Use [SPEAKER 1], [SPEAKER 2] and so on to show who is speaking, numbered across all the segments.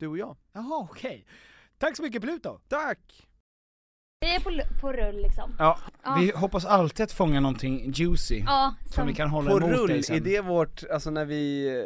[SPEAKER 1] Du och jag.
[SPEAKER 2] Jaha, okej. Tack så mycket Pluto!
[SPEAKER 1] Tack!
[SPEAKER 3] Det är på, l- på rull liksom.
[SPEAKER 2] Ja,
[SPEAKER 3] Ja.
[SPEAKER 2] vi hoppas alltid att fånga någonting juicy.
[SPEAKER 3] Ja,
[SPEAKER 2] Som vi kan hålla
[SPEAKER 1] På
[SPEAKER 2] emot
[SPEAKER 1] rull,
[SPEAKER 2] dig sen.
[SPEAKER 1] är det vårt, alltså när vi, eh,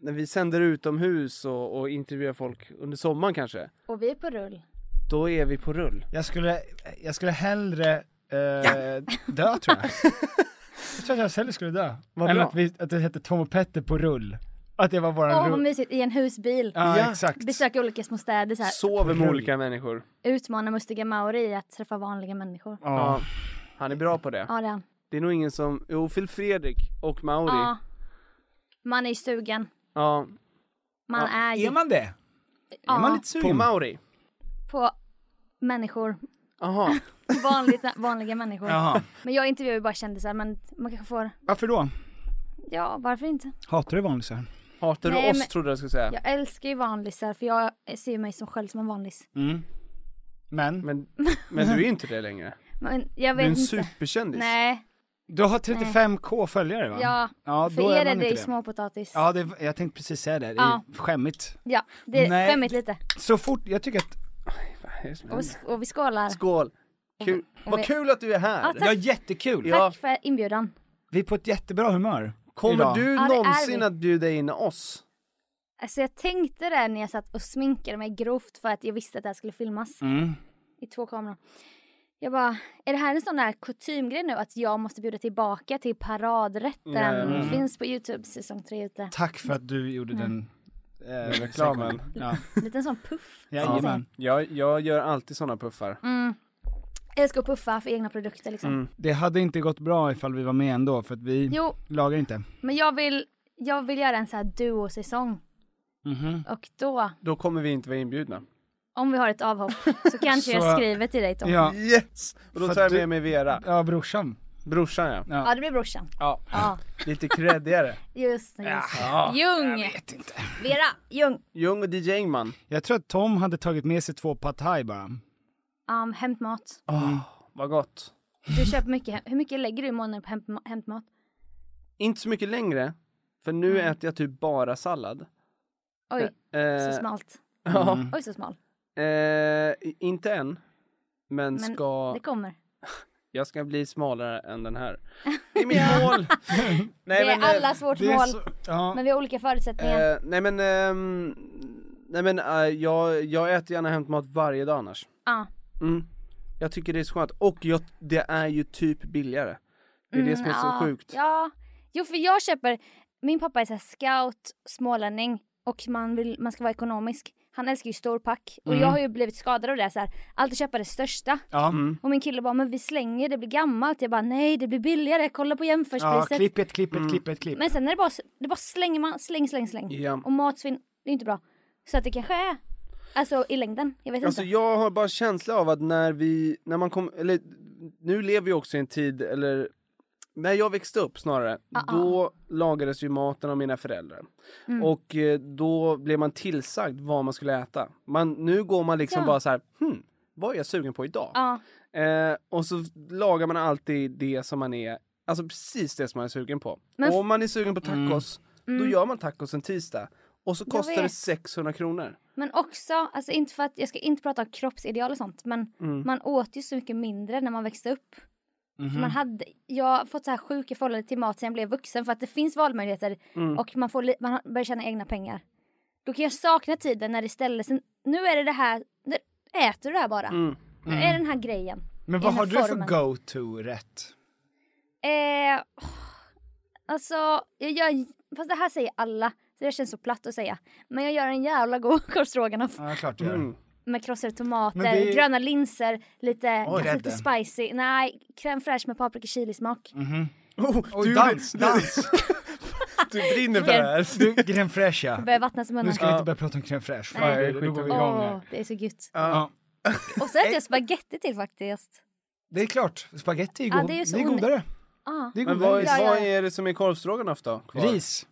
[SPEAKER 1] när vi sänder utomhus och, och intervjuar folk under sommaren kanske,
[SPEAKER 3] Och vi är på rull.
[SPEAKER 1] då är vi på rull.
[SPEAKER 2] Jag skulle, jag skulle hellre eh, dö tror jag. jag tror att jag hellre skulle dö.
[SPEAKER 1] Vad
[SPEAKER 2] Än
[SPEAKER 1] bra.
[SPEAKER 2] att, vi, att det hette Tom och Petter på rull. Att det var våran
[SPEAKER 3] Åh vad
[SPEAKER 2] rull.
[SPEAKER 3] mysigt, i en husbil.
[SPEAKER 2] Ja,
[SPEAKER 1] Ja.
[SPEAKER 2] exakt.
[SPEAKER 3] Besöka olika små städer så här.
[SPEAKER 1] Sover med
[SPEAKER 2] Rull.
[SPEAKER 1] olika människor.
[SPEAKER 3] Utmana Mustiga Mauri i att träffa vanliga människor. Ja,
[SPEAKER 2] Ja.
[SPEAKER 1] Ja. Han är bra på det.
[SPEAKER 3] det är han.
[SPEAKER 1] Det är nog ingen som, jo Phil Fredrik och Mauri.
[SPEAKER 3] Ja.
[SPEAKER 1] Ja.
[SPEAKER 3] Man är ju sugen.
[SPEAKER 1] ja.
[SPEAKER 3] Man är ju
[SPEAKER 2] Är man det?
[SPEAKER 3] ja,
[SPEAKER 2] man lite
[SPEAKER 1] På
[SPEAKER 2] sugen?
[SPEAKER 1] Mauri.
[SPEAKER 3] på människor.
[SPEAKER 1] Jaha.
[SPEAKER 3] Vanligt, vanliga människor.
[SPEAKER 2] Jaha.
[SPEAKER 3] Men jag intervjuar ju bara kändisar men man kanske får,
[SPEAKER 2] Varför då?
[SPEAKER 3] ja varför inte?
[SPEAKER 2] Hatar du vanlisar?
[SPEAKER 1] Hatar du
[SPEAKER 3] Nej,
[SPEAKER 1] oss
[SPEAKER 3] men-
[SPEAKER 1] trodde jag skulle säga.
[SPEAKER 3] Jag älskar ju vanlisar för jag ser mig som själv som en vanlis.
[SPEAKER 2] Mm. Men?
[SPEAKER 1] Men, men du är inte det längre.
[SPEAKER 3] Men jag
[SPEAKER 1] Du
[SPEAKER 3] vet
[SPEAKER 1] är en
[SPEAKER 3] inte.
[SPEAKER 1] superkändis.
[SPEAKER 3] Nej,
[SPEAKER 2] Du har 35k följare va?
[SPEAKER 3] ja.
[SPEAKER 2] ja
[SPEAKER 3] för
[SPEAKER 2] då är
[SPEAKER 3] er
[SPEAKER 2] man
[SPEAKER 3] är det
[SPEAKER 2] inte
[SPEAKER 3] ju småpotatis.
[SPEAKER 2] Ja, det, jag tänkte precis säga det. Det är
[SPEAKER 3] Ja.
[SPEAKER 2] skämmigt.
[SPEAKER 3] Ja, det
[SPEAKER 2] Nej.
[SPEAKER 3] är skämmigt lite.
[SPEAKER 2] Så fort, jag tycker att,
[SPEAKER 1] Vad är det som
[SPEAKER 3] Och,
[SPEAKER 1] händer?
[SPEAKER 3] s- och vi skålar.
[SPEAKER 1] Skål! Kul. Vad kul att du är här!
[SPEAKER 3] Ja, tack.
[SPEAKER 2] ja jättekul.
[SPEAKER 1] Ja.
[SPEAKER 3] Tack för inbjudan.
[SPEAKER 2] Vi är på ett jättebra humör.
[SPEAKER 1] Kommer
[SPEAKER 2] idag.
[SPEAKER 1] du
[SPEAKER 3] Ja, det är
[SPEAKER 1] någonsin
[SPEAKER 3] vi.
[SPEAKER 1] att bjuda in oss?
[SPEAKER 3] Alltså jag tänkte det när jag satt och sminkade mig grovt för att jag visste att det här skulle filmas.
[SPEAKER 2] Mm.
[SPEAKER 3] I två kameror. Jag bara, är det här en sån här kutymgrej nu att jag måste bjuda tillbaka till paradrätten? Finns på Youtube säsong 3 ute.
[SPEAKER 2] Tack för att du gjorde
[SPEAKER 3] Mm.
[SPEAKER 2] den eh, reklamen. Ja.
[SPEAKER 3] Liten sån puff.
[SPEAKER 2] Jajamän.
[SPEAKER 1] Jag, jag gör alltid såna puffar.
[SPEAKER 3] Mm. Jag älskar att puffa för egna produkter liksom.
[SPEAKER 2] Det hade inte gått bra ifall vi var med ändå, för att vi
[SPEAKER 3] Jo,
[SPEAKER 2] lagar inte.
[SPEAKER 3] men jag vill, jag vill göra en sån här duosäsong.
[SPEAKER 2] Mhm.
[SPEAKER 3] Och då,
[SPEAKER 1] Då kommer vi inte vara inbjudna.
[SPEAKER 3] om vi har ett avhopp, så kanske
[SPEAKER 2] Så-
[SPEAKER 3] jag skriver till dig Tom. Ja,
[SPEAKER 2] Ja,
[SPEAKER 1] Yes! Och då
[SPEAKER 2] För
[SPEAKER 1] tar jag
[SPEAKER 2] du-
[SPEAKER 1] med mig Vera.
[SPEAKER 2] ja brorsan.
[SPEAKER 1] Brorsan ja.
[SPEAKER 3] det blir brorsan.
[SPEAKER 1] Ja.
[SPEAKER 3] Ja,
[SPEAKER 1] Lite creddigare.
[SPEAKER 3] just det. Just. det. Ljung!
[SPEAKER 2] inte.
[SPEAKER 3] Vera, Ljung!
[SPEAKER 1] Ljung och DJ Engman.
[SPEAKER 2] Jag tror att Tom hade tagit med sig två pad thai bara.
[SPEAKER 3] Um, hämtmat.
[SPEAKER 1] Vad gott.
[SPEAKER 3] Du köper mycket, hem- hur mycket lägger du i månaden på hämt- hämtmat?
[SPEAKER 1] Inte så mycket längre, för nu
[SPEAKER 3] Mm.
[SPEAKER 1] äter jag typ bara sallad.
[SPEAKER 3] Oj,
[SPEAKER 1] Eh,
[SPEAKER 3] så smalt.
[SPEAKER 1] Ja,
[SPEAKER 4] Mm.
[SPEAKER 3] Oj, så smal.
[SPEAKER 1] eh, inte än. Men,
[SPEAKER 3] Men
[SPEAKER 1] ska,
[SPEAKER 3] Det kommer.
[SPEAKER 1] jag ska bli smalare än den här. Det är mitt mål! Nej,
[SPEAKER 3] det är
[SPEAKER 1] men, eh,
[SPEAKER 3] allas vårt
[SPEAKER 5] Det är
[SPEAKER 3] mål.
[SPEAKER 5] så- ja.
[SPEAKER 3] Men vi har olika förutsättningar.
[SPEAKER 1] Eh, nej men, ehm, nej, men eh, jag, jag äter gärna hämtmat varje dag annars.
[SPEAKER 3] Ja.
[SPEAKER 1] Mm. Jag tycker det är så skönt. Och jag, det är ju typ billigare. Det är det som är
[SPEAKER 3] Mm, ja,
[SPEAKER 1] så sjukt.
[SPEAKER 3] Ja. Jo, för jag köper... Min pappa är så här scout, smålänning och man, vill, man ska vara ekonomisk. Han älskar ju storpack. Och
[SPEAKER 1] Mm.
[SPEAKER 3] jag har ju blivit skadad av det. Så här, alltid köpa det största.
[SPEAKER 5] Ja.
[SPEAKER 3] Och min kille bara, men vi slänger, det blir gammalt. Jag bara, nej det blir billigare, kolla på
[SPEAKER 5] ja,
[SPEAKER 3] jämförspriset.
[SPEAKER 5] klippet, klippet, klippet, klipp.
[SPEAKER 3] men sen är det bara, det bara slänger man, släng, släng, släng.
[SPEAKER 1] Ja.
[SPEAKER 3] Och matsvinn, det är inte bra. Så att det kanske är, alltså i längden, jag vet
[SPEAKER 1] Alltså
[SPEAKER 3] inte.
[SPEAKER 1] jag har bara känsla av att när vi, när man kom, eller nu lever vi också i en tid, eller när jag växte upp snarare,
[SPEAKER 3] Ah,
[SPEAKER 1] då lagades ju maten av mina föräldrar.
[SPEAKER 3] Mm.
[SPEAKER 1] Och eh, då blev man tillsagd vad man skulle äta. Man, nu går man liksom
[SPEAKER 3] Ja. Ah.
[SPEAKER 1] bara så här, hmm, vad är jag sugen på idag?
[SPEAKER 3] Ja,
[SPEAKER 1] Eh, och så lagar man alltid det som man är, alltså precis det som man är sugen på.
[SPEAKER 3] Men f- Mm.
[SPEAKER 1] och om man är sugen på tacos, då gör man tacos en tisdag. Och så kostar det
[SPEAKER 3] vet.
[SPEAKER 1] 600 kronor.
[SPEAKER 3] men också, alltså inte för att, jag ska inte prata om kroppsideal och sånt, men
[SPEAKER 1] Mm.
[SPEAKER 3] man åt ju så mycket mindre när man växte upp. För
[SPEAKER 1] Mhm.
[SPEAKER 3] Man hade, jag har fått så här sjuka förhållanden till mat sen jag blev vuxen för att det finns valmöjligheter
[SPEAKER 1] Mm.
[SPEAKER 3] och man, får, li- man börjar tjäna egna pengar. Då kan jag sakna tiden när det ställdes, en- nu är det det här, nu äter du det här bara.
[SPEAKER 1] Mm.
[SPEAKER 3] Nu är det den här grejen.
[SPEAKER 5] Men vad
[SPEAKER 3] Den
[SPEAKER 5] har
[SPEAKER 3] här
[SPEAKER 5] du för
[SPEAKER 3] formen.
[SPEAKER 5] go-to-rätt?
[SPEAKER 3] Eh, åh, alltså, jag gör, fast det här säger alla, så det känns så platt att säga. Men jag gör en jävla god korv stroganoff
[SPEAKER 5] Ja, klart du gör.
[SPEAKER 1] Mm.
[SPEAKER 3] med krossade tomater,
[SPEAKER 5] Men det är-
[SPEAKER 3] gröna linser, lite,
[SPEAKER 5] Oj,
[SPEAKER 3] kanske lite
[SPEAKER 5] grädde.
[SPEAKER 3] spicy. Nej, crème fraîche med paprika chili smak.
[SPEAKER 5] Mm.
[SPEAKER 3] Oh,
[SPEAKER 5] Och dans, dans!
[SPEAKER 1] Du brinner för det här.
[SPEAKER 5] Du, crème fraîche ja.
[SPEAKER 3] Börjar vattnas i
[SPEAKER 5] Nu
[SPEAKER 3] munnen.
[SPEAKER 5] ska vi inte börja prata om crème fraîche,
[SPEAKER 3] Nej.
[SPEAKER 5] för då går vi igång
[SPEAKER 3] Åh,
[SPEAKER 5] här.
[SPEAKER 3] det är så gött.
[SPEAKER 5] Ja.
[SPEAKER 3] Och så äter jag spaghetti till faktiskt.
[SPEAKER 5] Det är klart, spagetti är,
[SPEAKER 3] Ja,
[SPEAKER 5] god.
[SPEAKER 3] det är ju så onö-
[SPEAKER 5] godare.
[SPEAKER 3] Ah.
[SPEAKER 5] Det är
[SPEAKER 1] Men vad
[SPEAKER 5] godare.
[SPEAKER 3] Ja,
[SPEAKER 1] är,
[SPEAKER 3] ja,
[SPEAKER 1] vad
[SPEAKER 3] ja.
[SPEAKER 1] är det som är korvstroganoff då? kvar?
[SPEAKER 5] Ris.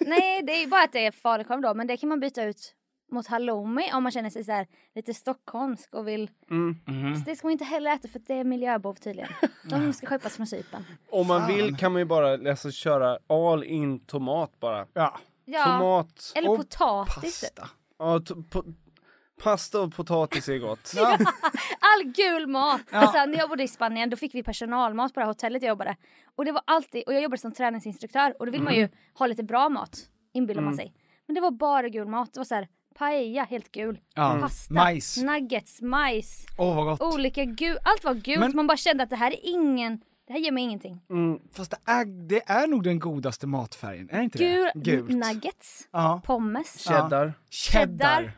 [SPEAKER 3] Nej, det är ju bara att det är falukorv då, men det kan man byta ut mot halloumi om man känner sig så här lite stockholmsk och vill...
[SPEAKER 5] Mm.
[SPEAKER 3] Så det ska man inte heller äta för att det är miljöbov tydligen. De ska skeppas från Cypern.
[SPEAKER 1] Om man vill kan man ju bara alltså, köra all in tomat bara.
[SPEAKER 5] Ja.
[SPEAKER 3] Ja,
[SPEAKER 1] Tomat,
[SPEAKER 3] eller
[SPEAKER 5] och
[SPEAKER 3] potatis. typ.
[SPEAKER 5] Pasta.
[SPEAKER 1] ja, to, po, pasta och potatis är gott.
[SPEAKER 3] All gul mat! Alltså, när jag bodde i Spanien då fick vi personalmat på det här hotellet jag jobbade. Och det var alltid, och jag jobbade som träningsinstruktör och då vill man ju
[SPEAKER 5] Mm.
[SPEAKER 3] ha lite bra mat, inbillar man sig. Men det var bara gul mat. Det var så här paella, helt gul.
[SPEAKER 5] Ja.
[SPEAKER 3] Pasta,
[SPEAKER 5] Majs.
[SPEAKER 3] nuggets, majs.
[SPEAKER 5] Åh vad gott.
[SPEAKER 3] olika gult, allt var gult,
[SPEAKER 5] Men-
[SPEAKER 3] man bara kände att det här är ingen, det här ger mig ingenting.
[SPEAKER 5] Fast det är, det är nog den godaste matfärgen, är det inte
[SPEAKER 3] Gul,
[SPEAKER 5] det? Gult.
[SPEAKER 3] nuggets,
[SPEAKER 5] Ja.
[SPEAKER 3] pommes,
[SPEAKER 1] Cheddar.
[SPEAKER 5] Cheddar.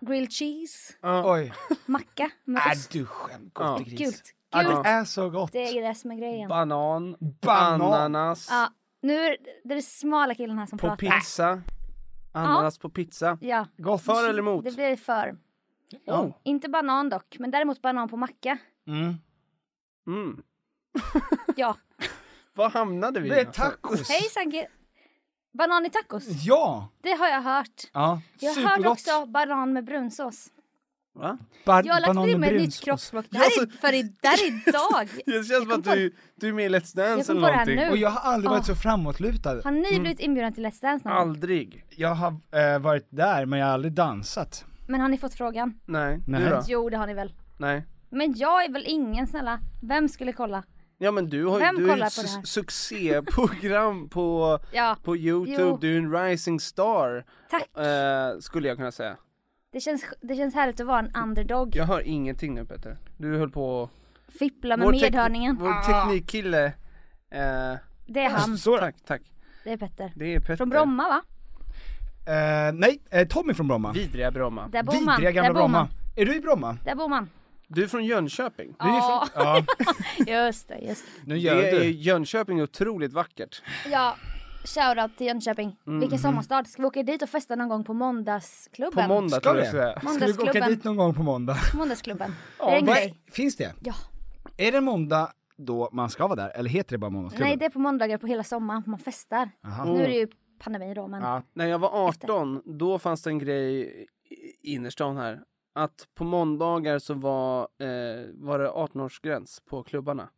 [SPEAKER 3] grilled cheese,
[SPEAKER 5] Oj.
[SPEAKER 3] macka med
[SPEAKER 5] Är
[SPEAKER 3] ost.
[SPEAKER 5] Äh, du skämt, gott gris.
[SPEAKER 3] Gult,
[SPEAKER 5] Ja,
[SPEAKER 3] gult,
[SPEAKER 5] det är så gott.
[SPEAKER 3] det är det som är grejen.
[SPEAKER 1] Banan.
[SPEAKER 5] Banan.
[SPEAKER 1] Ananas.
[SPEAKER 3] Ja, nu är det- det är den smala killen här som
[SPEAKER 1] På
[SPEAKER 3] pratar.
[SPEAKER 1] pizza. Ananas på pizza.
[SPEAKER 3] Äh. Ja,
[SPEAKER 5] Gott.
[SPEAKER 1] För eller emot?
[SPEAKER 3] det blir för. Oh.
[SPEAKER 5] Ja.
[SPEAKER 3] Inte banan dock, men däremot banan på macka.
[SPEAKER 1] Mm.
[SPEAKER 3] Ja,
[SPEAKER 1] Var hamnade vi?
[SPEAKER 5] Det är tacos.
[SPEAKER 3] hej Sanke. Banan i tacos,
[SPEAKER 5] Ja.
[SPEAKER 3] det har jag hört.
[SPEAKER 5] Ja.
[SPEAKER 3] Jag hörde
[SPEAKER 5] Supergott.
[SPEAKER 3] också banan med brunsås.
[SPEAKER 1] Alltså, Va?
[SPEAKER 5] Ba-
[SPEAKER 3] Jag har lagt
[SPEAKER 5] banan
[SPEAKER 3] till
[SPEAKER 5] och
[SPEAKER 3] med ett nytt
[SPEAKER 5] brunsås.
[SPEAKER 3] kroppsspråk. Det här är
[SPEAKER 1] Alltså-
[SPEAKER 3] för i, där idag.
[SPEAKER 1] Det känns som
[SPEAKER 3] kom
[SPEAKER 1] att
[SPEAKER 3] på
[SPEAKER 1] du, du är med i Let's Dance
[SPEAKER 3] kom
[SPEAKER 1] eller
[SPEAKER 3] på det här
[SPEAKER 1] någonting. Mm.
[SPEAKER 3] nu.
[SPEAKER 5] Och jag har aldrig varit
[SPEAKER 3] Ah.
[SPEAKER 5] så framåtlutad.
[SPEAKER 3] Har ni blivit inbjudna till Let's Dance någon gång?
[SPEAKER 1] Aldrig.
[SPEAKER 5] Jag har eh, varit där men jag har aldrig dansat.
[SPEAKER 3] Men har ni fått frågan?
[SPEAKER 1] Nej. Du
[SPEAKER 5] Nej.
[SPEAKER 1] då?
[SPEAKER 3] Jo, det har ni väl.
[SPEAKER 1] Nej.
[SPEAKER 3] Men jag är väl ingen, snälla. Vem skulle kolla?
[SPEAKER 1] Ja men du har ju,
[SPEAKER 3] Vem
[SPEAKER 1] du är ju
[SPEAKER 3] kollar
[SPEAKER 1] ett
[SPEAKER 3] på det här?
[SPEAKER 1] su- succéprogram på,
[SPEAKER 3] Ja,
[SPEAKER 1] på Youtube,
[SPEAKER 3] Jo.
[SPEAKER 1] du är en rising star.
[SPEAKER 3] tack.
[SPEAKER 1] Eh, skulle jag kunna säga.
[SPEAKER 3] Det känns, det känns härligt att vara en underdog.
[SPEAKER 1] Jag hör ingenting nu Peter. Du höll på
[SPEAKER 3] Fippla med
[SPEAKER 1] tek-
[SPEAKER 3] medhörningen.
[SPEAKER 1] Vår teknikkille. Eh,
[SPEAKER 3] Det är han.
[SPEAKER 5] Så,
[SPEAKER 1] tack, tack.
[SPEAKER 3] Det är Petter.
[SPEAKER 1] Det är Petter.
[SPEAKER 3] Från Bromma, va?
[SPEAKER 5] eh, nej, eh, Tommy från Bromma.
[SPEAKER 1] Vidriga Bromma.
[SPEAKER 3] Där bor man.
[SPEAKER 5] Vidriga
[SPEAKER 3] Där
[SPEAKER 5] gamla
[SPEAKER 3] bor
[SPEAKER 5] Bromma.
[SPEAKER 3] man.
[SPEAKER 5] Är du i Bromma?
[SPEAKER 3] Där bor man.
[SPEAKER 1] Du är från Jönköping.
[SPEAKER 5] Du är ju från- ja.
[SPEAKER 3] Just det, just det.
[SPEAKER 5] Nu gör
[SPEAKER 1] Det är
[SPEAKER 5] du.
[SPEAKER 1] Jönköping är otroligt vackert.
[SPEAKER 3] Ja, shoutout till Jönköping.
[SPEAKER 1] Mm.
[SPEAKER 3] Vilken sommarstad. Ska vi åka dit och festa någon gång på måndagsklubben?
[SPEAKER 1] Mm-hmm. På måndag
[SPEAKER 5] Ska
[SPEAKER 1] tror jag
[SPEAKER 5] vi?
[SPEAKER 1] säga.
[SPEAKER 5] Ska du åka
[SPEAKER 3] Måndagsklubben.
[SPEAKER 5] dit någon gång på måndag?
[SPEAKER 3] Måndagsklubben. Ring
[SPEAKER 5] Vad-
[SPEAKER 3] dig.
[SPEAKER 5] Finns det?
[SPEAKER 3] Ja.
[SPEAKER 5] Är det måndag då man ska vara där, eller heter det bara måndagsklubben?
[SPEAKER 3] Nej, det är på måndagar på hela sommaren. Man festar. Nu är det ju pandemi då, men...
[SPEAKER 1] Ja. När jag var 18, då fanns det en grej i innerstan här. Att på måndagar så var, eh, var det 18-årsgräns på klubbarna.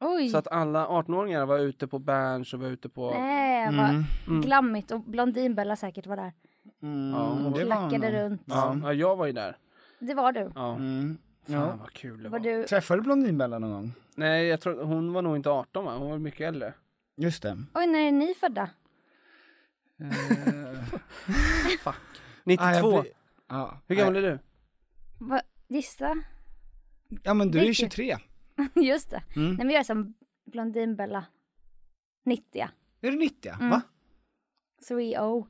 [SPEAKER 3] Oj!
[SPEAKER 1] Så att alla 18-åringar var ute på Berns och var ute på...
[SPEAKER 3] Nej, vad glammigt. Och Blondinbella säkert var där.
[SPEAKER 2] Mm,
[SPEAKER 1] Ja, hon
[SPEAKER 2] det var
[SPEAKER 3] klackade
[SPEAKER 2] nog.
[SPEAKER 3] runt.
[SPEAKER 1] Ja. ja, jag var ju där.
[SPEAKER 3] Det var du.
[SPEAKER 1] Ja.
[SPEAKER 2] Mm.
[SPEAKER 1] Fan
[SPEAKER 2] Ja.
[SPEAKER 1] vad kul det
[SPEAKER 3] Var
[SPEAKER 1] var.
[SPEAKER 3] du...
[SPEAKER 2] Träffade du Blondinbella någon gång?
[SPEAKER 1] Nej, jag tror, hon var nog inte 18 va? Hon var mycket äldre.
[SPEAKER 2] Just det.
[SPEAKER 3] Oj, när är ni födda?
[SPEAKER 1] Fuck.
[SPEAKER 2] Ah, jag
[SPEAKER 1] 92.
[SPEAKER 2] blir- Ja.
[SPEAKER 1] Hur gammal är du?
[SPEAKER 3] Va? Gissa.
[SPEAKER 2] Ja men du är
[SPEAKER 3] Vilket?
[SPEAKER 2] 23.
[SPEAKER 3] Just det. Nej, men jag är som Blondinbella. 90
[SPEAKER 2] Är du 90?
[SPEAKER 3] Mm.
[SPEAKER 2] Va?
[SPEAKER 3] 3-0.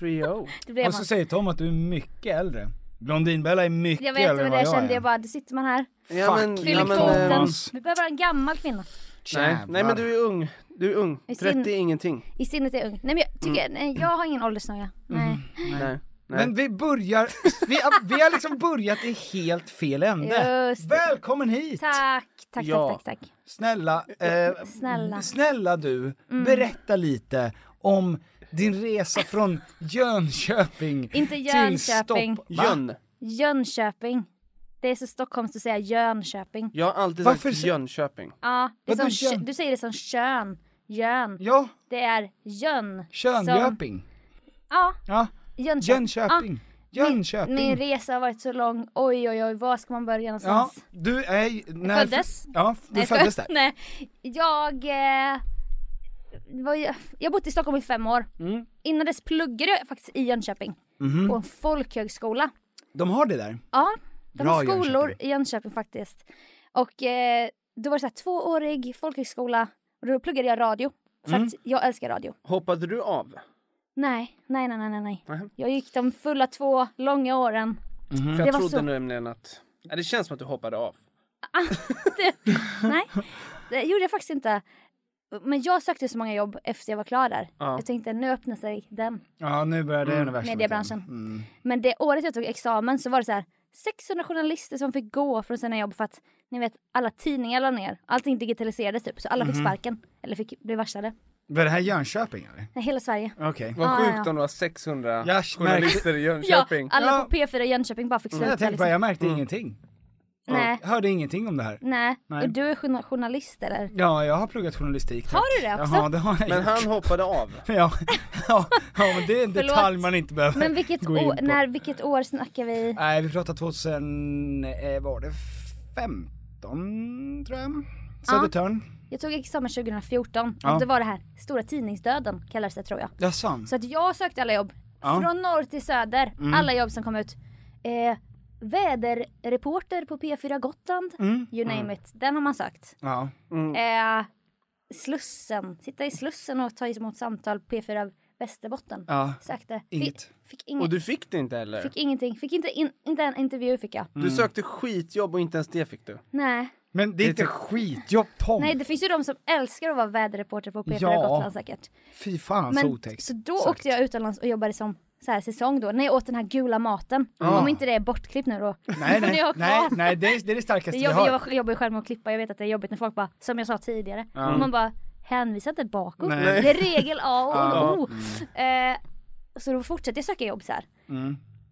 [SPEAKER 1] 3-0.
[SPEAKER 3] oh. Det blev man.
[SPEAKER 2] Och så säger Tom att du är mycket äldre. Blondinbella är mycket
[SPEAKER 3] Jag vet,
[SPEAKER 2] äldre
[SPEAKER 3] men
[SPEAKER 2] än
[SPEAKER 3] det
[SPEAKER 2] vad jag
[SPEAKER 3] kände
[SPEAKER 2] är.
[SPEAKER 3] jag bara, då sitter man här.
[SPEAKER 1] Ja men, ja,
[SPEAKER 3] Fyller
[SPEAKER 1] men,
[SPEAKER 3] kvoten.
[SPEAKER 1] eh,
[SPEAKER 2] Thomas.
[SPEAKER 3] Vi behöver en gammal kvinna.
[SPEAKER 1] nej, nej men du är ung. Du är ung.
[SPEAKER 3] I sin-
[SPEAKER 1] 30 är ingenting.
[SPEAKER 3] I sinnet är jag ung. Nej men jag tycker, nej, jag har ingen åldersnoja. Nej.
[SPEAKER 1] Nej.
[SPEAKER 2] Men vi börjar, vi, har- vi har liksom börjat i helt fel ände.
[SPEAKER 3] Just det.
[SPEAKER 2] Välkommen hit!
[SPEAKER 3] Tack, tack,
[SPEAKER 1] Ja.
[SPEAKER 3] tack, tack, tack.
[SPEAKER 2] Snälla, eh,
[SPEAKER 3] Snälla. Mm.
[SPEAKER 2] snälla du, berätta lite om din resa från Jönköping
[SPEAKER 3] Inte Jönköping.
[SPEAKER 2] till Stopp.
[SPEAKER 1] Jön.
[SPEAKER 3] Jönköping. Det är så stockholmskt att säga Jönköping.
[SPEAKER 1] Jag har alltid
[SPEAKER 2] Varför
[SPEAKER 1] sagt
[SPEAKER 2] så-
[SPEAKER 1] Jönköping.
[SPEAKER 3] Ja, det är
[SPEAKER 2] Vadå
[SPEAKER 3] som, kö-
[SPEAKER 2] Jön?
[SPEAKER 3] du säger det som kön. Jön.
[SPEAKER 2] Ja,
[SPEAKER 3] Det är Jön. Som,
[SPEAKER 2] Jönköping.
[SPEAKER 3] ja,
[SPEAKER 2] Ja,
[SPEAKER 3] Jönköping.
[SPEAKER 2] Jönköping.
[SPEAKER 3] Ja, min-
[SPEAKER 2] Jönköping.
[SPEAKER 3] Min, resa har varit så lång. Oj, oj, oj. Var ska man börja
[SPEAKER 2] Ja,
[SPEAKER 3] någonstans?
[SPEAKER 2] du är... När,
[SPEAKER 3] Föddes.
[SPEAKER 2] Ja, du
[SPEAKER 3] Nej,
[SPEAKER 2] föddes där.
[SPEAKER 3] Nej, jag... Eh, var, ju- jag har bott i Stockholm i fem år.
[SPEAKER 2] Mm.
[SPEAKER 3] Innan dess pluggade jag faktiskt i Jönköping.
[SPEAKER 2] Mhm.
[SPEAKER 3] På en folkhögskola.
[SPEAKER 2] De har det där.
[SPEAKER 3] Ja, de
[SPEAKER 2] Bra,
[SPEAKER 3] har skolor
[SPEAKER 2] Jönköping.
[SPEAKER 3] i Jönköping faktiskt. Och eh, då var det så här, tvåårig folkhögskola. Och då pluggade jag radio. För
[SPEAKER 2] Mm.
[SPEAKER 3] att jag älskar radio.
[SPEAKER 1] Hoppade du av?
[SPEAKER 3] Nej, nej, nej, nej, nej, nej.
[SPEAKER 1] Mhm.
[SPEAKER 3] Jag gick de fulla två långa åren.
[SPEAKER 1] För
[SPEAKER 3] Mm. Det
[SPEAKER 1] jag
[SPEAKER 3] var
[SPEAKER 1] trodde
[SPEAKER 3] så.
[SPEAKER 1] nämligen att... Ja, det känns som att du hoppade av.
[SPEAKER 3] Nej, det gjorde jag faktiskt inte. Men jag sökte så många jobb efter jag var klar där.
[SPEAKER 1] Ja.
[SPEAKER 3] Jag tänkte nu öppnar sig den.
[SPEAKER 2] Ja, nu börjar det mm,
[SPEAKER 3] mediebranschen. Men det året jag tog examen så var det så här 600 journalister som fick gå från sina jobb för att ni vet alla tidningar la ner. Allting digitaliserades typ så alla
[SPEAKER 2] Mhm.
[SPEAKER 3] fick sparken eller fick bli varslade.
[SPEAKER 2] Var det här Jönköping eller?
[SPEAKER 3] Nej, hela Sverige.
[SPEAKER 2] Okej.
[SPEAKER 1] Vad
[SPEAKER 3] Ja,
[SPEAKER 1] sjukt
[SPEAKER 3] Ah, ja.
[SPEAKER 1] om det var 600
[SPEAKER 2] Jag
[SPEAKER 1] journalister i Jönköping.
[SPEAKER 3] Ja, alla
[SPEAKER 2] Ja. Mm.
[SPEAKER 3] på P4 i Jönköping bara fick sluta.
[SPEAKER 2] Jag tänkte bara,
[SPEAKER 3] liksom.
[SPEAKER 2] jag märkte ingenting.
[SPEAKER 3] Nej,
[SPEAKER 2] Jag hörde ingenting om det här.
[SPEAKER 3] nej.
[SPEAKER 2] Nej.
[SPEAKER 3] Och du är journa- journalist eller?
[SPEAKER 2] Ja, jag har pluggat journalistik. tack.
[SPEAKER 3] Har du det också?
[SPEAKER 2] Ja, det har jag
[SPEAKER 1] Men
[SPEAKER 2] gjort.
[SPEAKER 1] han hoppade av.
[SPEAKER 2] Ja, ja, ja, men det är en
[SPEAKER 3] Förlåt.
[SPEAKER 2] detalj man inte behöver
[SPEAKER 3] Men vilket
[SPEAKER 2] gå in på.
[SPEAKER 3] år, när, vilket år snackar vi?
[SPEAKER 2] Nej, vi pratar 2000, eh, var det 15 tror jag? Södertörn.
[SPEAKER 3] Jag tog examen 2014
[SPEAKER 2] Ja.
[SPEAKER 3] och det var det här stora tidningsdöden kallades det tror jag.
[SPEAKER 2] Jaså?
[SPEAKER 3] Så att jag sökte alla jobb.
[SPEAKER 2] Ja. Mm.
[SPEAKER 3] Från norr till söder. Alla jobb som kom ut. Eh, väderreporter på P4 Gotland.
[SPEAKER 2] Mm.
[SPEAKER 3] You name it. Den har man sökt.
[SPEAKER 2] Ja.
[SPEAKER 3] Eh, slussen. Sitta i Slussen och ta emot samtal på P4 Västerbotten.
[SPEAKER 2] Ja.
[SPEAKER 3] Sökte.
[SPEAKER 2] Inget.
[SPEAKER 3] Fick, fick, inget.
[SPEAKER 1] Och du fick det inte heller.
[SPEAKER 3] fick ingenting. Fick inte, in, inte en intervju fick jag.
[SPEAKER 2] Mm.
[SPEAKER 1] Du sökte skitjobb och inte ens det fick du.
[SPEAKER 3] Nej.
[SPEAKER 2] Men det är inte skitjobb Tom.
[SPEAKER 3] typ- Nej det finns ju de som älskar att vara väderreporter på P4
[SPEAKER 2] Ja.
[SPEAKER 3] Gotland säkert.
[SPEAKER 2] Fy fan så
[SPEAKER 3] Men,
[SPEAKER 2] otäckt.
[SPEAKER 3] så då åkte jag utomlands och jobbade som så här, säsong då, när jag åt den här gula maten. Om inte det är bortklippt nu då.
[SPEAKER 2] Nej,
[SPEAKER 3] Men
[SPEAKER 2] nej,
[SPEAKER 3] jag har
[SPEAKER 2] nej,
[SPEAKER 3] kvar.
[SPEAKER 2] nej det, är, det är det
[SPEAKER 3] Det
[SPEAKER 2] starkaste
[SPEAKER 3] är
[SPEAKER 2] jag
[SPEAKER 3] jobbigt,
[SPEAKER 2] har.
[SPEAKER 3] jag jobbar ju själv med att klippa, jag vet att det är jobbigt när folk bara, som jag sa tidigare, man bara hänvisar inte bakåt.
[SPEAKER 2] Nej.
[SPEAKER 3] Det är regel A och O. Eh, så då fortsätter jag söka jobb så här.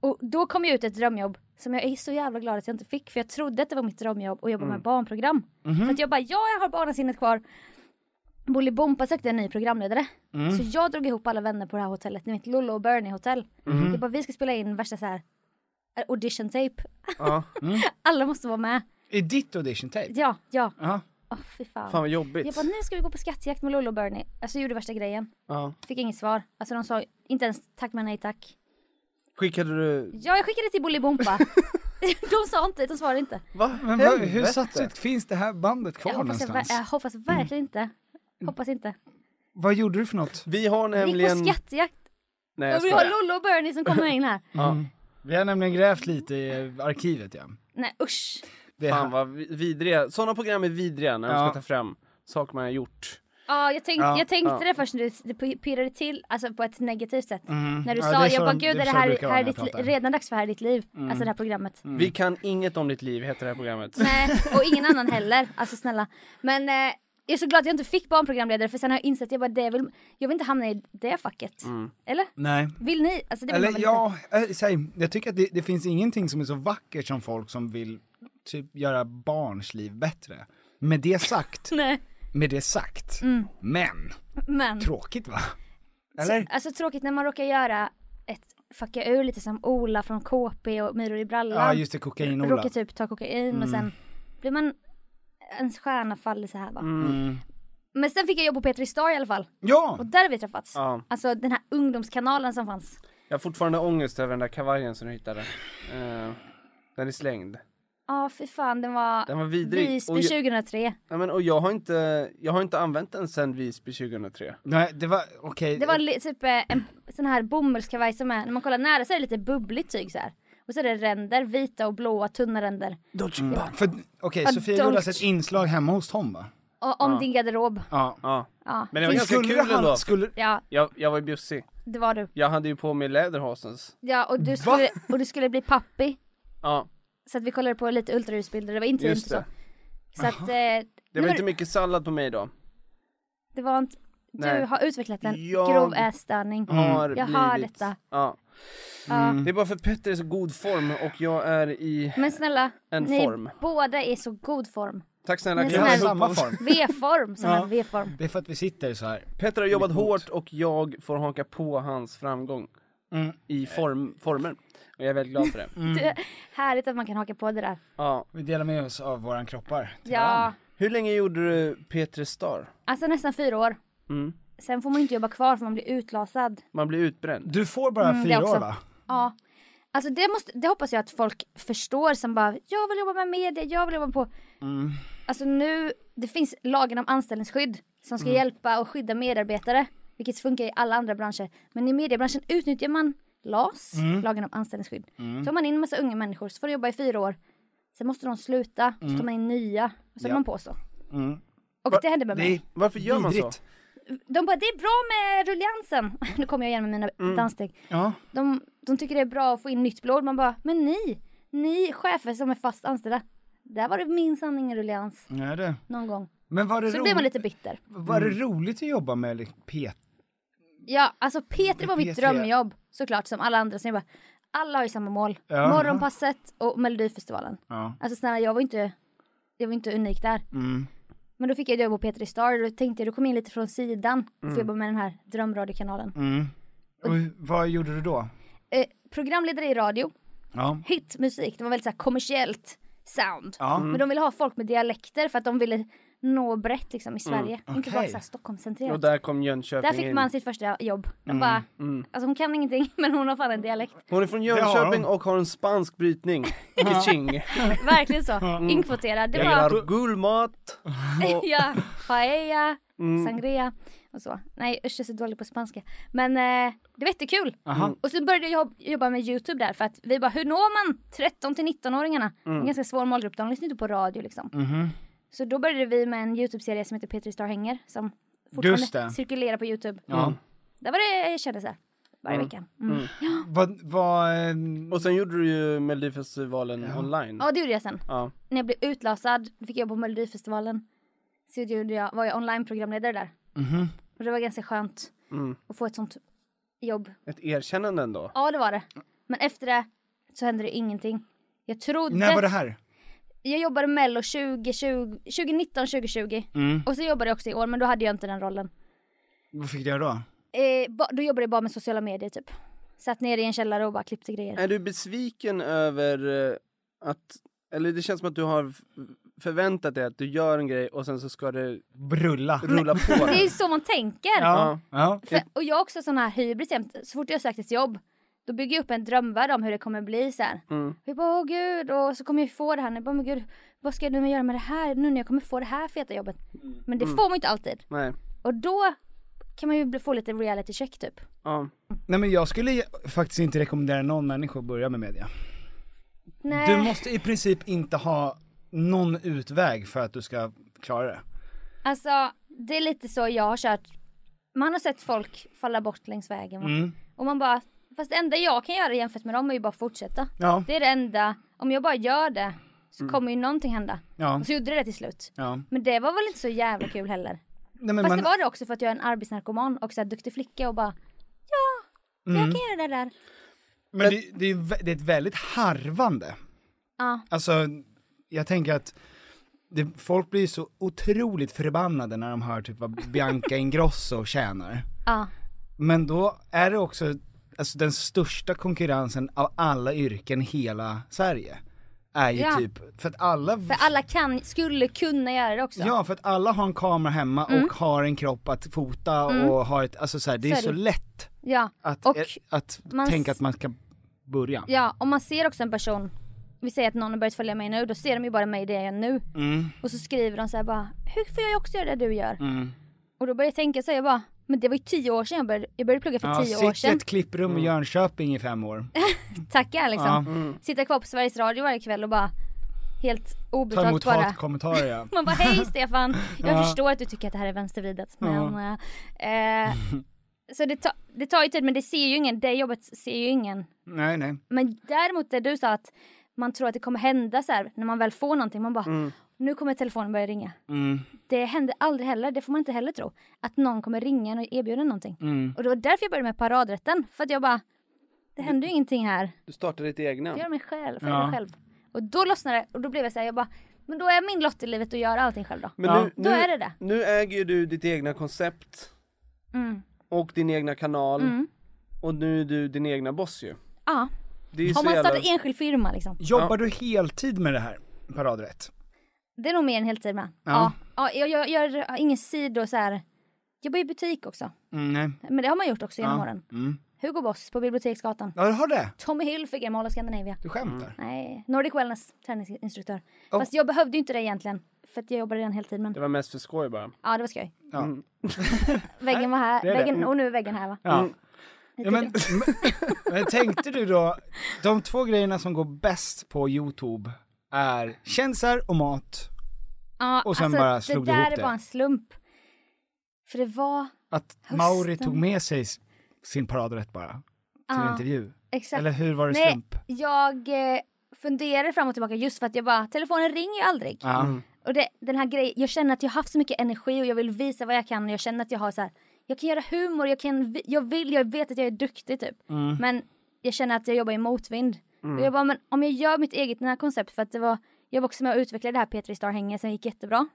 [SPEAKER 3] Och då kom jag ut ett drömjobb som jag är så jävla glad att jag inte fick för jag trodde att det var mitt drömjobb och jobba med barnprogram. För att jag bara, ja jag har barnasinnet kvar. Bolibompa sökte en ny programledare. Så jag drog ihop alla vänner på det här hotellet, ni vet Lollo och Bernie hotell. Jag bara, vi ska spela in värsta så här eh, audition tape.
[SPEAKER 1] Ja.
[SPEAKER 3] Alla måste vara med.
[SPEAKER 2] I ditt audition tape?
[SPEAKER 3] Ja, ja.
[SPEAKER 2] Ja.
[SPEAKER 3] Åh fy fan.
[SPEAKER 1] Fan vad jobbigt.
[SPEAKER 3] jag bara, nu ska vi gå på skattjakt med Lollo och Bernie. Alltså jag gjorde värsta grejen.
[SPEAKER 1] Ja.
[SPEAKER 3] Fick inget svar. Alltså de sa inte ens tack men nej tack.
[SPEAKER 1] Skickade du...
[SPEAKER 3] Ja, jag skickade till Bolibompa. de sa inte, de svarade inte.
[SPEAKER 1] Va?
[SPEAKER 2] Men vad- hur satsigt finns det här bandet kvar
[SPEAKER 3] Jag hoppas, jag,
[SPEAKER 2] någonstans? Mm.
[SPEAKER 3] ver- jag hoppas verkligen inte. Hoppas inte.
[SPEAKER 2] Vad gjorde du för något?
[SPEAKER 1] Vi har
[SPEAKER 3] Vi gick
[SPEAKER 1] nämligen...
[SPEAKER 3] på skattjakt.
[SPEAKER 1] Nej
[SPEAKER 3] Jag
[SPEAKER 1] jag
[SPEAKER 3] vill ha
[SPEAKER 1] skojar.
[SPEAKER 3] Lollo och Bernie som kommer in här.
[SPEAKER 2] Vi har nämligen grävt lite i arkivet ja.
[SPEAKER 3] Nej usch.
[SPEAKER 2] Det
[SPEAKER 1] Fan vad vi- vidriga. Sådana program är vidriga när de
[SPEAKER 2] Ja.
[SPEAKER 1] ska ta fram saker man har gjort.
[SPEAKER 3] Ja, jag tänkte,
[SPEAKER 2] Ja,
[SPEAKER 3] jag tänkte
[SPEAKER 1] ja.
[SPEAKER 3] det först när du det pirrade till, alltså på ett negativt sätt. När du
[SPEAKER 2] Mm. Ja, det
[SPEAKER 3] sa,
[SPEAKER 2] är så
[SPEAKER 3] jag bara
[SPEAKER 2] de- det är
[SPEAKER 3] gud är det
[SPEAKER 2] så det
[SPEAKER 3] här,
[SPEAKER 2] brukar vara
[SPEAKER 3] här är
[SPEAKER 2] när
[SPEAKER 3] ditt,
[SPEAKER 2] jag
[SPEAKER 3] li-
[SPEAKER 2] pratar. Mm.
[SPEAKER 3] redan dags för här är ditt liv. Alltså det här programmet.
[SPEAKER 1] Vi kan inget om ditt liv heter det här programmet.
[SPEAKER 3] Nej, och ingen annan heller. Alltså snälla. Men eh, jag är så glad att jag inte fick barnprogramledare för sen har jag insett att jag bara, det vill, jag vill inte hamna i det facket. Eller?
[SPEAKER 2] Nej.
[SPEAKER 3] Vill ni? Alltså det vill man
[SPEAKER 2] Mm. Eller
[SPEAKER 3] väl inte?
[SPEAKER 2] ja, eh, säg, jag tycker att det, det finns ingenting som är så vackert som folk som vill typ göra barns liv bättre. Med det sagt,
[SPEAKER 3] Nej.
[SPEAKER 2] med det sagt.
[SPEAKER 3] Mm.
[SPEAKER 2] Men,
[SPEAKER 3] Men,
[SPEAKER 2] tråkigt va? Eller?
[SPEAKER 3] alltså tråkigt när man råkar göra ett fucka ur lite som Ola från KP och Myror i brallan.
[SPEAKER 2] Ja just det, kokain Ola. Mm.
[SPEAKER 3] Råkar typ ta kokain och sen blir man, ens stjärna faller så här va.
[SPEAKER 2] Mm.
[SPEAKER 3] Men sen fick jag jobb på Petri Star i alla fall.
[SPEAKER 2] Ja!
[SPEAKER 3] Och där har vi träffats.
[SPEAKER 1] Ja.
[SPEAKER 3] Alltså den här ungdomskanalen som fanns.
[SPEAKER 1] Jag har fortfarande ångest över den där kavajen som du hittade. Eh, den är slängd.
[SPEAKER 3] Ja fy fan den var,
[SPEAKER 1] Den var vidrig.
[SPEAKER 3] Visby
[SPEAKER 1] Och jag-
[SPEAKER 3] 2003.
[SPEAKER 1] Ja, men, och jag har, inte, jag har inte använt den sen Visby 2003.
[SPEAKER 2] Nej, det var, okej.
[SPEAKER 3] Det var li- typ eh, en sån här bomullskavaj som är, när man kollar nära så är det lite bubbligt tyg så här. Och så är det ränder, vita och blåa, tunna ränder.
[SPEAKER 1] Mm,
[SPEAKER 2] För, okej, Sofia
[SPEAKER 3] Adult.
[SPEAKER 2] gjorde alltså ett inslag hemma hos Tom va?
[SPEAKER 3] Och om din garderob.
[SPEAKER 2] Ja.
[SPEAKER 1] Ja.
[SPEAKER 3] Ja.
[SPEAKER 1] Men det var ganska
[SPEAKER 2] skulle
[SPEAKER 1] kul
[SPEAKER 2] han,
[SPEAKER 1] ändå.
[SPEAKER 2] Skulle,
[SPEAKER 3] ja,
[SPEAKER 1] Jag, jag var ju bjussig.
[SPEAKER 3] det var du.
[SPEAKER 1] Jag hade ju på mig Läderhasens.
[SPEAKER 3] Ja, och du skulle, och du skulle bli pappi.
[SPEAKER 1] Ja,
[SPEAKER 3] Så att vi kollade på lite ultraljudsbilder, det var intimt
[SPEAKER 1] just
[SPEAKER 3] och så.
[SPEAKER 1] det.
[SPEAKER 3] Så att, eh, det,
[SPEAKER 1] Det var inte mycket sallad på mig då.
[SPEAKER 2] Mm.
[SPEAKER 3] det var inte, du
[SPEAKER 1] Nej.
[SPEAKER 3] har utvecklat en
[SPEAKER 1] Jag
[SPEAKER 3] grov ätstörning.
[SPEAKER 1] Har
[SPEAKER 3] Jag har
[SPEAKER 1] blivit-
[SPEAKER 3] detta.
[SPEAKER 1] Ja.
[SPEAKER 3] Ja.
[SPEAKER 2] Mm.
[SPEAKER 1] Det är bara för att Petter är så god form och jag är i...
[SPEAKER 3] Men snälla,
[SPEAKER 1] En
[SPEAKER 3] ni
[SPEAKER 1] form.
[SPEAKER 3] båda är så god form.
[SPEAKER 1] Tack snälla.
[SPEAKER 3] Men
[SPEAKER 2] vi har
[SPEAKER 3] snälla.
[SPEAKER 2] samma form.
[SPEAKER 3] V-form, som
[SPEAKER 2] Ja.
[SPEAKER 3] en V-form.
[SPEAKER 2] Det är för att vi sitter så här.
[SPEAKER 1] Petter har jobbat hårt och jag får haka på hans framgång.
[SPEAKER 2] Mm.
[SPEAKER 1] I form, former. Och jag är väldigt glad för det.
[SPEAKER 3] Härligt att man kan haka på det där.
[SPEAKER 1] Ja.
[SPEAKER 2] Vi delar med oss av våran kroppar. till
[SPEAKER 3] Ja,
[SPEAKER 2] varandra.
[SPEAKER 1] Hur länge gjorde du Peter Star?
[SPEAKER 3] alltså nästan fyra år. Sen får man ju inte jobba kvar för man blir utlasad.
[SPEAKER 1] Man blir utbränd.
[SPEAKER 2] Du får bara
[SPEAKER 3] Mm, det
[SPEAKER 2] fyra
[SPEAKER 3] också.
[SPEAKER 2] år va?
[SPEAKER 3] Ja. Alltså det, måste, det hoppas jag att folk förstår som bara, jag vill jobba med media, jag vill jobba på... Alltså nu, det finns lagen om anställningsskydd som ska hjälpa och skydda medarbetare, vilket funkar i alla andra branscher. Men i mediebranschen utnyttjar man LAS, lagen om anställningsskydd. Så tar man in massa unga människor, så får de jobba i fyra år. Sen måste de sluta, så tar man in nya, och så är man på så. Och det hände med
[SPEAKER 2] Det är
[SPEAKER 3] mig.
[SPEAKER 1] Varför gör man så?
[SPEAKER 2] vidrigt.
[SPEAKER 3] De bara, det är bra med rulliansen. nu kommer jag igen med mina
[SPEAKER 2] Mm.
[SPEAKER 3] danssteg.
[SPEAKER 2] Ja.
[SPEAKER 3] De, de tycker det är bra att få in nytt blod. Man bara, men ni, ni chefer som är fast anställda. Där var det minsann ingen rullians
[SPEAKER 2] Nej, det. Mm.
[SPEAKER 3] någon gång.
[SPEAKER 2] Men var det,
[SPEAKER 3] Så
[SPEAKER 2] ro...
[SPEAKER 3] då blir man lite bitter.
[SPEAKER 2] var det roligt att jobba med liksom, pet?
[SPEAKER 3] Ja, alltså Peter var mitt
[SPEAKER 2] P3.
[SPEAKER 3] drömjobb såklart som alla andra. Så jag bara, alla har ju samma mål.
[SPEAKER 2] Ja.
[SPEAKER 3] Morgonpasset och Melodifestivalen.
[SPEAKER 2] Ja.
[SPEAKER 3] Alltså snälla, jag var inte, jag var inte unik där.
[SPEAKER 2] Mm.
[SPEAKER 3] Men då fick jag ett jobb på Peter i Star och då tänkte jag, då kom jag in lite från sidan. För jag jobba med den här drömradiokanalen.
[SPEAKER 2] Mm. Och hur- vad gjorde du då?
[SPEAKER 3] Eh, programledare i radio,
[SPEAKER 2] Ja.
[SPEAKER 3] hitmusik, det var väldigt så här kommersiellt sound.
[SPEAKER 2] Ja.
[SPEAKER 3] Men de ville ha folk med dialekter för att de ville nå brett liksom i Sverige. Inte bara
[SPEAKER 2] Okej.
[SPEAKER 3] så här
[SPEAKER 1] Och
[SPEAKER 3] Stockholmscentrerat. Där,
[SPEAKER 1] där kom Jönköping
[SPEAKER 3] fick
[SPEAKER 1] in.
[SPEAKER 3] man sitt första jobb. De bara, alltså hon kan ingenting men hon har fan en dialekt.
[SPEAKER 1] Hon är från
[SPEAKER 2] har
[SPEAKER 1] Jönköping
[SPEAKER 2] hon.
[SPEAKER 1] och har en spansk brytning. Kaching.
[SPEAKER 3] Verkligen så. Inkvoterad. Det
[SPEAKER 1] Jag
[SPEAKER 3] var,
[SPEAKER 1] gillar gulmat.
[SPEAKER 3] ja, paella,
[SPEAKER 2] Mm.
[SPEAKER 3] sangria och så. Nej usch jag är så dålig på spanska. Men eh, det var jättekul. Och så började jag jobb- jobba med YouTube där för att vi bara, hur når man 13 till 19-åringarna?
[SPEAKER 2] Mm.
[SPEAKER 3] En ganska svår målgrupp, de lyssnar inte på radio liksom.
[SPEAKER 2] Mhm.
[SPEAKER 3] Så då började vi med en YouTube-serie som heter Petri Star hänger som
[SPEAKER 2] Just det.
[SPEAKER 3] fortfarande cirkulerar på YouTube. Mm.
[SPEAKER 2] Ja.
[SPEAKER 3] Där var det eh, kändisar varje vecka. Mm.
[SPEAKER 2] Vad, vad, ehm,
[SPEAKER 1] Och sen gjorde du ju Melodifestivalen online.
[SPEAKER 3] Ja, det gjorde jag sen.
[SPEAKER 1] Ja.
[SPEAKER 3] När jag blev utlasad, då fick jag jobba på Melodifestivalen. Så gjorde jag, var jag online-programledare där.
[SPEAKER 2] Mhm.
[SPEAKER 3] Och det var ganska skönt
[SPEAKER 2] Mm.
[SPEAKER 3] att få ett sånt jobb.
[SPEAKER 1] Ett erkännande ändå.
[SPEAKER 3] Ja, det var det. Men efter det så hände det ingenting. Jag trodde...
[SPEAKER 2] när var det här?
[SPEAKER 3] Jag jobbade Mello 2020, 2019, 2020.
[SPEAKER 2] Mm.
[SPEAKER 3] Och så jobbade jag också i år, men då hade jag inte den rollen.
[SPEAKER 2] Vad fick du göra då?
[SPEAKER 3] Eh, ba, då jobbade jag bara med sociala medier typ. Satt nere i en källare och bara klippte grejer.
[SPEAKER 1] Är du besviken över eh, att, eller det känns som att du har f- förväntat dig att du gör en grej och sen så ska det
[SPEAKER 2] Brulla.
[SPEAKER 1] rulla på.
[SPEAKER 3] Det är ju så man tänker.
[SPEAKER 2] Ja. ja.
[SPEAKER 3] För, och jag har också sån här hybris jämt. Så fort jag sökt ett jobb, då bygger jag upp en drömvärld om hur det kommer bli sen. Mm. Jag bara, åh gud, och så kommer jag få det här. Jag bara, men gud, vad ska jag nu göra med det här nu när jag kommer få det här feta jobbet? Men det får man ju inte alltid.
[SPEAKER 1] Nej.
[SPEAKER 3] Och då kan man ju bli- få lite reality check typ.
[SPEAKER 1] Ja.
[SPEAKER 2] Nej men jag skulle ju faktiskt inte rekommendera någon människa att börja med media.
[SPEAKER 3] Nej,
[SPEAKER 2] Du måste i princip inte ha någon utväg för att du ska klara det.
[SPEAKER 3] alltså det är lite så jag har kört. Man har sett folk falla bort längs vägen. va? Och man bara, fast det enda jag kan göra jämfört med dem är ju bara fortsätta.
[SPEAKER 2] Ja.
[SPEAKER 3] Det är det enda, om jag bara gör det så kommer ju någonting hända.
[SPEAKER 2] Ja.
[SPEAKER 3] Och så gjorde det till slut.
[SPEAKER 2] Ja.
[SPEAKER 3] Men det var väl inte så jävla kul heller.
[SPEAKER 2] Nej, men
[SPEAKER 3] Fast
[SPEAKER 2] man,
[SPEAKER 3] det var det också för att jag är en arbetsnarkoman och så här duktig flicka och bara Ja,
[SPEAKER 2] Mm.
[SPEAKER 3] jag kan göra det där.
[SPEAKER 2] men det, det, är, ju vä- det är ett väldigt harvande.
[SPEAKER 3] Ja,
[SPEAKER 2] Alltså, jag tänker att Det, folk blir så otroligt förbannade när de hör typ vad Bianca Ingrosso tjänar.
[SPEAKER 3] Ja.
[SPEAKER 2] Men då är det också alltså, den största konkurrensen av alla yrken i hela Sverige. Är ju
[SPEAKER 3] Ja.
[SPEAKER 2] typ, för att alla,
[SPEAKER 3] För alla kan, skulle kunna göra det också. Mm.
[SPEAKER 2] ja för att alla har en kamera hemma och har en kropp att fota och har ett, alltså så här, det är
[SPEAKER 3] Så är
[SPEAKER 2] så
[SPEAKER 3] det.
[SPEAKER 2] lätt
[SPEAKER 3] Ja.
[SPEAKER 2] att,
[SPEAKER 3] Och
[SPEAKER 2] eh, att
[SPEAKER 3] man
[SPEAKER 2] tänka
[SPEAKER 3] s-
[SPEAKER 2] att man ska börja.
[SPEAKER 3] Ja, om man ser också en person, vi säger att någon har börjat följa mig nu, då ser de ju bara mig det jag gör nu.
[SPEAKER 2] Mm.
[SPEAKER 3] Och så skriver de så här bara, hur får jag också göra det du gör?
[SPEAKER 2] Mm.
[SPEAKER 3] Och då börjar jag tänka så här, jag bara, men det var ju tio år sedan jag började, jag började plugga för
[SPEAKER 2] Ja,
[SPEAKER 3] tio år
[SPEAKER 2] sitt i
[SPEAKER 3] sedan.
[SPEAKER 2] ett klipprum i Jönköping i fem år.
[SPEAKER 3] Tackar liksom.
[SPEAKER 2] Ja.
[SPEAKER 3] Sitta kvar på Sveriges Radio varje kväll och bara helt
[SPEAKER 2] Ta emot
[SPEAKER 3] obetalt bara.
[SPEAKER 2] hatkommentarer ja.
[SPEAKER 3] Man bara, hej Stefan, jag
[SPEAKER 2] Ja.
[SPEAKER 3] förstår att du tycker att det här är vänstervridet men... eh, eh, så det, ta, det tar ju tid men det ser ju ingen, det jobbet ser ju ingen
[SPEAKER 2] Nej nej.
[SPEAKER 3] Men däremot det du sa att man tror att det kommer hända så här när man väl får någonting. Man bara, nu kommer telefonen börja ringa. Det händer aldrig heller, det får man inte heller tro. Att någon kommer ringa en och erbjuda någonting. Och det var därför jag började med paradrätten. För att jag bara, det händer ju ingenting här.
[SPEAKER 1] Du startar ditt egna.
[SPEAKER 3] Jag gör mig själv, jag gör mig själv. Och då lossnade det och då blev jag så här, jag bara, men då är min lott i livet att göra allting själv då.
[SPEAKER 1] Men
[SPEAKER 2] Ja.
[SPEAKER 1] nu,
[SPEAKER 3] Då
[SPEAKER 1] nu,
[SPEAKER 3] är det det.
[SPEAKER 1] nu äger ju du ditt egna koncept
[SPEAKER 3] Mm.
[SPEAKER 1] och din egna kanal och nu är du din egna boss ju.
[SPEAKER 3] Ja.
[SPEAKER 1] Det är ju
[SPEAKER 3] Har
[SPEAKER 1] så
[SPEAKER 3] man
[SPEAKER 1] jävla...
[SPEAKER 3] startat enskild firma liksom.
[SPEAKER 2] Jobbar du heltid med det här? Paradrätt?
[SPEAKER 3] Det är nog mer än heltid med.
[SPEAKER 2] Ja.
[SPEAKER 3] Ja. ja. jag, jag, jag gör ingen sido så här. Jag bor i butik också.
[SPEAKER 2] Mm, nej.
[SPEAKER 3] Men det har man gjort också genom
[SPEAKER 2] Ja.
[SPEAKER 3] åren.
[SPEAKER 2] Mm.
[SPEAKER 3] Hugo Boss på Biblioteksgatan.
[SPEAKER 2] Ja, du har det?
[SPEAKER 3] Tommy Hilfiger, Mall of Scandinavia.
[SPEAKER 2] Du skämtar?
[SPEAKER 3] Nej, Nordic Wellness, träningsinstruktör.
[SPEAKER 2] Oh.
[SPEAKER 3] Fast jag behövde ju inte det egentligen. För att jag jobbade redan heltid men
[SPEAKER 1] Det var mest för skoj bara.
[SPEAKER 3] ja det var skoj.
[SPEAKER 2] Ja.
[SPEAKER 3] Väggen var här,
[SPEAKER 2] det är det.
[SPEAKER 3] väggen, och nu är väggen här va?
[SPEAKER 2] Ja. Ja, men, men tänkte du då, de två grejerna som går bäst på Youtube är kändisar och mat.
[SPEAKER 3] Ja, alltså,
[SPEAKER 2] Och sen bara slog
[SPEAKER 3] det
[SPEAKER 2] du ihop
[SPEAKER 3] där är
[SPEAKER 2] det.
[SPEAKER 3] bara en slump. För det var,
[SPEAKER 2] Att
[SPEAKER 3] Hösten.
[SPEAKER 2] Mauri tog med sig s- sin paradrätt bara till
[SPEAKER 3] Ja,
[SPEAKER 2] intervju.
[SPEAKER 3] exakt.
[SPEAKER 2] Eller hur var det
[SPEAKER 3] Nej,
[SPEAKER 2] slump?
[SPEAKER 3] jag eh, funderade fram och tillbaka just för att jag bara, telefonen ringer ju aldrig.
[SPEAKER 2] Ja.
[SPEAKER 3] Och det, den här grejen, jag känner att jag har haft så mycket energi och jag vill visa vad jag kan och jag känner att jag har så här, jag kan göra humor, jag, kan, vi- jag vill, jag vet att jag är duktig typ. Men jag känner att jag jobbar i motvind. Och jag bara, men om jag gör mitt eget den här koncept för att det var, jag var också med och utvecklade det här Petri Star-hänget som gick jättebra.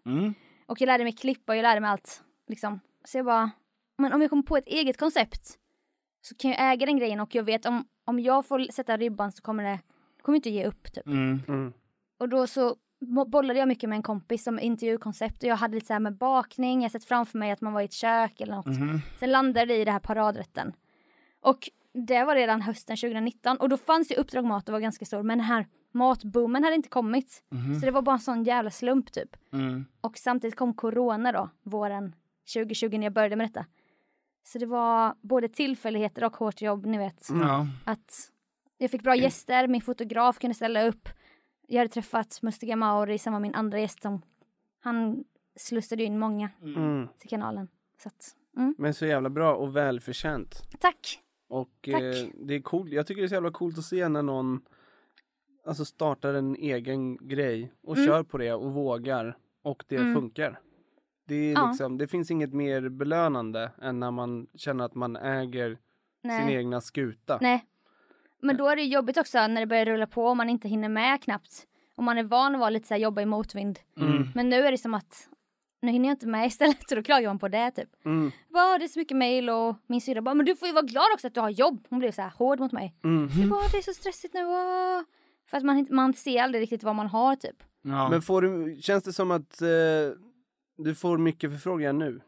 [SPEAKER 3] Och jag lärde mig klippa och jag lärde mig allt. Liksom. Så jag bara, men om jag kommer på ett eget koncept så kan jag äga den grejen och jag vet om, om jag får sätta ribban så kommer det, kommer jag inte ge upp typ. Och då så mo- bollade jag mycket med en kompis som intervjukoncept och jag hade lite så här med bakning, jag sett framför mig att man var i ett kök eller något. Sen landade det i det här paradrätten. Och det var redan hösten 2019 och då fanns ju Uppdrag Mat och var ganska stor men den här matboomen hade inte kommit. Så det var bara en sån jävla slump typ.
[SPEAKER 2] Mm.
[SPEAKER 3] Och samtidigt kom corona då, våren 2020 när jag började med detta. Så det var både tillfälligheter och hårt jobb, ni vet
[SPEAKER 2] Ja.
[SPEAKER 3] att jag fick bra gäster, min fotograf kunde ställa upp. Jag hade träffat Mustiga Mauri som var min andra gäst som han slussade ju in många
[SPEAKER 1] Mm.
[SPEAKER 3] till kanalen. Så att, mm.
[SPEAKER 1] Men så jävla bra och välförtjänt.
[SPEAKER 3] tack!
[SPEAKER 1] Och
[SPEAKER 3] Tack.
[SPEAKER 1] eh, det är coolt. Jag tycker det är så jävla coolt att se när någon alltså startar en egen grej och
[SPEAKER 3] Mm.
[SPEAKER 1] kör på det och vågar och det funkar. Det, är
[SPEAKER 3] Ja.
[SPEAKER 1] liksom, det finns inget mer belönande än när man känner att man äger sin
[SPEAKER 3] Nej.
[SPEAKER 1] egna skuta.
[SPEAKER 3] Nej. Men då är det ju jobbigt också när det börjar rulla på och man inte hinner med knappt. Och man är van att vara lite så här jobba i motvind. Men nu är det som att nu hinner jag inte med istället så då klagar man på det typ.
[SPEAKER 1] Mm.
[SPEAKER 3] Bara, det är så mycket mail och min syrra bara men du får ju vara glad också att du har jobb. Hon blev så här hård mot mig.
[SPEAKER 1] Mm.
[SPEAKER 3] Jag bara, det är så stressigt nu. åh." För att man, inte- man ser aldrig riktigt vad man har typ.
[SPEAKER 2] Ja.
[SPEAKER 1] Men får du, känns det som att eh, du får mycket förfrågan nu?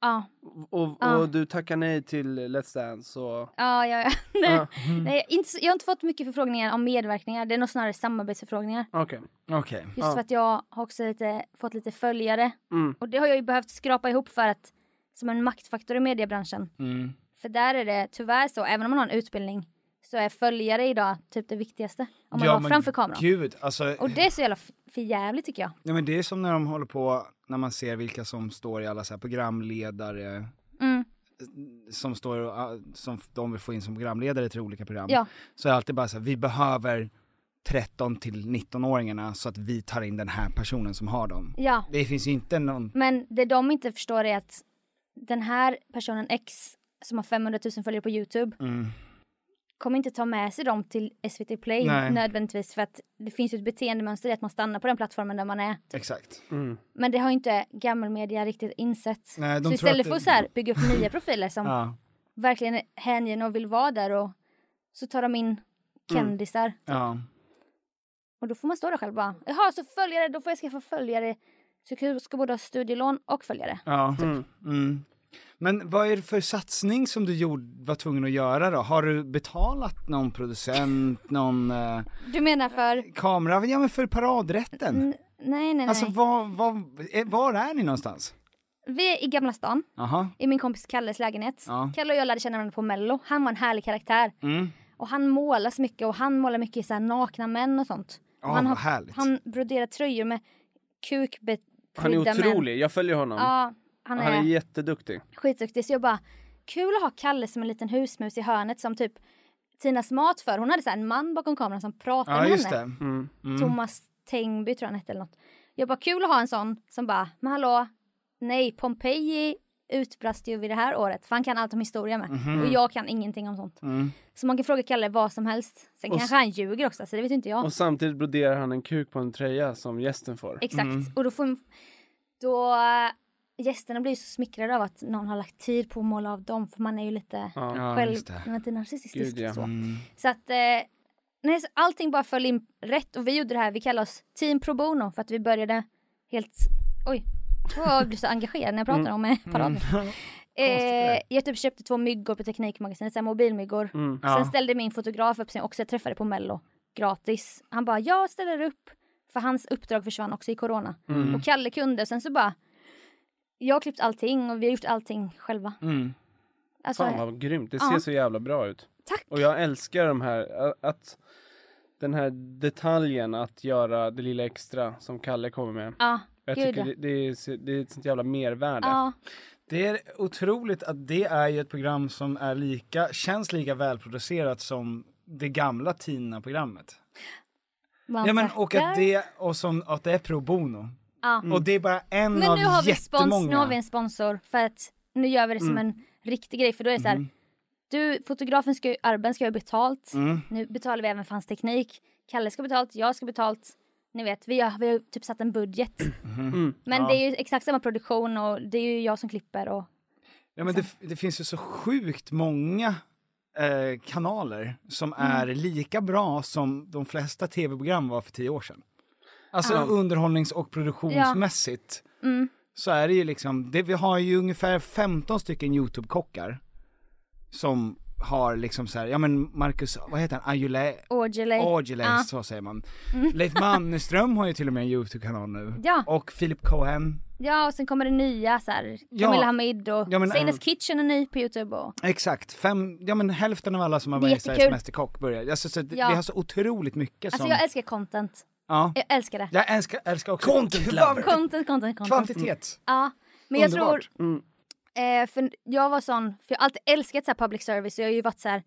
[SPEAKER 3] Ja,
[SPEAKER 1] Och,
[SPEAKER 3] Ja.
[SPEAKER 1] och du tackar nej till Let's Dance och...
[SPEAKER 3] ja, ja. ja. Nej,
[SPEAKER 1] Ja.
[SPEAKER 3] nej, inte, så- jag har inte fått mycket förfrågningar om medverkningar. Det är nog snarare samarbetsförfrågningar.
[SPEAKER 1] Okej.
[SPEAKER 2] Okej.
[SPEAKER 3] Just
[SPEAKER 1] Ja.
[SPEAKER 3] för att jag har också lite, fått lite följare.
[SPEAKER 1] Mm.
[SPEAKER 3] Och det har jag ju behövt skrapa ihop för att som en maktfaktor i mediebranschen.
[SPEAKER 2] Mm.
[SPEAKER 3] För där är det tyvärr så, även om man har en utbildning, så är följare idag typ det viktigaste. Om man
[SPEAKER 2] Ja,
[SPEAKER 3] var
[SPEAKER 2] men
[SPEAKER 3] framför kameran.
[SPEAKER 2] Gud, alltså.
[SPEAKER 3] Och det är så jävla f- för jävligt tycker jag.
[SPEAKER 2] Ja, men det är som när de håller på, när man ser vilka som står i alla så här programledare,
[SPEAKER 3] Mm.
[SPEAKER 2] som, står, och, ah, som de vill få in som programledare till olika program.
[SPEAKER 3] Ja.
[SPEAKER 2] Så är det alltid bara så här, vi behöver 13 till 19-åringarna så att vi tar in den här personen som har dem.
[SPEAKER 3] Ja.
[SPEAKER 2] Det finns ju inte någon,
[SPEAKER 3] Men det de inte förstår är att
[SPEAKER 2] Mm.
[SPEAKER 3] den här personen X som har 500 000 följare på Youtube kommer inte ta med sig dem till SVT Play
[SPEAKER 2] Nej.
[SPEAKER 3] nödvändigtvis för att det finns ju ett beteendemönster i att man stannar på den plattformen där man är.
[SPEAKER 2] Exakt.
[SPEAKER 3] Men det har ju inte gammelmedia riktigt insett.
[SPEAKER 2] Nej,
[SPEAKER 3] så
[SPEAKER 2] de tror
[SPEAKER 3] istället
[SPEAKER 2] att
[SPEAKER 3] för
[SPEAKER 2] det-
[SPEAKER 3] att så här, bygga upp nya profiler som
[SPEAKER 2] Ja.
[SPEAKER 3] verkligen är hängivna och vill vara där och så tar de in kändisar.
[SPEAKER 2] Mm. ja.
[SPEAKER 3] Och då får man stå där själv bara. Jaha, så följare, då får jag skaffa följare. Så jag ska både ha studielån och följare.
[SPEAKER 2] Ja. Mm. Men vad är det för satsning som du gjorde, var tvungen att göra då? Har du betalat någon producent, någon eh,
[SPEAKER 3] Du menar för...
[SPEAKER 2] kamera? Ja men för paradrätten.
[SPEAKER 3] N- nej, nej, nej.
[SPEAKER 2] Alltså var, var, eh, var är ni någonstans?
[SPEAKER 3] Vi är i Gamla stan,
[SPEAKER 2] Jaha,
[SPEAKER 3] i min kompis Kalles lägenhet.
[SPEAKER 2] Ja.
[SPEAKER 3] Kalle och jag lärde känna varandra på Mello. Han var en härlig karaktär.
[SPEAKER 2] Mm.
[SPEAKER 3] Och han målar så mycket och han målar mycket i så här nakna män och sånt.
[SPEAKER 2] Ja,
[SPEAKER 3] och han,
[SPEAKER 2] vad
[SPEAKER 3] har-
[SPEAKER 2] härligt.
[SPEAKER 3] han broderar tröjor med
[SPEAKER 1] Han är
[SPEAKER 3] kukbeprydda män.
[SPEAKER 1] otrolig, jag följer honom.
[SPEAKER 3] Ja, han är,
[SPEAKER 1] Han är jätteduktig.
[SPEAKER 3] skitduktig. Så jag bara, kul att ha Kalle som en liten husmus i hörnet som typ Tinas mat för. Hon hade så här en man bakom kameran som pratade
[SPEAKER 2] ja
[SPEAKER 3] med
[SPEAKER 2] just
[SPEAKER 3] henne.
[SPEAKER 2] det. Mm.
[SPEAKER 3] Thomas Tengby tror jag han hette eller något. Jag bara kul att ha en sån som bara, men hallå, nej Pompeji utbrast ju vid det här året, för han kan allt om historia med. Och jag kan ingenting om sånt. Så man kan fråga Kalle vad som helst. Sen kanske han ljuger också, så det vet ju inte jag.
[SPEAKER 1] Och samtidigt broderar han en kuk på en tröja som gästen får.
[SPEAKER 3] Exakt. Och då får då äh, gästerna blir ju så smickrade av att någon har lagt tid på att måla av dem, för man är ju lite själv,
[SPEAKER 2] just det. Mm.
[SPEAKER 3] lite narcissistisk.
[SPEAKER 1] Gud, ja.
[SPEAKER 3] så. så att eh, nej, så allting bara föll in rätt och vi gjorde det här, vi kallar oss Team Pro Bono för att vi började helt, oj, jag blir så engagerad när jag
[SPEAKER 1] Mm.
[SPEAKER 3] pratar om eh, paraden. Eh, jag typ köpte två myggor på Teknikmagasinet, så här mobilmyggor.
[SPEAKER 1] Mm.
[SPEAKER 3] Sen ställde min fotograf upp sig också, jag träffade på Mello gratis. Han bara, jag ställer upp. För hans uppdrag försvann också i corona.
[SPEAKER 2] Mm.
[SPEAKER 3] Och Kalle kunde, sen så bara, jag har klippt allting och vi har gjort allting själva.
[SPEAKER 2] Mm.
[SPEAKER 3] Alltså,
[SPEAKER 1] Fan vad grymt, det ser
[SPEAKER 3] Ja.
[SPEAKER 1] så jävla bra ut.
[SPEAKER 3] tack!
[SPEAKER 1] Och jag älskar de här, ä- att den här detaljen att göra det lilla extra som Kalle kommer med.
[SPEAKER 3] Ja,
[SPEAKER 1] Jag
[SPEAKER 3] gud
[SPEAKER 1] tycker
[SPEAKER 3] ja.
[SPEAKER 1] det, det, är, det är ett sånt jävla mervärde.
[SPEAKER 3] ja.
[SPEAKER 2] Det är otroligt att det är ju ett program som är lika, känns lika välproducerat som det gamla Tina-programmet.
[SPEAKER 3] man
[SPEAKER 2] Ja, men, och att
[SPEAKER 3] tackar.
[SPEAKER 2] det, och som, att det är pro bono.
[SPEAKER 3] Ja.
[SPEAKER 2] Och det är bara en
[SPEAKER 3] Men
[SPEAKER 2] av
[SPEAKER 3] nu har, vi spons,
[SPEAKER 2] jättemånga. Mm.
[SPEAKER 3] nu har vi en sponsor för att nu gör vi det som en riktig grej för då är det så här. Du, fotografen ska ju, Arben ska ju ha betalt.
[SPEAKER 2] Mm.
[SPEAKER 3] Nu betalar vi även för hans teknik. Kalle ska ha betalt, jag ska ha betalt. Ni vet, vi har, vi har ju typ satt en budget.
[SPEAKER 2] Mm.
[SPEAKER 3] Men det är ju exakt samma produktion och det är ju jag som klipper och
[SPEAKER 2] Ja, men det, det finns ju så sjukt många eh, kanaler som
[SPEAKER 3] Mm.
[SPEAKER 2] är lika bra som de flesta tv-program var för tio år sedan. Alltså underhållnings och produktionsmässigt
[SPEAKER 3] Mm.
[SPEAKER 2] så är det ju liksom, det, vi har ju ungefär 15 stycken YouTube-kockar som har liksom så här, ja men Marcus, vad heter han, Ajulä,
[SPEAKER 3] Aujalay.
[SPEAKER 2] Aujalay,
[SPEAKER 3] Ja. Mm.
[SPEAKER 2] så säger man. Leif Mannerström har ju till och med en YouTube-kanal nu.
[SPEAKER 3] Ja.
[SPEAKER 2] Och Philip Cohen.
[SPEAKER 3] Ja, och sen kommer det nya så här.
[SPEAKER 2] Ja.
[SPEAKER 3] Camilla Hamid och
[SPEAKER 2] Ja, men,
[SPEAKER 3] Zainas
[SPEAKER 2] eh,
[SPEAKER 3] Kitchen är ny på Youtube och
[SPEAKER 2] Exakt, fem, ja men hälften av alla som har
[SPEAKER 3] Det är
[SPEAKER 2] varit i Sveriges
[SPEAKER 3] jättekul.
[SPEAKER 2] Mästerkock börjar, alltså, så det,
[SPEAKER 3] Ja.
[SPEAKER 2] vi har så otroligt mycket
[SPEAKER 3] Alltså
[SPEAKER 2] som,
[SPEAKER 3] jag älskar content.
[SPEAKER 2] ja.
[SPEAKER 3] Jag älskar det.
[SPEAKER 2] jag älskar, älskar också Content lover!
[SPEAKER 3] Content, content, content.
[SPEAKER 2] Kvantitet!
[SPEAKER 3] Ja, men jag tror
[SPEAKER 2] Underbart.
[SPEAKER 3] Eh, för jag var sån, för jag har alltid älskat så här public service. och Jag har ju varit så här,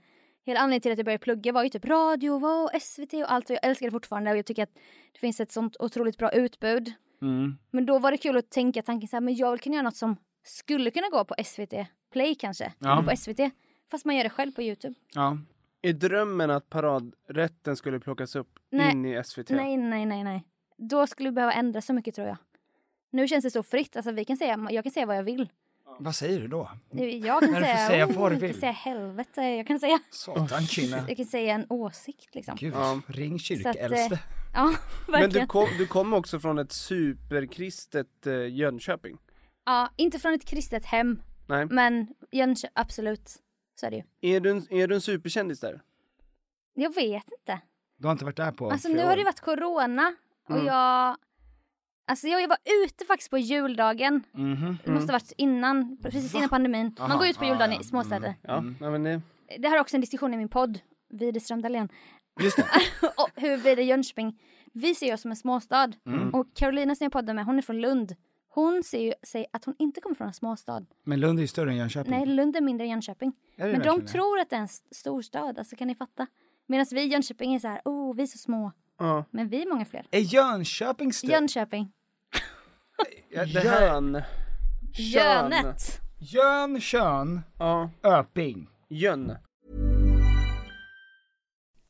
[SPEAKER 3] hela anledningen till att jag började plugga var ju typ radio och SVT och allt. Och jag älskar det fortfarande och jag tycker att det finns ett sånt otroligt bra utbud. Men då var det kul att tänka tanken så här, men jag vill kunna göra något som skulle kunna gå på SVT Play kanske. Eller på SVT. Fast man gör det själv på Youtube.
[SPEAKER 2] Ja.
[SPEAKER 1] Är drömmen att paradrätten skulle plockas upp
[SPEAKER 3] Nej.
[SPEAKER 1] in i SVT?
[SPEAKER 3] Nej, nej, nej, nej. Då skulle vi behöva ändra så mycket tror jag. Nu känns det så fritt. Alltså, vi kan säga, jag kan säga vad jag vill.
[SPEAKER 2] Vad säger du då?
[SPEAKER 3] Jag kan
[SPEAKER 2] Men du får
[SPEAKER 3] säga, oh,
[SPEAKER 2] säga vad du
[SPEAKER 3] jag
[SPEAKER 2] vill."
[SPEAKER 3] kan säga helvete. Jag kan säga
[SPEAKER 2] Satan kvinna.
[SPEAKER 3] jag kan säga en åsikt liksom.
[SPEAKER 2] Gud, ring
[SPEAKER 3] Så att, eh,
[SPEAKER 2] kyrkäldste.
[SPEAKER 3] Ja,
[SPEAKER 1] Men
[SPEAKER 3] verkligen.
[SPEAKER 1] du kom, du kom också från ett superkristet eh, Jönköping?
[SPEAKER 3] Ja, inte från ett kristet hem,
[SPEAKER 1] Nej.
[SPEAKER 3] men Jönköping, absolut. Så är det ju.
[SPEAKER 1] Är, du en, är du en superkändis där?
[SPEAKER 3] Jag vet inte.
[SPEAKER 2] Du har inte varit där på
[SPEAKER 3] Alltså
[SPEAKER 2] flera
[SPEAKER 3] nu har det
[SPEAKER 2] år.
[SPEAKER 3] varit corona och
[SPEAKER 2] Mm.
[SPEAKER 3] jag... Alltså jag var ute faktiskt på juldagen.
[SPEAKER 2] Mhm,
[SPEAKER 3] Det
[SPEAKER 2] mm.
[SPEAKER 3] måste ha varit innan, precis innan pandemin. Man går ut på juldagen
[SPEAKER 2] Ah,
[SPEAKER 3] i småstäder.
[SPEAKER 2] mm.
[SPEAKER 1] Ja, nej, men det,
[SPEAKER 3] Det här är också en diskussion i min podd, Widerström Dahlén. Just det. och huruvida Jönköping, vi ser ju oss som en småstad. Och Carolina som jag poddar med, hon är från Lund. Hon ser ju sig att hon inte kommer från en småstad.
[SPEAKER 2] Men Lund är ju större än Jönköping.
[SPEAKER 3] Nej, Lund är mindre än Jönköping.
[SPEAKER 2] Är
[SPEAKER 3] Men
[SPEAKER 2] det
[SPEAKER 3] de
[SPEAKER 2] verkligen det?
[SPEAKER 3] tror att det är en s- storstad, alltså kan ni fatta? Medan vi i Jönköping är så här, oh, vi är så små.
[SPEAKER 1] Ja.
[SPEAKER 3] Men vi är många fler.
[SPEAKER 2] Är Jönköping större?
[SPEAKER 3] Jönköping.
[SPEAKER 2] Ja, det här-
[SPEAKER 1] Jön. Kön.
[SPEAKER 3] Jönet.
[SPEAKER 2] Jön, Kön,
[SPEAKER 1] Ja,
[SPEAKER 2] Öping.
[SPEAKER 1] Jön.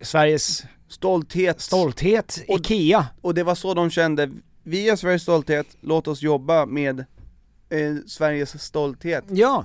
[SPEAKER 2] Sveriges
[SPEAKER 1] Stolthet.
[SPEAKER 2] stolthet, IKEA.
[SPEAKER 1] Och det var så de kände, vi är Sveriges stolthet, låt oss jobba med eh, Sveriges stolthet.
[SPEAKER 2] Ja,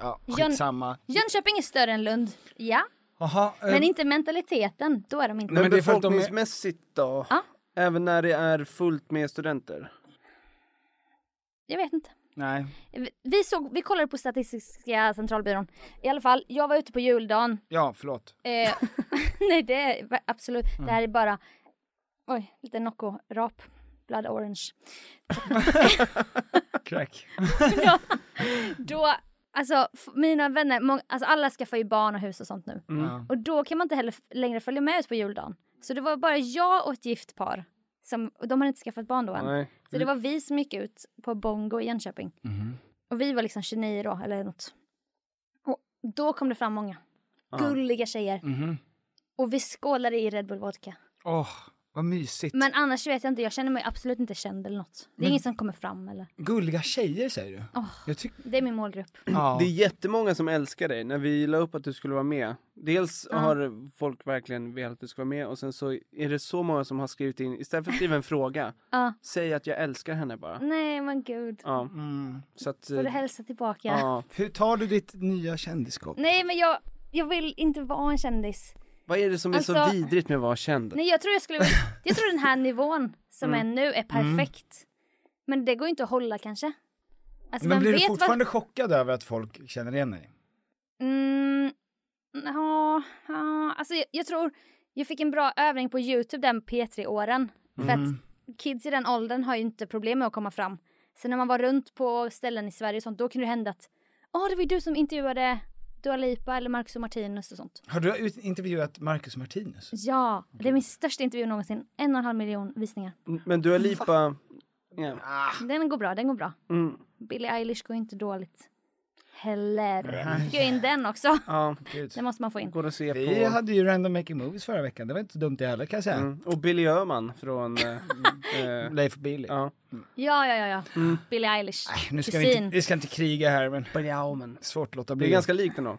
[SPEAKER 6] Ja,
[SPEAKER 3] Jön-
[SPEAKER 6] skitsamma.
[SPEAKER 3] Jönköping är större än Lund. Ja,
[SPEAKER 6] Jaha, eh,
[SPEAKER 3] men inte mentaliteten. Då är de inte.
[SPEAKER 6] Nej, men
[SPEAKER 1] Men
[SPEAKER 6] det är för att de är-
[SPEAKER 1] befolkningsmässigt då?
[SPEAKER 3] Ja.
[SPEAKER 1] Även när det är fullt med studenter?
[SPEAKER 3] Jag vet inte.
[SPEAKER 6] nej.
[SPEAKER 3] Vi, såg, vi kollade på Statistiska centralbyrån. I alla fall, jag var ute på juldagen.
[SPEAKER 6] Ja, förlåt.
[SPEAKER 3] Eh, nej, det är va- absolut. Det här är bara... Oj, lite Nocco-rap. Blood orange.
[SPEAKER 6] Crack.
[SPEAKER 3] då, då, alltså f- mina vänner, mång, alltså alla skaffar ju barn och hus och sånt nu.
[SPEAKER 6] Ja.
[SPEAKER 3] Och då kan man inte heller f- längre följa med ut på juldagen. Så det var bara jag och ett gift par. Som, och de hade inte skaffat barn då än.
[SPEAKER 1] Nej.
[SPEAKER 3] Så det var vi som gick ut på Bongo i Jönköping. Och vi var liksom 29 då, eller något. Och då kom det fram många. Gulliga tjejer.
[SPEAKER 6] Mhm.
[SPEAKER 3] Och vi skålade i Red Bull Vodka.
[SPEAKER 6] Åh, vad mysigt.
[SPEAKER 3] Men annars vet jag inte, jag känner mig absolut inte känd eller något. Det är ingen som kommer fram eller.
[SPEAKER 6] Gulliga tjejer säger du?
[SPEAKER 3] Åh.
[SPEAKER 6] Jag tycker...
[SPEAKER 3] Det är min målgrupp.
[SPEAKER 6] Ja.
[SPEAKER 1] Det är jättemånga som älskar dig. När vi la upp att du skulle vara med, dels har folk verkligen velat att du ska vara med och sen så är det så många som har skrivit in, istället för att skriva en fråga,
[SPEAKER 3] Ja.
[SPEAKER 1] säg att jag älskar henne bara.
[SPEAKER 3] Nej men gud.
[SPEAKER 1] Ja,
[SPEAKER 6] Mm.
[SPEAKER 1] så att...
[SPEAKER 3] Får du
[SPEAKER 1] eh,
[SPEAKER 2] Alltså,
[SPEAKER 3] hälsa tillbaka?
[SPEAKER 1] Ja.
[SPEAKER 6] Hur tar du ditt nya kändiskap?
[SPEAKER 3] Nej men jag, jag vill inte vara en kändis.
[SPEAKER 1] Vad är det som är så
[SPEAKER 3] Alltså-
[SPEAKER 1] vidrigt med att vara känd?
[SPEAKER 3] Nej jag tror jag skulle vilja- jag tror
[SPEAKER 2] Mm.
[SPEAKER 3] den här nivån som är nu är perfekt. Men det går ju inte att hålla kanske. Alltså,
[SPEAKER 2] Men
[SPEAKER 3] man
[SPEAKER 2] blir du
[SPEAKER 3] vet vad-
[SPEAKER 2] fortfarande chockad över att folk känner igen dig?
[SPEAKER 3] Mm, ja, ja, alltså jag, jag tror jag fick en bra övning på Youtube den P3-åren. För
[SPEAKER 2] Mm.
[SPEAKER 3] att kids i den åldern har ju inte problem med att komma fram. Sen när man var runt på ställen i Sverige och sånt, då kunde det hända att ja, det var ju du som intervjuade Dua Lipa eller Marcus och Martinus och sånt.
[SPEAKER 2] Har du ut- intervjuat Marcus Martinus?
[SPEAKER 3] Ja, det är min största intervju någonsin. En och en halv miljon visningar.
[SPEAKER 1] Men du är Lipa... Ja.
[SPEAKER 2] Ah.
[SPEAKER 3] Den går bra, den går bra.
[SPEAKER 1] Mm.
[SPEAKER 3] Billie Eilish går inte dåligt. Heller. Fick jag in den också.
[SPEAKER 1] ja.
[SPEAKER 3] Den måste man få in.
[SPEAKER 1] Går att se
[SPEAKER 2] Vi
[SPEAKER 1] på...
[SPEAKER 2] hade ju Random Making Movies förra veckan, det var inte så dumt det heller kan jag säga.
[SPEAKER 1] Mm. Och Billy Öhman från... eh, eh,
[SPEAKER 2] Leif och Billy.
[SPEAKER 1] ja.
[SPEAKER 3] Ja, ja, ja, ja. Billie Eilish.
[SPEAKER 2] Mm. Nej, nu ska vi,
[SPEAKER 3] Kusin.
[SPEAKER 2] inte, vi ska inte kriga här men
[SPEAKER 1] Billy Öhman.
[SPEAKER 2] svårt att låta
[SPEAKER 1] Det
[SPEAKER 2] bli.
[SPEAKER 1] är ganska likt ändå.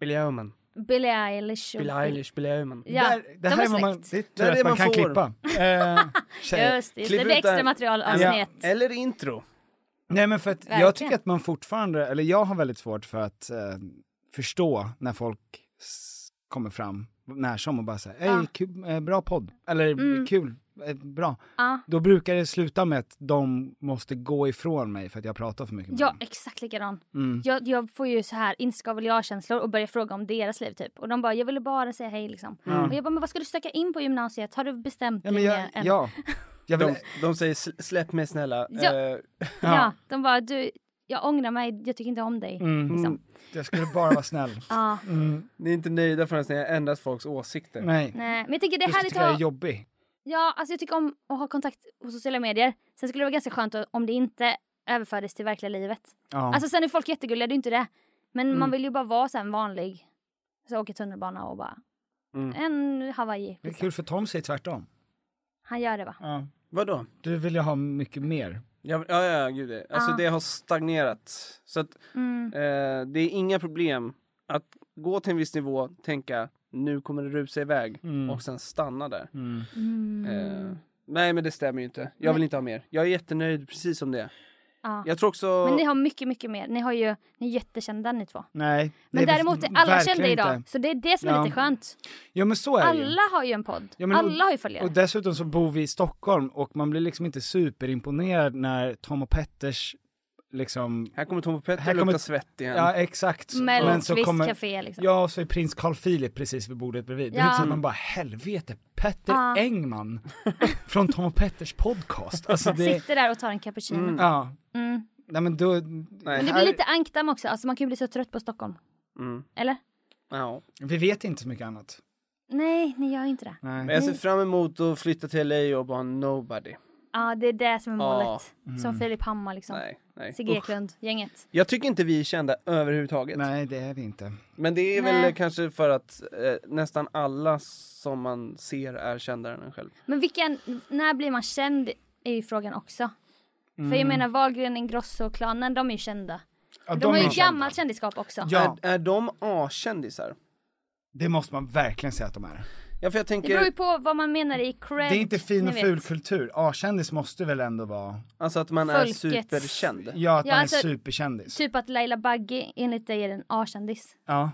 [SPEAKER 1] Billy Öhman.
[SPEAKER 3] Billie Eilish. och
[SPEAKER 1] Billie Eilish, Billie Öhman.
[SPEAKER 3] Ja,
[SPEAKER 2] Där- det
[SPEAKER 3] de
[SPEAKER 2] här
[SPEAKER 3] är
[SPEAKER 2] är vad
[SPEAKER 3] släkt.
[SPEAKER 2] man, det är
[SPEAKER 1] Det är
[SPEAKER 2] tur
[SPEAKER 1] det
[SPEAKER 2] att man
[SPEAKER 1] man
[SPEAKER 2] kan
[SPEAKER 1] får.
[SPEAKER 2] klippa. Eh, tjejer.
[SPEAKER 3] Just det, just
[SPEAKER 1] Klipp
[SPEAKER 3] det blir
[SPEAKER 1] ut det här.
[SPEAKER 3] extra materialavsnitt.
[SPEAKER 1] Eller intro.
[SPEAKER 2] Nej men för att jag
[SPEAKER 3] Verkligen.
[SPEAKER 2] tycker att man fortfarande, eller jag har väldigt svårt för att eh, förstå när folk s- kommer fram när som och bara säger hej,
[SPEAKER 3] Ja. Mm.
[SPEAKER 2] kul, eh, bra podd, eller kul, eh, bra.
[SPEAKER 3] Ja.
[SPEAKER 2] Då brukar det sluta med att de måste gå ifrån mig för att jag pratar för mycket med
[SPEAKER 3] Ja,
[SPEAKER 2] dem.
[SPEAKER 3] exakt likadan.
[SPEAKER 2] Mm.
[SPEAKER 3] Jag, jag får ju så här, inte ska väl jag-känslor och börjar fråga om deras liv typ. Och de bara, jag ville bara säga hej liksom. Och jag bara, men vad ska du söka in på gymnasiet? Har du bestämt
[SPEAKER 2] Mm.
[SPEAKER 3] eh,
[SPEAKER 2] Ja, men jag,
[SPEAKER 3] än?
[SPEAKER 2] ja. Jag vill,
[SPEAKER 1] De, de säger "Sl- släpp mig snälla.
[SPEAKER 3] Ja.
[SPEAKER 1] Eh,
[SPEAKER 3] Ja. de bara, du, jag ångrar mig, jag tycker inte om
[SPEAKER 2] Mm.
[SPEAKER 3] dig. Liksom.
[SPEAKER 2] jag skulle bara vara snäll. Mm.
[SPEAKER 3] Ja,
[SPEAKER 1] ni är inte nöjda förrän ni har ändrat folks åsikter.
[SPEAKER 2] Nej.
[SPEAKER 3] nej. Men jag tycker det är
[SPEAKER 2] Du ska
[SPEAKER 3] härligt
[SPEAKER 2] tycka jag
[SPEAKER 3] att ha,
[SPEAKER 2] är jobbig.
[SPEAKER 3] ja, alltså jag tycker om att ha kontakt på sociala medier. Sen skulle det vara ganska skönt om det inte överfördes till verkliga livet.
[SPEAKER 2] Ja. Mm.
[SPEAKER 3] Alltså sen är folk jättegulliga, det är inte det. Men man vill ju bara vara så här en vanlig. Så åker tunnelbana och bara en Hawaii.
[SPEAKER 2] Mm.
[SPEAKER 3] liksom.
[SPEAKER 2] det är kul för Tom säger tvärtom.
[SPEAKER 3] Han gör det va?
[SPEAKER 1] Vadå?
[SPEAKER 2] Du vill ju ha mycket mer.
[SPEAKER 1] Ja, ja, ja gud. det- Alltså
[SPEAKER 3] Ah.
[SPEAKER 1] det har stagnerat. Så att
[SPEAKER 3] Mm.
[SPEAKER 1] eh, det är inga problem att gå till en viss nivå, tänka nu kommer det rusa iväg
[SPEAKER 2] Mm.
[SPEAKER 1] och sen stanna där.
[SPEAKER 3] Mm.
[SPEAKER 1] Eh, nej men det stämmer ju inte. Jag vill inte ha mer. Jag är jättenöjd precis som det är.
[SPEAKER 3] Ja.
[SPEAKER 1] Jag tror också...
[SPEAKER 3] Men ni har mycket, mycket mer. Ni har ju, ni är jättekända ni två.
[SPEAKER 2] Nej.
[SPEAKER 3] Men
[SPEAKER 2] det är
[SPEAKER 3] däremot är
[SPEAKER 2] vi-
[SPEAKER 3] alla
[SPEAKER 2] verkligen
[SPEAKER 3] kända idag.
[SPEAKER 2] inte.
[SPEAKER 3] Så det är det som är
[SPEAKER 2] Ja.
[SPEAKER 3] lite skönt.
[SPEAKER 2] Ja men så är det ju.
[SPEAKER 3] Alla har ju en podd.
[SPEAKER 2] Ja, men-
[SPEAKER 3] alla har ju
[SPEAKER 2] Och
[SPEAKER 3] följare.
[SPEAKER 2] dessutom så bor vi i Stockholm och man blir liksom inte superimponerad när Tom och Petters liksom...
[SPEAKER 1] Här kommer Tom och Petter
[SPEAKER 2] Här
[SPEAKER 1] lukta
[SPEAKER 2] kommer-
[SPEAKER 1] svett igen.
[SPEAKER 2] Ja exakt. Men så
[SPEAKER 3] Mellqvist
[SPEAKER 2] kommer-
[SPEAKER 3] café liksom.
[SPEAKER 2] Ja, och så är prins Carl Philip precis vid bordet bredvid. Det är
[SPEAKER 3] Ja.
[SPEAKER 2] inte så att man bara helvete, Petter
[SPEAKER 3] Ja.
[SPEAKER 2] Engman från Tom och Petters podcast. Alltså det...
[SPEAKER 3] Sitter där och tar en cappuccino.
[SPEAKER 2] Ja.
[SPEAKER 3] Mm.
[SPEAKER 2] Nej men då...
[SPEAKER 1] Nej.
[SPEAKER 3] Men det blir lite ankdam också. Alltså man kan ju bli så trött på Stockholm.
[SPEAKER 1] Mm.
[SPEAKER 3] Eller?
[SPEAKER 1] Ja.
[SPEAKER 2] Vi vet inte så mycket annat.
[SPEAKER 3] Nej, ni gör ju inte det.
[SPEAKER 1] Men jag ser fram emot att flytta till LA och vara nobody.
[SPEAKER 3] Mm. Ja, det är det som är
[SPEAKER 1] Ja.
[SPEAKER 3] målet.
[SPEAKER 2] Mm.
[SPEAKER 3] Som Filip Hammar liksom.
[SPEAKER 1] Nej, nej.
[SPEAKER 3] Sigge
[SPEAKER 1] Usch.
[SPEAKER 3] Eklund, gänget.
[SPEAKER 1] Jag tycker inte vi är kända överhuvudtaget.
[SPEAKER 2] Nej, det är vi inte.
[SPEAKER 1] Men det är
[SPEAKER 3] Nej.
[SPEAKER 1] väl kanske för att eh, nästan alla som man ser är kändare än en själv.
[SPEAKER 3] Men vilken, när blir man känd är ju frågan också. För jag menar Wahlgren, Ingrosso-klanen, de är ju kända.
[SPEAKER 2] Mm. Ja,
[SPEAKER 3] De, har
[SPEAKER 2] är
[SPEAKER 3] ju
[SPEAKER 2] kända.
[SPEAKER 3] gammalt kändisskap också.
[SPEAKER 2] Ja,
[SPEAKER 1] Är, är de A-kändisar?
[SPEAKER 2] det måste man verkligen säga att de är.
[SPEAKER 1] Ja, för jag
[SPEAKER 3] Det
[SPEAKER 1] tänker,
[SPEAKER 3] beror ju på vad man menar i cred.
[SPEAKER 2] Det är inte fin
[SPEAKER 3] ni
[SPEAKER 2] och
[SPEAKER 3] vet.
[SPEAKER 2] ful kultur. A-kändis måste väl ändå vara...
[SPEAKER 1] alltså att man är
[SPEAKER 3] Folkets-
[SPEAKER 1] superkänd.
[SPEAKER 2] Ja, att
[SPEAKER 3] Ja,
[SPEAKER 2] man
[SPEAKER 3] alltså-
[SPEAKER 2] är superkändis.
[SPEAKER 3] Typ att Laila Bagge enligt dig är en A-kändis.
[SPEAKER 2] Ja.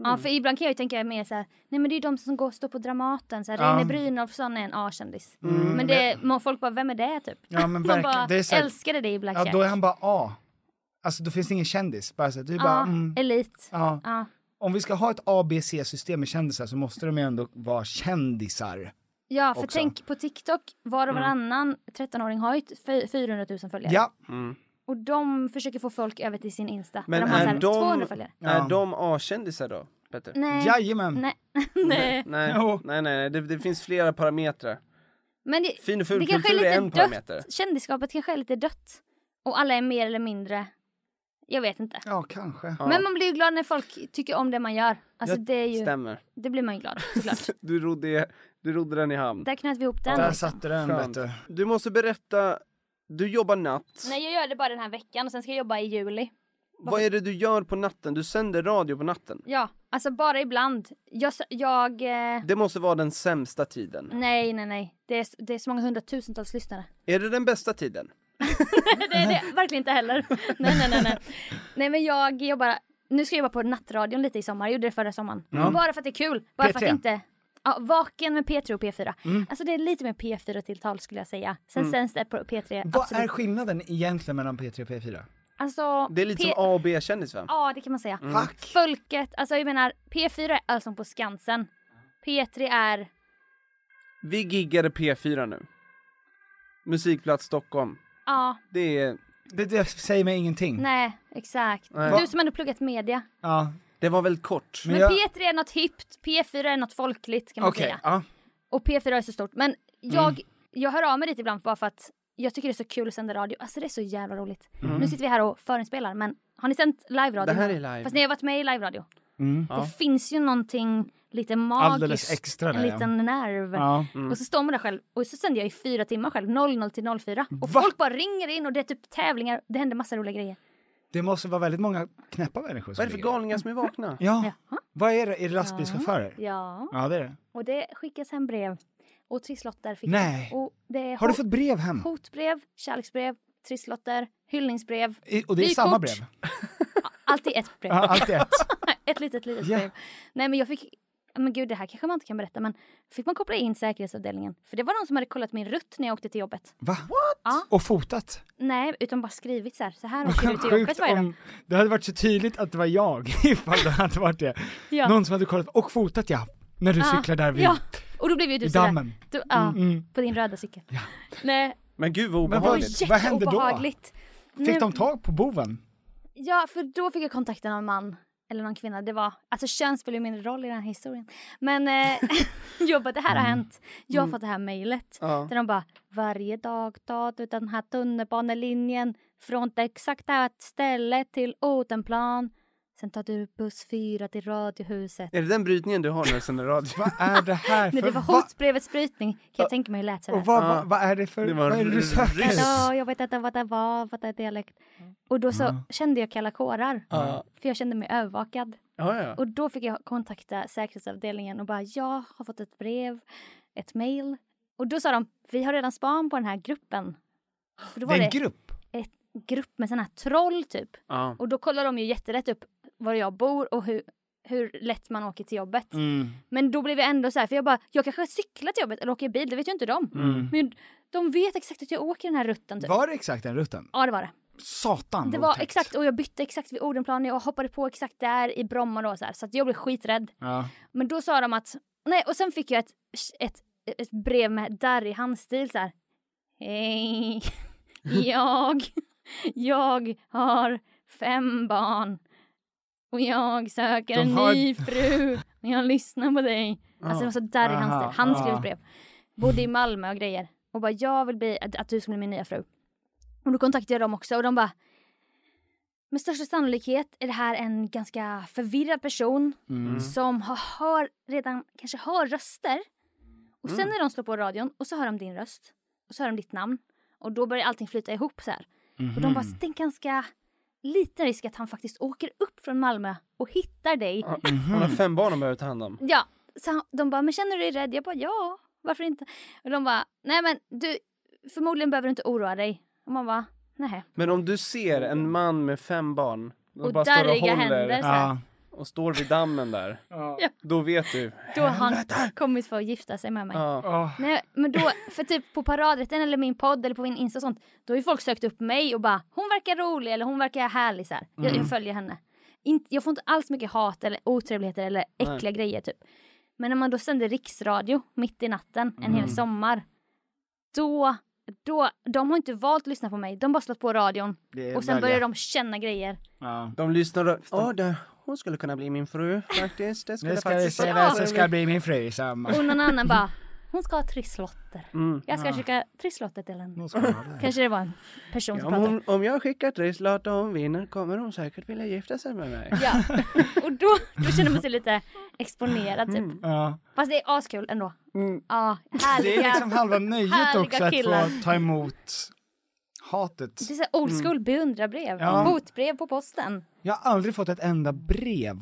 [SPEAKER 2] Mm.
[SPEAKER 3] Ja, för ibland kan jag ju tänka mer så här, nej men det är ju de som går och står på Dramaten. Så här,
[SPEAKER 2] Ja.
[SPEAKER 3] Reine
[SPEAKER 2] Mm.
[SPEAKER 3] Brynolfsson är en A-kändis. Men det, må- folk bara, vem är det typ?
[SPEAKER 2] Ja, men
[SPEAKER 3] Man
[SPEAKER 2] verkligen.
[SPEAKER 3] bara,
[SPEAKER 2] Det är så här-
[SPEAKER 3] älskade dig i Black
[SPEAKER 2] Ja,
[SPEAKER 3] Jack.
[SPEAKER 2] då är han bara A. Alltså då finns det ingen kändis. Bara så, här, du är bara,
[SPEAKER 3] Ja,
[SPEAKER 2] mm,
[SPEAKER 3] elit.
[SPEAKER 2] ja.
[SPEAKER 3] Ja.
[SPEAKER 2] Om vi ska ha ett ABC-system med kändisar så måste de ju ändå vara kändisar.
[SPEAKER 3] Ja, för
[SPEAKER 2] också. Mm.
[SPEAKER 3] tänk på TikTok, var och varannan 13-åring har ju ett fy- 400 000 följare.
[SPEAKER 2] Ja,
[SPEAKER 3] Och de försöker få folk över till sin Insta.
[SPEAKER 1] Men
[SPEAKER 3] där de har så
[SPEAKER 1] är
[SPEAKER 3] här
[SPEAKER 1] de,
[SPEAKER 3] 200 följare.
[SPEAKER 1] är de A-kändisar då, Petter?
[SPEAKER 3] Nej.
[SPEAKER 2] jajamän.
[SPEAKER 3] Mm. Nej. Nej.
[SPEAKER 1] Nej,
[SPEAKER 2] Jo.
[SPEAKER 1] nej, nej, nej. Det, det finns flera parametrar.
[SPEAKER 3] Men det,
[SPEAKER 1] Fin och ful
[SPEAKER 3] det kanske är
[SPEAKER 1] kultur är
[SPEAKER 3] lite
[SPEAKER 1] en
[SPEAKER 3] dött.
[SPEAKER 1] parameter.
[SPEAKER 3] Kändisskapet kanske är lite dött. Och alla är mer eller mindre. Jag vet inte.
[SPEAKER 2] Ja, kanske.
[SPEAKER 1] Ja.
[SPEAKER 3] Men man blir ju glad när folk tycker om det man gör. Alltså
[SPEAKER 1] Jag-
[SPEAKER 3] det är ju,
[SPEAKER 1] Stämmer.
[SPEAKER 3] det blir man ju glad såklart.
[SPEAKER 1] Du rodde, du rodde den i hamn.
[SPEAKER 3] Där knöt vi ihop den.
[SPEAKER 2] Där
[SPEAKER 3] liksom.
[SPEAKER 2] satte den, vet
[SPEAKER 1] Skönt.
[SPEAKER 2] du.
[SPEAKER 1] Du måste berätta, du jobbar natt.
[SPEAKER 3] Nej jag gör det bara den här veckan och sen ska jag jobba i juli.
[SPEAKER 1] Vad är det du gör på natten? Du sänder radio på natten.
[SPEAKER 3] Ja, alltså bara ibland. Jag, s- jag eh,
[SPEAKER 1] Det måste vara den sämsta tiden.
[SPEAKER 3] Nej, nej, nej. Det är, det är så många hundratusentals lyssnare.
[SPEAKER 1] Är det den bästa tiden?
[SPEAKER 3] det är det verkligen inte heller. Nej, nej, nej, nej. Nej, men jag jobbar... Nu ska jag jobba på nattradion lite i sommar. Jag gjorde det förra sommaren. Bara för att det är kul. Bara för
[SPEAKER 2] P3.
[SPEAKER 3] att inte... Ja, vaken med P3 och P4.
[SPEAKER 1] Mm.
[SPEAKER 3] Alltså det är lite mer P4-tilltal skulle jag säga. Sen sänds det på P3.
[SPEAKER 2] Vad
[SPEAKER 3] absolut.
[SPEAKER 2] är skillnaden egentligen mellan P3 och P4?
[SPEAKER 3] Alltså,
[SPEAKER 1] Det är lite
[SPEAKER 3] P-
[SPEAKER 1] som A Mm. och B-kändis va?
[SPEAKER 3] Ja, det kan man säga.
[SPEAKER 2] Fuck.
[SPEAKER 3] Folket, alltså jag menar P4 är Allsång på Skansen. P3 är,
[SPEAKER 1] Vi giggade P4 nu. Musikplats Stockholm.
[SPEAKER 3] ja,
[SPEAKER 1] Det är...
[SPEAKER 2] Det, det säger mig ingenting.
[SPEAKER 3] nej, exakt.
[SPEAKER 1] Mm. Nej.
[SPEAKER 3] Du som ändå pluggat media.
[SPEAKER 2] Ja.
[SPEAKER 1] Det var väldigt kort.
[SPEAKER 2] Men
[SPEAKER 3] Men
[SPEAKER 2] jag-
[SPEAKER 3] P3 är något hippt, P4 är något folkligt kan man
[SPEAKER 2] Okej,
[SPEAKER 3] säga.
[SPEAKER 2] ja.
[SPEAKER 3] Och P4 är så stort. Men
[SPEAKER 1] Mm.
[SPEAKER 3] jag, jag hör av mig dit ibland bara för att jag tycker det är så kul att sända radio. Alltså det är så jävla roligt. Nu sitter vi här och förinspelar men har ni sänt live-radio?
[SPEAKER 1] Mm. Det här är live.
[SPEAKER 3] Fast ni har varit med i live-radio.
[SPEAKER 2] Mm.
[SPEAKER 3] Det finns ju någonting lite magiskt.
[SPEAKER 2] Alldeles extra där,
[SPEAKER 3] En
[SPEAKER 2] ja.
[SPEAKER 3] liten nerv.
[SPEAKER 2] Ja.
[SPEAKER 3] Och så står man där själv och så sänder jag i fyra timmar själv, 00 till 04.
[SPEAKER 2] Mm.
[SPEAKER 3] Och folk bara ringer in och det är typ tävlingar, det händer massa roliga grejer.
[SPEAKER 2] Det måste vara väldigt många knäppa människor som
[SPEAKER 1] Vad är det för
[SPEAKER 2] ligger där.
[SPEAKER 1] galningar som är vakna?
[SPEAKER 2] Ja.
[SPEAKER 3] Jaha.
[SPEAKER 2] Vad är det? Är det lastbilschaufförer? Ja.
[SPEAKER 3] Ja,
[SPEAKER 2] det är det.
[SPEAKER 3] och det skickas hem brev. Och trisslotter fick
[SPEAKER 2] Nej.
[SPEAKER 3] jag. Och det är
[SPEAKER 2] Har du
[SPEAKER 3] hot-
[SPEAKER 2] fått brev hem?
[SPEAKER 3] Hotbrev, kärleksbrev, trisslotter, hyllningsbrev.
[SPEAKER 2] I, och det är
[SPEAKER 3] Vykort.
[SPEAKER 2] samma brev?
[SPEAKER 3] Alltid ett brev.
[SPEAKER 2] Ja, allt i ett.
[SPEAKER 3] ett litet, litet
[SPEAKER 2] Ja.
[SPEAKER 3] brev. Nej men jag fick, men gud det här kanske man inte kan berätta men fick man koppla in säkerhetsavdelningen. För det var någon som hade kollat min rutt när jag åkte till jobbet.
[SPEAKER 2] Va?
[SPEAKER 3] Ja.
[SPEAKER 2] Och fotat?
[SPEAKER 3] Nej, utan bara skrivit så här, så här åker du till jobbet varje dag.
[SPEAKER 2] om det hade varit så tydligt att det var jag ifall det hade varit det.
[SPEAKER 3] Ja.
[SPEAKER 2] Någon som hade kollat och fotat ja, när du cyklar där vid.
[SPEAKER 3] Ja, och då blev ju
[SPEAKER 2] i
[SPEAKER 3] du sådär.
[SPEAKER 2] dammen.
[SPEAKER 3] Du, ja, på din röda cykel. Nej,
[SPEAKER 1] Men gud vad
[SPEAKER 2] Men vad-
[SPEAKER 3] och
[SPEAKER 1] obehagligt.
[SPEAKER 2] vad hände då?
[SPEAKER 3] jätteobehagligt.
[SPEAKER 2] Fick de tag på boven?
[SPEAKER 3] Ja, för då fick jag kontakten av en man. Eller någon kvinna. Det var, alltså kön spelar ju mindre roll i den här historien. Men eh, jag bara, det här
[SPEAKER 2] Mm.
[SPEAKER 3] har hänt. Jag har fått det här mejlet.
[SPEAKER 1] Ja.
[SPEAKER 3] Där de bara, varje dag tar du den här tunnelbanelinjen från det exakta här stället till Odenplan. Sen tar du buss 4 till Radiohuset.
[SPEAKER 1] Är det den brytningen du har när du sänder radio?
[SPEAKER 2] Vad är det här för...
[SPEAKER 3] Nej, det var
[SPEAKER 2] va-
[SPEAKER 3] hotbrevets brytning. Kan jag tänka mig hur det lät sådär.
[SPEAKER 2] Och vad,
[SPEAKER 1] Ja.
[SPEAKER 2] vad, vad är det för...
[SPEAKER 1] Det var
[SPEAKER 2] vad är det du
[SPEAKER 1] en
[SPEAKER 2] söker?
[SPEAKER 1] ryss.
[SPEAKER 3] Ja, jag vet inte vad det var, vad det är dialekt. Och då så
[SPEAKER 2] Mm.
[SPEAKER 3] kände jag kalla kårar. För jag kände mig övervakad.
[SPEAKER 1] Ja, ja.
[SPEAKER 3] Och då fick jag kontakta säkerhetsavdelningen och bara jag har fått ett brev, ett mail. Och då sa de vi har redan span på den här gruppen. För då
[SPEAKER 2] Det
[SPEAKER 3] var
[SPEAKER 2] är
[SPEAKER 3] det
[SPEAKER 2] en grupp.
[SPEAKER 3] ett grupp med sådana här troll typ.
[SPEAKER 1] Ja.
[SPEAKER 3] Och då kollar de ju jätterätt upp var jag bor och hur, hur lätt man åker till jobbet.
[SPEAKER 2] Mm.
[SPEAKER 3] Men då blev jag ändå så här, för jag bara, jag kanske cyklar till jobbet eller åker bil, det vet ju inte de.
[SPEAKER 2] Mm.
[SPEAKER 3] Men de vet exakt att jag åker den här rutten typ.
[SPEAKER 2] Var det exakt den rutten?
[SPEAKER 3] Ja det var det.
[SPEAKER 2] Satan
[SPEAKER 3] Det
[SPEAKER 2] vad
[SPEAKER 3] var
[SPEAKER 2] otäckt.
[SPEAKER 3] exakt, och jag bytte exakt vid Odenplan och jag hoppade på exakt där i Bromma då så här. Så att jag blev skiträdd.
[SPEAKER 2] Ja.
[SPEAKER 3] Men då sa de att, nej och sen fick jag ett, ett, ett brev med darrig handstil så här. Hej, jag, jag har fem barn och jag söker
[SPEAKER 2] De
[SPEAKER 3] en
[SPEAKER 2] har-
[SPEAKER 3] ny fru och jag lyssnar på dig. Alltså det var så darrig
[SPEAKER 2] Aha,
[SPEAKER 3] handstil, han skrev
[SPEAKER 2] ja.
[SPEAKER 3] ett brev. Bodde i Malmö och grejer och bara jag vill bli, att, att du ska bli min nya fru. Och då kontaktade jag dem också och de bara med största sannolikhet är det här en ganska förvirrad person
[SPEAKER 2] Mm.
[SPEAKER 3] som har hör, redan kanske hör röster. Och
[SPEAKER 2] Mm.
[SPEAKER 3] sen när de slår på radion och så hör de din röst och så hör de ditt namn och då börjar allting flyta ihop så här. Och de bara,
[SPEAKER 2] Mhm.
[SPEAKER 3] det är en ganska liten risk att han faktiskt åker upp från Malmö och hittar dig.
[SPEAKER 1] Han har fem barn han behöver ta hand om.
[SPEAKER 3] Ja, så han, de bara, men känner du dig rädd? Jag bara, ja, varför inte? Och de bara, nej men du, förmodligen behöver du inte oroa dig. Och man bara, nej.
[SPEAKER 1] Men om du ser en man med fem barn och,
[SPEAKER 3] Och
[SPEAKER 1] bara står och
[SPEAKER 3] darriga
[SPEAKER 1] håller
[SPEAKER 3] händer så här.
[SPEAKER 2] Ja.
[SPEAKER 1] och står vid dammen där. Då vet du.
[SPEAKER 3] Då har han kommit för att gifta sig med mig.
[SPEAKER 1] Ja.
[SPEAKER 2] Åh,
[SPEAKER 3] Nej, men då, för typ på paradrätten eller min podd eller på min Insta och sånt, då har ju folk sökt upp mig och bara hon verkar rolig eller hon verkar härlig så här. Jag,
[SPEAKER 2] Mm.
[SPEAKER 3] jag följer henne. Inte, jag får inte alls mycket hat eller otrevligheter eller äckliga grejer typ. Men när man då sänder riksradio mitt i natten en
[SPEAKER 2] Mm.
[SPEAKER 3] hel sommar, då, då, de har inte valt att lyssna på mig, de har bara slått på radion
[SPEAKER 2] Det är
[SPEAKER 3] och sen
[SPEAKER 2] värre.
[SPEAKER 3] börjar de känna grejer.
[SPEAKER 2] Ja.
[SPEAKER 1] De lyssnar och... Ja, där. hon skulle kunna bli min fru faktiskt. Det skulle
[SPEAKER 2] Nu ska vi
[SPEAKER 1] faktiskt
[SPEAKER 2] se vem som ska bli min fru samma.
[SPEAKER 3] Och någon annan bara, hon ska ha trisslotter.
[SPEAKER 2] Mm.
[SPEAKER 3] Jag ska skicka trisslotter till henne. Kanske det var en person som
[SPEAKER 1] Om,
[SPEAKER 3] pratade.
[SPEAKER 1] hon, om jag skickar trisslott och hon vinner kommer hon säkert vilja gifta sig med mig.
[SPEAKER 3] Ja, och då, då känner man sig lite exponerad typ.
[SPEAKER 2] Ja.
[SPEAKER 3] Fast det är askul ändå.
[SPEAKER 2] Mm.
[SPEAKER 3] Ja,
[SPEAKER 2] Det
[SPEAKER 3] härliga.
[SPEAKER 2] är liksom halva nöjet
[SPEAKER 3] härliga
[SPEAKER 2] också att
[SPEAKER 3] killar.
[SPEAKER 2] få ta emot hatet.
[SPEAKER 3] Det är så här
[SPEAKER 2] Mm.
[SPEAKER 3] old school beundrarbrev.
[SPEAKER 2] Ja.
[SPEAKER 3] Motbrev på posten.
[SPEAKER 2] Jag har aldrig fått ett enda brev.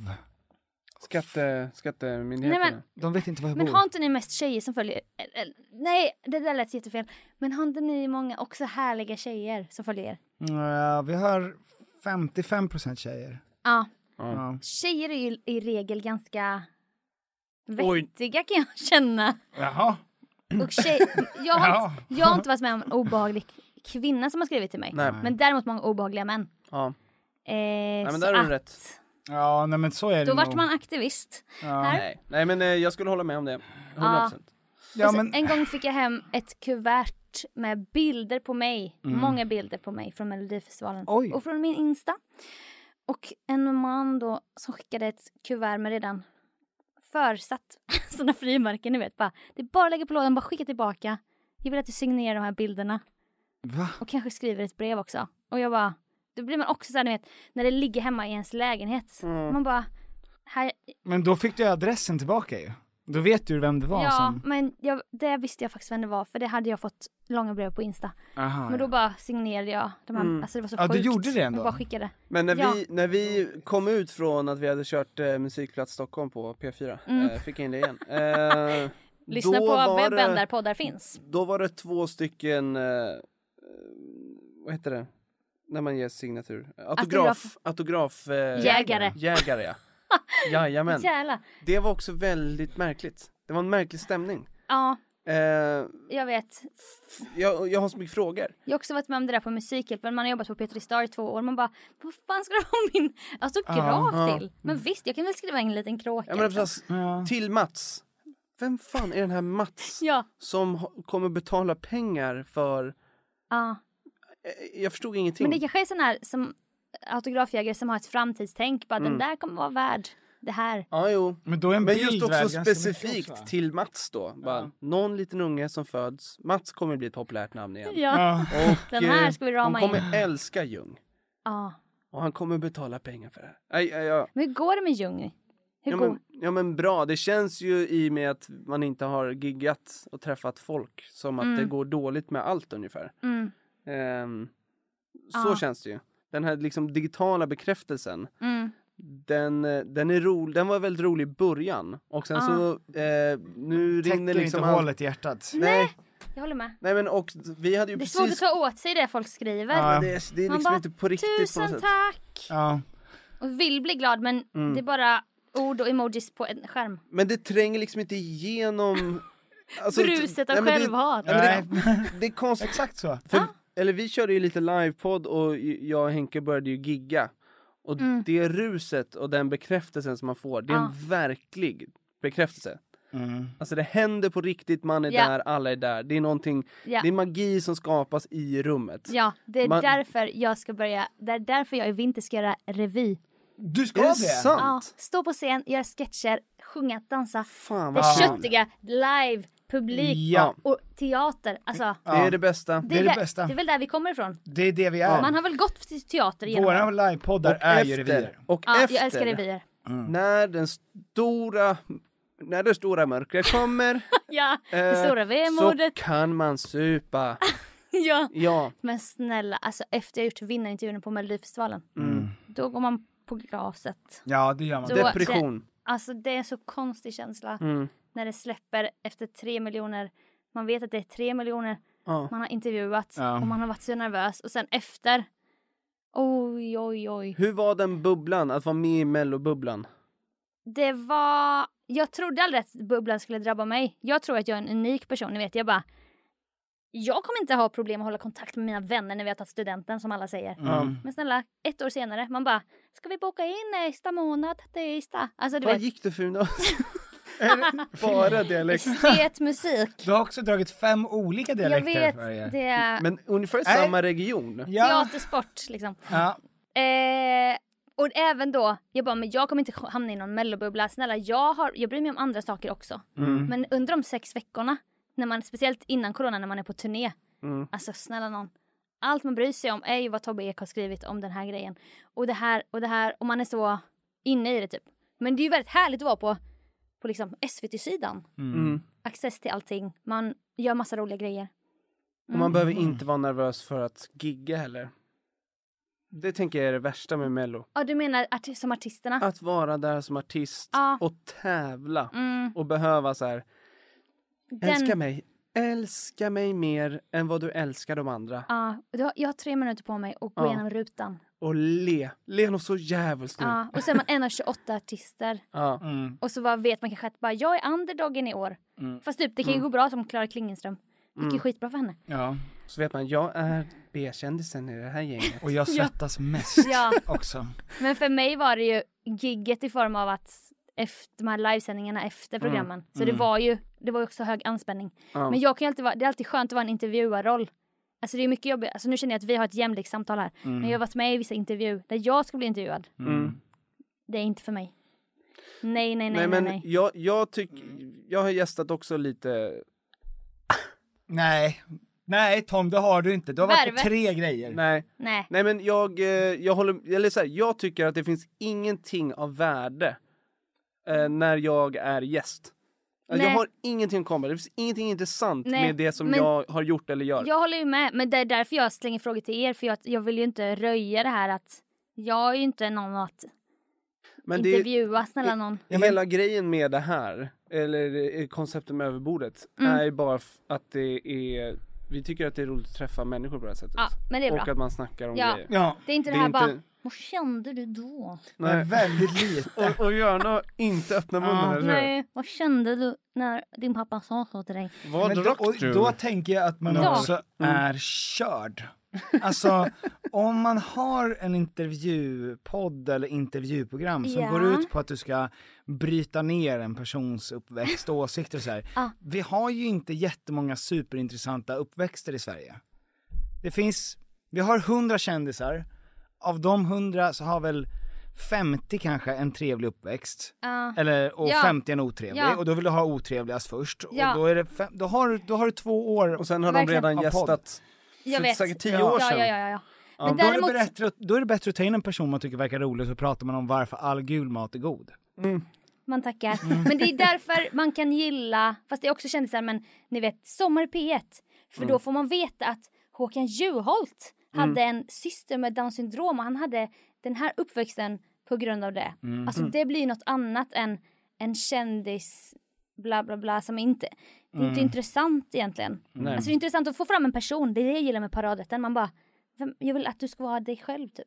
[SPEAKER 1] Skatte,
[SPEAKER 3] Nej,
[SPEAKER 1] skattemyndigheterna.
[SPEAKER 3] men-
[SPEAKER 2] De vet inte vad jag
[SPEAKER 3] Men
[SPEAKER 2] bor.
[SPEAKER 3] har inte ni mest tjejer som följer? el- el- Nej, det där lät jättefel. Men har inte ni många också härliga tjejer som följer er?
[SPEAKER 2] Ja, vi har 55% tjejer.
[SPEAKER 3] Ja,
[SPEAKER 2] Ja.
[SPEAKER 3] tjejer är ju i regel ganska vettiga kan jag känna.
[SPEAKER 2] Jaha.
[SPEAKER 3] Och tjej, jag, har
[SPEAKER 2] Ja.
[SPEAKER 3] inte, jag har inte varit med om en obehaglig kvinna som har skrivit till mig.
[SPEAKER 1] Nej.
[SPEAKER 3] Men däremot många obehagliga män.
[SPEAKER 1] Ja.
[SPEAKER 3] Eh,
[SPEAKER 1] men
[SPEAKER 3] så
[SPEAKER 1] där har du
[SPEAKER 3] att-
[SPEAKER 1] rätt.
[SPEAKER 2] Ja, nej men så är det
[SPEAKER 3] Då
[SPEAKER 2] nog.
[SPEAKER 3] vart man aktivist. Här.
[SPEAKER 1] Nej. Nej, men eh, jag skulle hålla med om det. 100%.
[SPEAKER 2] Ja,
[SPEAKER 3] Och sen,
[SPEAKER 2] men,
[SPEAKER 3] En gång fick jag hem ett kuvert med bilder på mig.
[SPEAKER 1] Mm.
[SPEAKER 3] Många bilder på mig från Melodifestivalen.
[SPEAKER 2] Oj.
[SPEAKER 3] Och från min Insta. Och en man då som skickade ett kuvert med redan försatt sådana frimärken ni vet. Bara, det är bara att lägga på lådan, bara skicka tillbaka. Jag vill att du signerar de här bilderna.
[SPEAKER 2] va?
[SPEAKER 3] Och kanske skriver ett brev också. Och jag bara, då blir man också såhär ni vet, när det ligger hemma i ens lägenhet.
[SPEAKER 1] Mm.
[SPEAKER 3] Man bara, här,
[SPEAKER 2] Men då fick du ju adressen tillbaka ju. Då vet du vem det var
[SPEAKER 3] ja
[SPEAKER 2] som...
[SPEAKER 3] men jag, det visste jag faktiskt vem det var. För det hade jag fått långa brev på Insta.
[SPEAKER 2] Aha,
[SPEAKER 3] Men då bara signerade jag. De här, Alltså det var så
[SPEAKER 2] Ja, du
[SPEAKER 3] sjukt.
[SPEAKER 2] gjorde det ändå.
[SPEAKER 3] Jag bara skickade.
[SPEAKER 1] Men när,
[SPEAKER 3] Ja.
[SPEAKER 1] vi, när vi kom ut från att vi hade kört eh, Musikplats Stockholm på P4, eh, fick jag in det igen. Eh,
[SPEAKER 3] Mm. Lyssna
[SPEAKER 1] då
[SPEAKER 3] på
[SPEAKER 1] var
[SPEAKER 3] webben
[SPEAKER 1] det-
[SPEAKER 3] där poddar finns.
[SPEAKER 1] Då var det två stycken, eh, eh, vad heter det, när man ger signatur? Autograf,
[SPEAKER 3] Autograf.
[SPEAKER 1] autograf eh,
[SPEAKER 3] Jägare.
[SPEAKER 1] Jägare ja. Jajamän.
[SPEAKER 3] Jävlar.
[SPEAKER 1] Det var också väldigt märkligt. Det var en märklig stämning.
[SPEAKER 3] Ja,
[SPEAKER 1] Eh,
[SPEAKER 3] jag vet.
[SPEAKER 1] jag, jag har så mycket frågor.
[SPEAKER 3] Jag har också varit med om det där på Musikhjälpen. Man har jobbat på Petri Star i två år. Man bara, vad fan ska du ha min autograf
[SPEAKER 1] Ja.
[SPEAKER 3] till? Men visst, jag kan väl skriva en liten kråka.
[SPEAKER 1] Jag menar,
[SPEAKER 3] liksom.
[SPEAKER 1] precis, till Mats. Vem fan är den här Mats
[SPEAKER 3] Ja.
[SPEAKER 1] som ha- kommer betala pengar för
[SPEAKER 3] ja.
[SPEAKER 1] Eh, Jag förstod ingenting.
[SPEAKER 3] Men det kanske är sån här som autografjägare som har ett framtidstänk. Bara, den där kommer vara värd det här.
[SPEAKER 1] Ja, jo.
[SPEAKER 2] Men då är en
[SPEAKER 1] Men
[SPEAKER 2] bild
[SPEAKER 1] just
[SPEAKER 2] värd
[SPEAKER 1] också
[SPEAKER 2] ganska mycket
[SPEAKER 1] specifikt
[SPEAKER 2] också, va?
[SPEAKER 1] till Mats då. Bara, Någon liten unge som föds. Mats kommer bli ett populärt namn igen.
[SPEAKER 3] Ja.
[SPEAKER 2] Ja.
[SPEAKER 1] Och,
[SPEAKER 3] Den här
[SPEAKER 1] eh,
[SPEAKER 3] ska vi rama
[SPEAKER 1] Hon kommer
[SPEAKER 3] in.
[SPEAKER 1] älska Jung.
[SPEAKER 3] ja.
[SPEAKER 1] Och han kommer betala pengar för det här. Aj, aj, aj.
[SPEAKER 3] Men hur går det med Ljungby? Hur
[SPEAKER 1] Ja,
[SPEAKER 3] går
[SPEAKER 1] men, ja men bra, det känns ju i och med att man inte har giggat och träffat folk som att det går dåligt med allt ungefär.
[SPEAKER 3] Mm.
[SPEAKER 1] Ehm, så känns det ju. Den här liksom digitala bekräftelsen.
[SPEAKER 3] Mm.
[SPEAKER 1] den, eh, den, är ro, den var väldigt rolig i början och sen så eh, nu
[SPEAKER 2] Täcker
[SPEAKER 1] rinner liksom
[SPEAKER 2] inte
[SPEAKER 1] all-
[SPEAKER 2] hålet i hjärtat.
[SPEAKER 1] Nej.
[SPEAKER 3] Jag håller med.
[SPEAKER 1] Nej men och vi hade ju
[SPEAKER 3] Det är svårt att
[SPEAKER 1] precis
[SPEAKER 3] ta åt sig det folk skriver.
[SPEAKER 2] Ja.
[SPEAKER 1] Men det, är- det är
[SPEAKER 3] Man
[SPEAKER 1] liksom
[SPEAKER 3] bara,
[SPEAKER 1] inte på riktigt på
[SPEAKER 3] tusen
[SPEAKER 1] något sätt. Mm.
[SPEAKER 3] tack!
[SPEAKER 2] Ja.
[SPEAKER 3] Och vill bli glad men det är bara ord och emojis på en skärm.
[SPEAKER 1] Men det tränger liksom inte igenom alltså,
[SPEAKER 3] Bruset av
[SPEAKER 1] nej, men det-
[SPEAKER 3] självhat.
[SPEAKER 1] nej, men Det, det är konstigt.
[SPEAKER 2] Exakt så.
[SPEAKER 1] För,
[SPEAKER 3] Ah.
[SPEAKER 1] Eller vi körde ju lite livepodd och ju- jag och Henke började ju gigga. Och
[SPEAKER 3] Mm.
[SPEAKER 1] det ruset och den bekräftelsen som man får, det är
[SPEAKER 3] Ah.
[SPEAKER 1] en verklig bekräftelse.
[SPEAKER 2] Mm.
[SPEAKER 1] Alltså det händer på riktigt, man är
[SPEAKER 3] Ja.
[SPEAKER 1] där, alla är där. Det är någonting,
[SPEAKER 3] Ja.
[SPEAKER 1] det är magi som skapas i rummet.
[SPEAKER 3] Ja, det är
[SPEAKER 1] Man-
[SPEAKER 3] därför jag ska börja, det är därför jag i vinter ska göra revy.
[SPEAKER 2] Du ska
[SPEAKER 1] Är det
[SPEAKER 2] det?
[SPEAKER 3] Ja,
[SPEAKER 1] sant?
[SPEAKER 3] stå på scen, göra sketcher, sjunga, dansa.
[SPEAKER 1] Fan
[SPEAKER 3] Det
[SPEAKER 1] vad kul.
[SPEAKER 3] köttiga, live, publik
[SPEAKER 2] Ja.
[SPEAKER 3] och teater. Alltså,
[SPEAKER 1] Det är det bästa.
[SPEAKER 2] det är det
[SPEAKER 3] där-
[SPEAKER 2] bästa.
[SPEAKER 3] Det är väl där vi kommer ifrån.
[SPEAKER 2] Det är det vi är.
[SPEAKER 3] Man har väl gått till teater genom
[SPEAKER 2] Våra
[SPEAKER 3] åren?
[SPEAKER 2] livepoddar
[SPEAKER 1] Och
[SPEAKER 2] är ju Mm.
[SPEAKER 1] efter,
[SPEAKER 2] revyer.
[SPEAKER 1] och
[SPEAKER 3] Ja,
[SPEAKER 1] efter
[SPEAKER 3] jag älskar revyer.
[SPEAKER 1] när den stora, när det stora mörkret kommer
[SPEAKER 3] Ja,
[SPEAKER 1] eh,
[SPEAKER 3] det stora
[SPEAKER 1] så
[SPEAKER 3] vemodet.
[SPEAKER 1] kan man supa.
[SPEAKER 3] Ja.
[SPEAKER 1] Ja.
[SPEAKER 3] Men snälla, alltså efter jag gjort vinnarintervjun på Melodifestivalen,
[SPEAKER 1] Mm.
[SPEAKER 3] då går man på glaset.
[SPEAKER 2] Ja, det gör man.
[SPEAKER 3] Då-
[SPEAKER 1] Depression.
[SPEAKER 3] Det, alltså det är en så konstig känsla
[SPEAKER 1] Mm.
[SPEAKER 3] när det släpper efter tre miljoner. Man vet att det är tre miljoner
[SPEAKER 1] Ja.
[SPEAKER 3] man har intervjuat
[SPEAKER 2] Ja.
[SPEAKER 3] och man har varit så nervös och sen efter. Oj, oj, oj.
[SPEAKER 1] Hur var den bubblan, att vara med i mellobubblan?
[SPEAKER 3] Det var... Jag trodde aldrig att bubblan skulle drabba mig. Jag tror att jag är en unik person, ni vet. Jag bara... Jag kommer inte ha problem att hålla kontakt med mina vänner när vi har tagit studenten, som alla säger.
[SPEAKER 2] Mm.
[SPEAKER 3] Men snälla, ett år senare, man bara ska vi boka in nästa månad, tisdag? Alltså du
[SPEAKER 1] Vad
[SPEAKER 3] vet,
[SPEAKER 1] gick det för gymnasium? Bara dialekt.
[SPEAKER 3] estetmusik.
[SPEAKER 2] Du har också dragit fem olika
[SPEAKER 3] Jag
[SPEAKER 2] dialekter
[SPEAKER 3] vet,
[SPEAKER 2] i Sverige.
[SPEAKER 3] det är
[SPEAKER 1] Men ungefär
[SPEAKER 2] Nej.
[SPEAKER 1] samma
[SPEAKER 3] Mm.
[SPEAKER 1] region.
[SPEAKER 2] Ja.
[SPEAKER 3] teatersport liksom.
[SPEAKER 2] ja.
[SPEAKER 3] Eh, och även då, jag bara, men jag kommer inte hamna i någon mellobubbla. Snälla, jag, har, jag bryr mig om andra saker också.
[SPEAKER 1] Mm.
[SPEAKER 3] Men under de sex veckorna, när man, speciellt innan corona, när man är på turné.
[SPEAKER 1] Mm.
[SPEAKER 3] Alltså snälla någon. Allt man bryr sig om är ju vad Tobbe Ek har skrivit om den här grejen. Och det här och det här. Och man är så inne i det typ. Men det är ju väldigt härligt att vara på, på liksom
[SPEAKER 1] Mm.
[SPEAKER 3] SVT-sidan.
[SPEAKER 2] Mm.
[SPEAKER 3] Access till allting. Man gör massa roliga grejer.
[SPEAKER 1] Och
[SPEAKER 3] Mm.
[SPEAKER 1] man behöver inte vara nervös för att gigga heller. Det tänker jag är det värsta med mello.
[SPEAKER 3] Ja, du menar arti- som artisterna?
[SPEAKER 1] Att vara där som artist
[SPEAKER 3] Ja.
[SPEAKER 1] och tävla
[SPEAKER 3] Mm,
[SPEAKER 1] och behöva så här,
[SPEAKER 3] den-
[SPEAKER 1] älska mig, älska mig mer än vad du älskar de andra.
[SPEAKER 3] Ja, du har, jag har tre minuter på mig att gå
[SPEAKER 1] Ja.
[SPEAKER 3] igenom rutan.
[SPEAKER 1] Och le, le något så djävulskt nu.
[SPEAKER 3] Ja, och sen är man en av 28 artister.
[SPEAKER 1] Mm. Ja.
[SPEAKER 2] Mm.
[SPEAKER 3] Och så bara vet man kanske att bara,
[SPEAKER 1] Mm.
[SPEAKER 3] jag är underdogen i år. Fast typ, det kan ju gå bra som Klara Klingenström. Det gick ju skitbra för henne.
[SPEAKER 2] ja.
[SPEAKER 1] Så vet man, jag är B-kändisen i det här gänget.
[SPEAKER 2] Och jag svettas mest
[SPEAKER 3] Ja.
[SPEAKER 2] också.
[SPEAKER 3] Men för mig var det ju gigget i form av att efter de här livesändningarna
[SPEAKER 1] Mm.
[SPEAKER 3] efter programmen. Så det var ju det var ju också hög anspänning. Men jag kan ju alltid vara, det är alltid skönt att vara en intervjuarroll. Alltså det är mycket jobbigt, alltså nu känner jag att vi har ett jämlikt samtal här.
[SPEAKER 1] Mm.
[SPEAKER 3] Men jag har varit med i vissa intervjuer där jag ska bli intervjuad. Det är inte för mig. Nej, nej, nej, nej,
[SPEAKER 1] nej, men
[SPEAKER 3] nej.
[SPEAKER 1] jag, jag tycker, jag har gästat också lite,
[SPEAKER 2] Nej. Nej Tom, det har du inte. Du har varit på
[SPEAKER 3] Värvet.
[SPEAKER 2] tre grejer.
[SPEAKER 1] nej,
[SPEAKER 3] nej.
[SPEAKER 1] nej men jag, eh, jag håller, eller så här, jag tycker att det finns ingenting av värde eh, när jag är gäst. Alltså, Jag
[SPEAKER 3] Nej.
[SPEAKER 1] har ingenting att komma med. det finns ingenting intressant
[SPEAKER 3] Nej,
[SPEAKER 1] med det som
[SPEAKER 3] men-
[SPEAKER 1] jag har gjort eller gör.
[SPEAKER 3] Jag håller ju med, men det är därför jag slänger frågor till er. För jag, jag vill ju inte röja det här att jag är ju inte någon att
[SPEAKER 1] men det är,
[SPEAKER 3] intervjua, snälla någon.
[SPEAKER 1] hela grejen med det här, eller eh, konceptet med överbordet,
[SPEAKER 3] Mm.
[SPEAKER 1] är ju bara f- att det är, vi tycker att det är roligt att träffa människor på det här sättet.
[SPEAKER 3] Ja, men det är
[SPEAKER 1] Och
[SPEAKER 3] bra.
[SPEAKER 1] att man snackar om
[SPEAKER 3] Ja.
[SPEAKER 1] grejer.
[SPEAKER 2] Ja.
[SPEAKER 3] Det är inte det,
[SPEAKER 1] Det är
[SPEAKER 3] här bara,
[SPEAKER 1] inte-
[SPEAKER 3] vad kände du då?
[SPEAKER 2] Men
[SPEAKER 1] Nej.
[SPEAKER 2] väldigt lite.
[SPEAKER 1] Och, och Göran har inte öppnat munnen, eller hur?
[SPEAKER 3] Nej, vad kände du när din pappa sa så till dig?
[SPEAKER 1] Vad
[SPEAKER 2] Men då,
[SPEAKER 1] drack
[SPEAKER 2] och
[SPEAKER 1] du?
[SPEAKER 2] då tänker jag att man
[SPEAKER 3] Ja. Mm.
[SPEAKER 2] också är körd. Alltså, om man har en intervjupodd eller intervjuprogram som
[SPEAKER 3] Ja.
[SPEAKER 2] går ut på att du ska bryta ner en persons uppväxt och åsikter och så här.
[SPEAKER 3] Ah.
[SPEAKER 2] Vi har ju inte jättemånga superintressanta uppväxter i Sverige. Det finns, vi har hundra kändisar. Av de hundra så har väl 50 kanske en trevlig uppväxt.
[SPEAKER 3] Ja.
[SPEAKER 2] Eller, och
[SPEAKER 3] Ja.
[SPEAKER 2] 50 är en otrevlig.
[SPEAKER 3] Ja.
[SPEAKER 2] Och då vill du ha otrevligast först.
[SPEAKER 3] Ja.
[SPEAKER 2] Och då, är det fem, då, har, då har du två år.
[SPEAKER 1] Och sen har
[SPEAKER 3] Verkligen.
[SPEAKER 1] de redan
[SPEAKER 2] Ja, podd.
[SPEAKER 1] gästat.
[SPEAKER 3] jag
[SPEAKER 1] för
[SPEAKER 3] vet.
[SPEAKER 1] säkert tio
[SPEAKER 3] ja,
[SPEAKER 1] år sedan.
[SPEAKER 3] Ja, ja, ja. ja. Men
[SPEAKER 2] då, är
[SPEAKER 3] däremot,
[SPEAKER 2] det bättre, att- då är det bättre att ta in en person man tycker verkar rolig så pratar man om varför all gul mat är god.
[SPEAKER 3] man tackar. Men det är därför man kan gilla, fast det är också kändisar, men ni vet, Sommar i P1. För då får man veta att Håkan Juholt hade en syster med Downs syndrom och han hade den här uppväxten på grund av det. Alltså det blir något annat än en kändis bla bla bla som inte, det är inte intressant egentligen. Alltså det är intressant att få fram en person, det är det jag gillar med paradrätten. Man bara, vem, jag vill att du ska vara dig själv typ.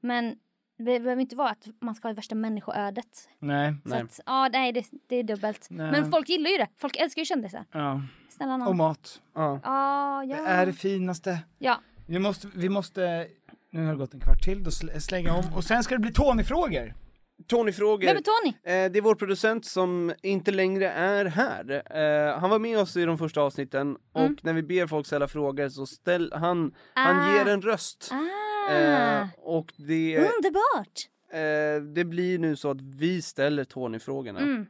[SPEAKER 3] Men det behöver inte vara att man ska ha värsta människoödet
[SPEAKER 2] Nej.
[SPEAKER 3] så att, ja, nej, det, det är dubbelt.
[SPEAKER 2] Nej.
[SPEAKER 3] Men folk gillar ju det. Folk älskar ju kändisar.
[SPEAKER 2] Ja.
[SPEAKER 3] Snälla någon.
[SPEAKER 2] Och mat.
[SPEAKER 3] Ja, ja.
[SPEAKER 2] Det är det finaste.
[SPEAKER 3] ja.
[SPEAKER 2] Vi måste, vi måste, nu har det gått en kvart till, då sl- slänger jag om. Och sen ska det bli Tony-frågor.
[SPEAKER 1] Tony-frågor.
[SPEAKER 3] Vem är Tony?
[SPEAKER 1] Eh, det är vår producent som inte längre är här. Eh, han var med oss i de första avsnitten och när vi ber folk ställa frågor så ställ han, han
[SPEAKER 3] Mm. Ah.
[SPEAKER 1] ger en röst.
[SPEAKER 3] Ah, Mm.
[SPEAKER 1] Eh, och det,
[SPEAKER 3] underbart!
[SPEAKER 1] eh, det blir nu så att vi ställer Tony-frågorna.
[SPEAKER 3] Mm.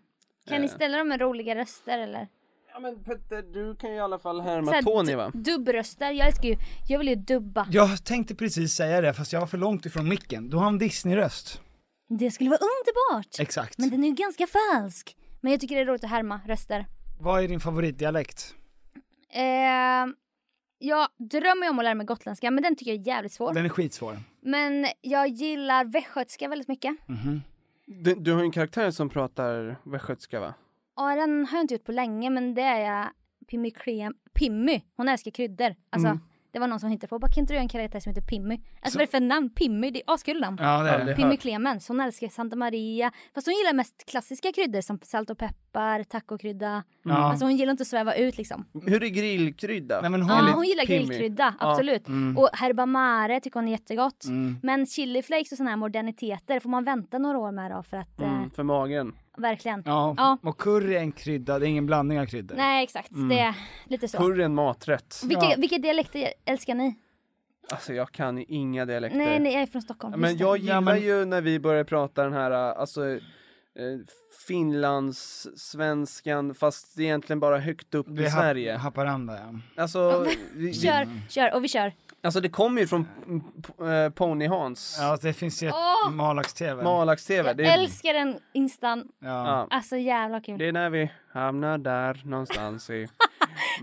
[SPEAKER 3] Kan
[SPEAKER 2] Eh.
[SPEAKER 3] ni ställa dem med roliga röster eller?
[SPEAKER 1] Ja men Petter, du kan ju i alla fall härma
[SPEAKER 3] Så här,
[SPEAKER 1] Tony
[SPEAKER 3] du-
[SPEAKER 1] va?
[SPEAKER 3] Dubbröster. Jag älskar ju, jag vill ju dubba.
[SPEAKER 2] Jag tänkte precis säga det fast jag var för långt ifrån micken. Du har en Disney-röst.
[SPEAKER 3] Det skulle vara underbart!
[SPEAKER 2] Exakt.
[SPEAKER 3] Men den är ju ganska falsk. Men jag tycker det är roligt att härma röster.
[SPEAKER 2] Vad är din favoritdialekt?
[SPEAKER 3] Eh, jag drömmer ju om att lära mig gotländska, men den tycker jag är jävligt svår.
[SPEAKER 2] Den är skitsvår.
[SPEAKER 3] Men jag gillar västgötska väldigt mycket.
[SPEAKER 1] Du, du har ju en karaktär som pratar västgötska va?
[SPEAKER 3] Ja, den har jag inte gjort på länge, men det är jag Pimmy Krem... Pimmy! Hon älskar kryddor. Alltså,
[SPEAKER 2] Mm.
[SPEAKER 3] det var någon som hittade på, bara kan inte du göra en karaktär som heter Pimmy? Alltså vad är det för namn? Pimmy, det är askul namn.
[SPEAKER 2] Ja, det är det.
[SPEAKER 3] Pimmy Clemens, hon älskar Santa Maria. Fast hon gillar mest klassiska kryddor som salt och peppar, tacokrydda. Alltså hon gillar inte att sväva ut liksom.
[SPEAKER 1] Hur är grillkrydda?
[SPEAKER 2] Nej, men hon,
[SPEAKER 3] Ja, hon gillar
[SPEAKER 1] Pimmy.
[SPEAKER 3] grillkrydda, absolut.
[SPEAKER 2] Mm.
[SPEAKER 3] Och herba mare tycker hon är jättegott. Men chiliflakes och sådana här moderniteter får man vänta några år med då för att eh,
[SPEAKER 1] Mm, för magen.
[SPEAKER 3] verkligen.
[SPEAKER 2] Ja.
[SPEAKER 3] Ja.
[SPEAKER 2] och curry är en krydda, det är ingen blandning av kryddor.
[SPEAKER 3] Nej exakt,
[SPEAKER 2] Mm.
[SPEAKER 3] det är lite så.
[SPEAKER 1] Curry är en maträtt.
[SPEAKER 3] Vilka,
[SPEAKER 2] Ja.
[SPEAKER 3] vilka dialekter älskar ni?
[SPEAKER 1] Alltså jag kan ju inga dialekter.
[SPEAKER 3] Nej, nej, jag är från Stockholm.
[SPEAKER 1] Men
[SPEAKER 3] just det.
[SPEAKER 1] jag gillar
[SPEAKER 2] Ja, men-
[SPEAKER 1] ju när vi börjar prata den här, alltså eh, Finlands svenskan fast det är egentligen bara högt upp
[SPEAKER 2] Det
[SPEAKER 1] i
[SPEAKER 2] är
[SPEAKER 1] Sverige.
[SPEAKER 2] Hap- Haparanda ja.
[SPEAKER 1] Alltså, vi, vi,
[SPEAKER 3] Kör, kör, och vi kör.
[SPEAKER 1] alltså det kommer ju från mm, p- eh, Pony Hans,
[SPEAKER 2] Ja, det finns ju ett
[SPEAKER 3] Åh!
[SPEAKER 2] Malax-TV.
[SPEAKER 1] Malax-TV.
[SPEAKER 3] Jag
[SPEAKER 1] Det, är-
[SPEAKER 3] älskar den instan.
[SPEAKER 2] ja.
[SPEAKER 1] ja,
[SPEAKER 3] Alltså jävla kul.
[SPEAKER 1] det är när vi hamnar där någonstans i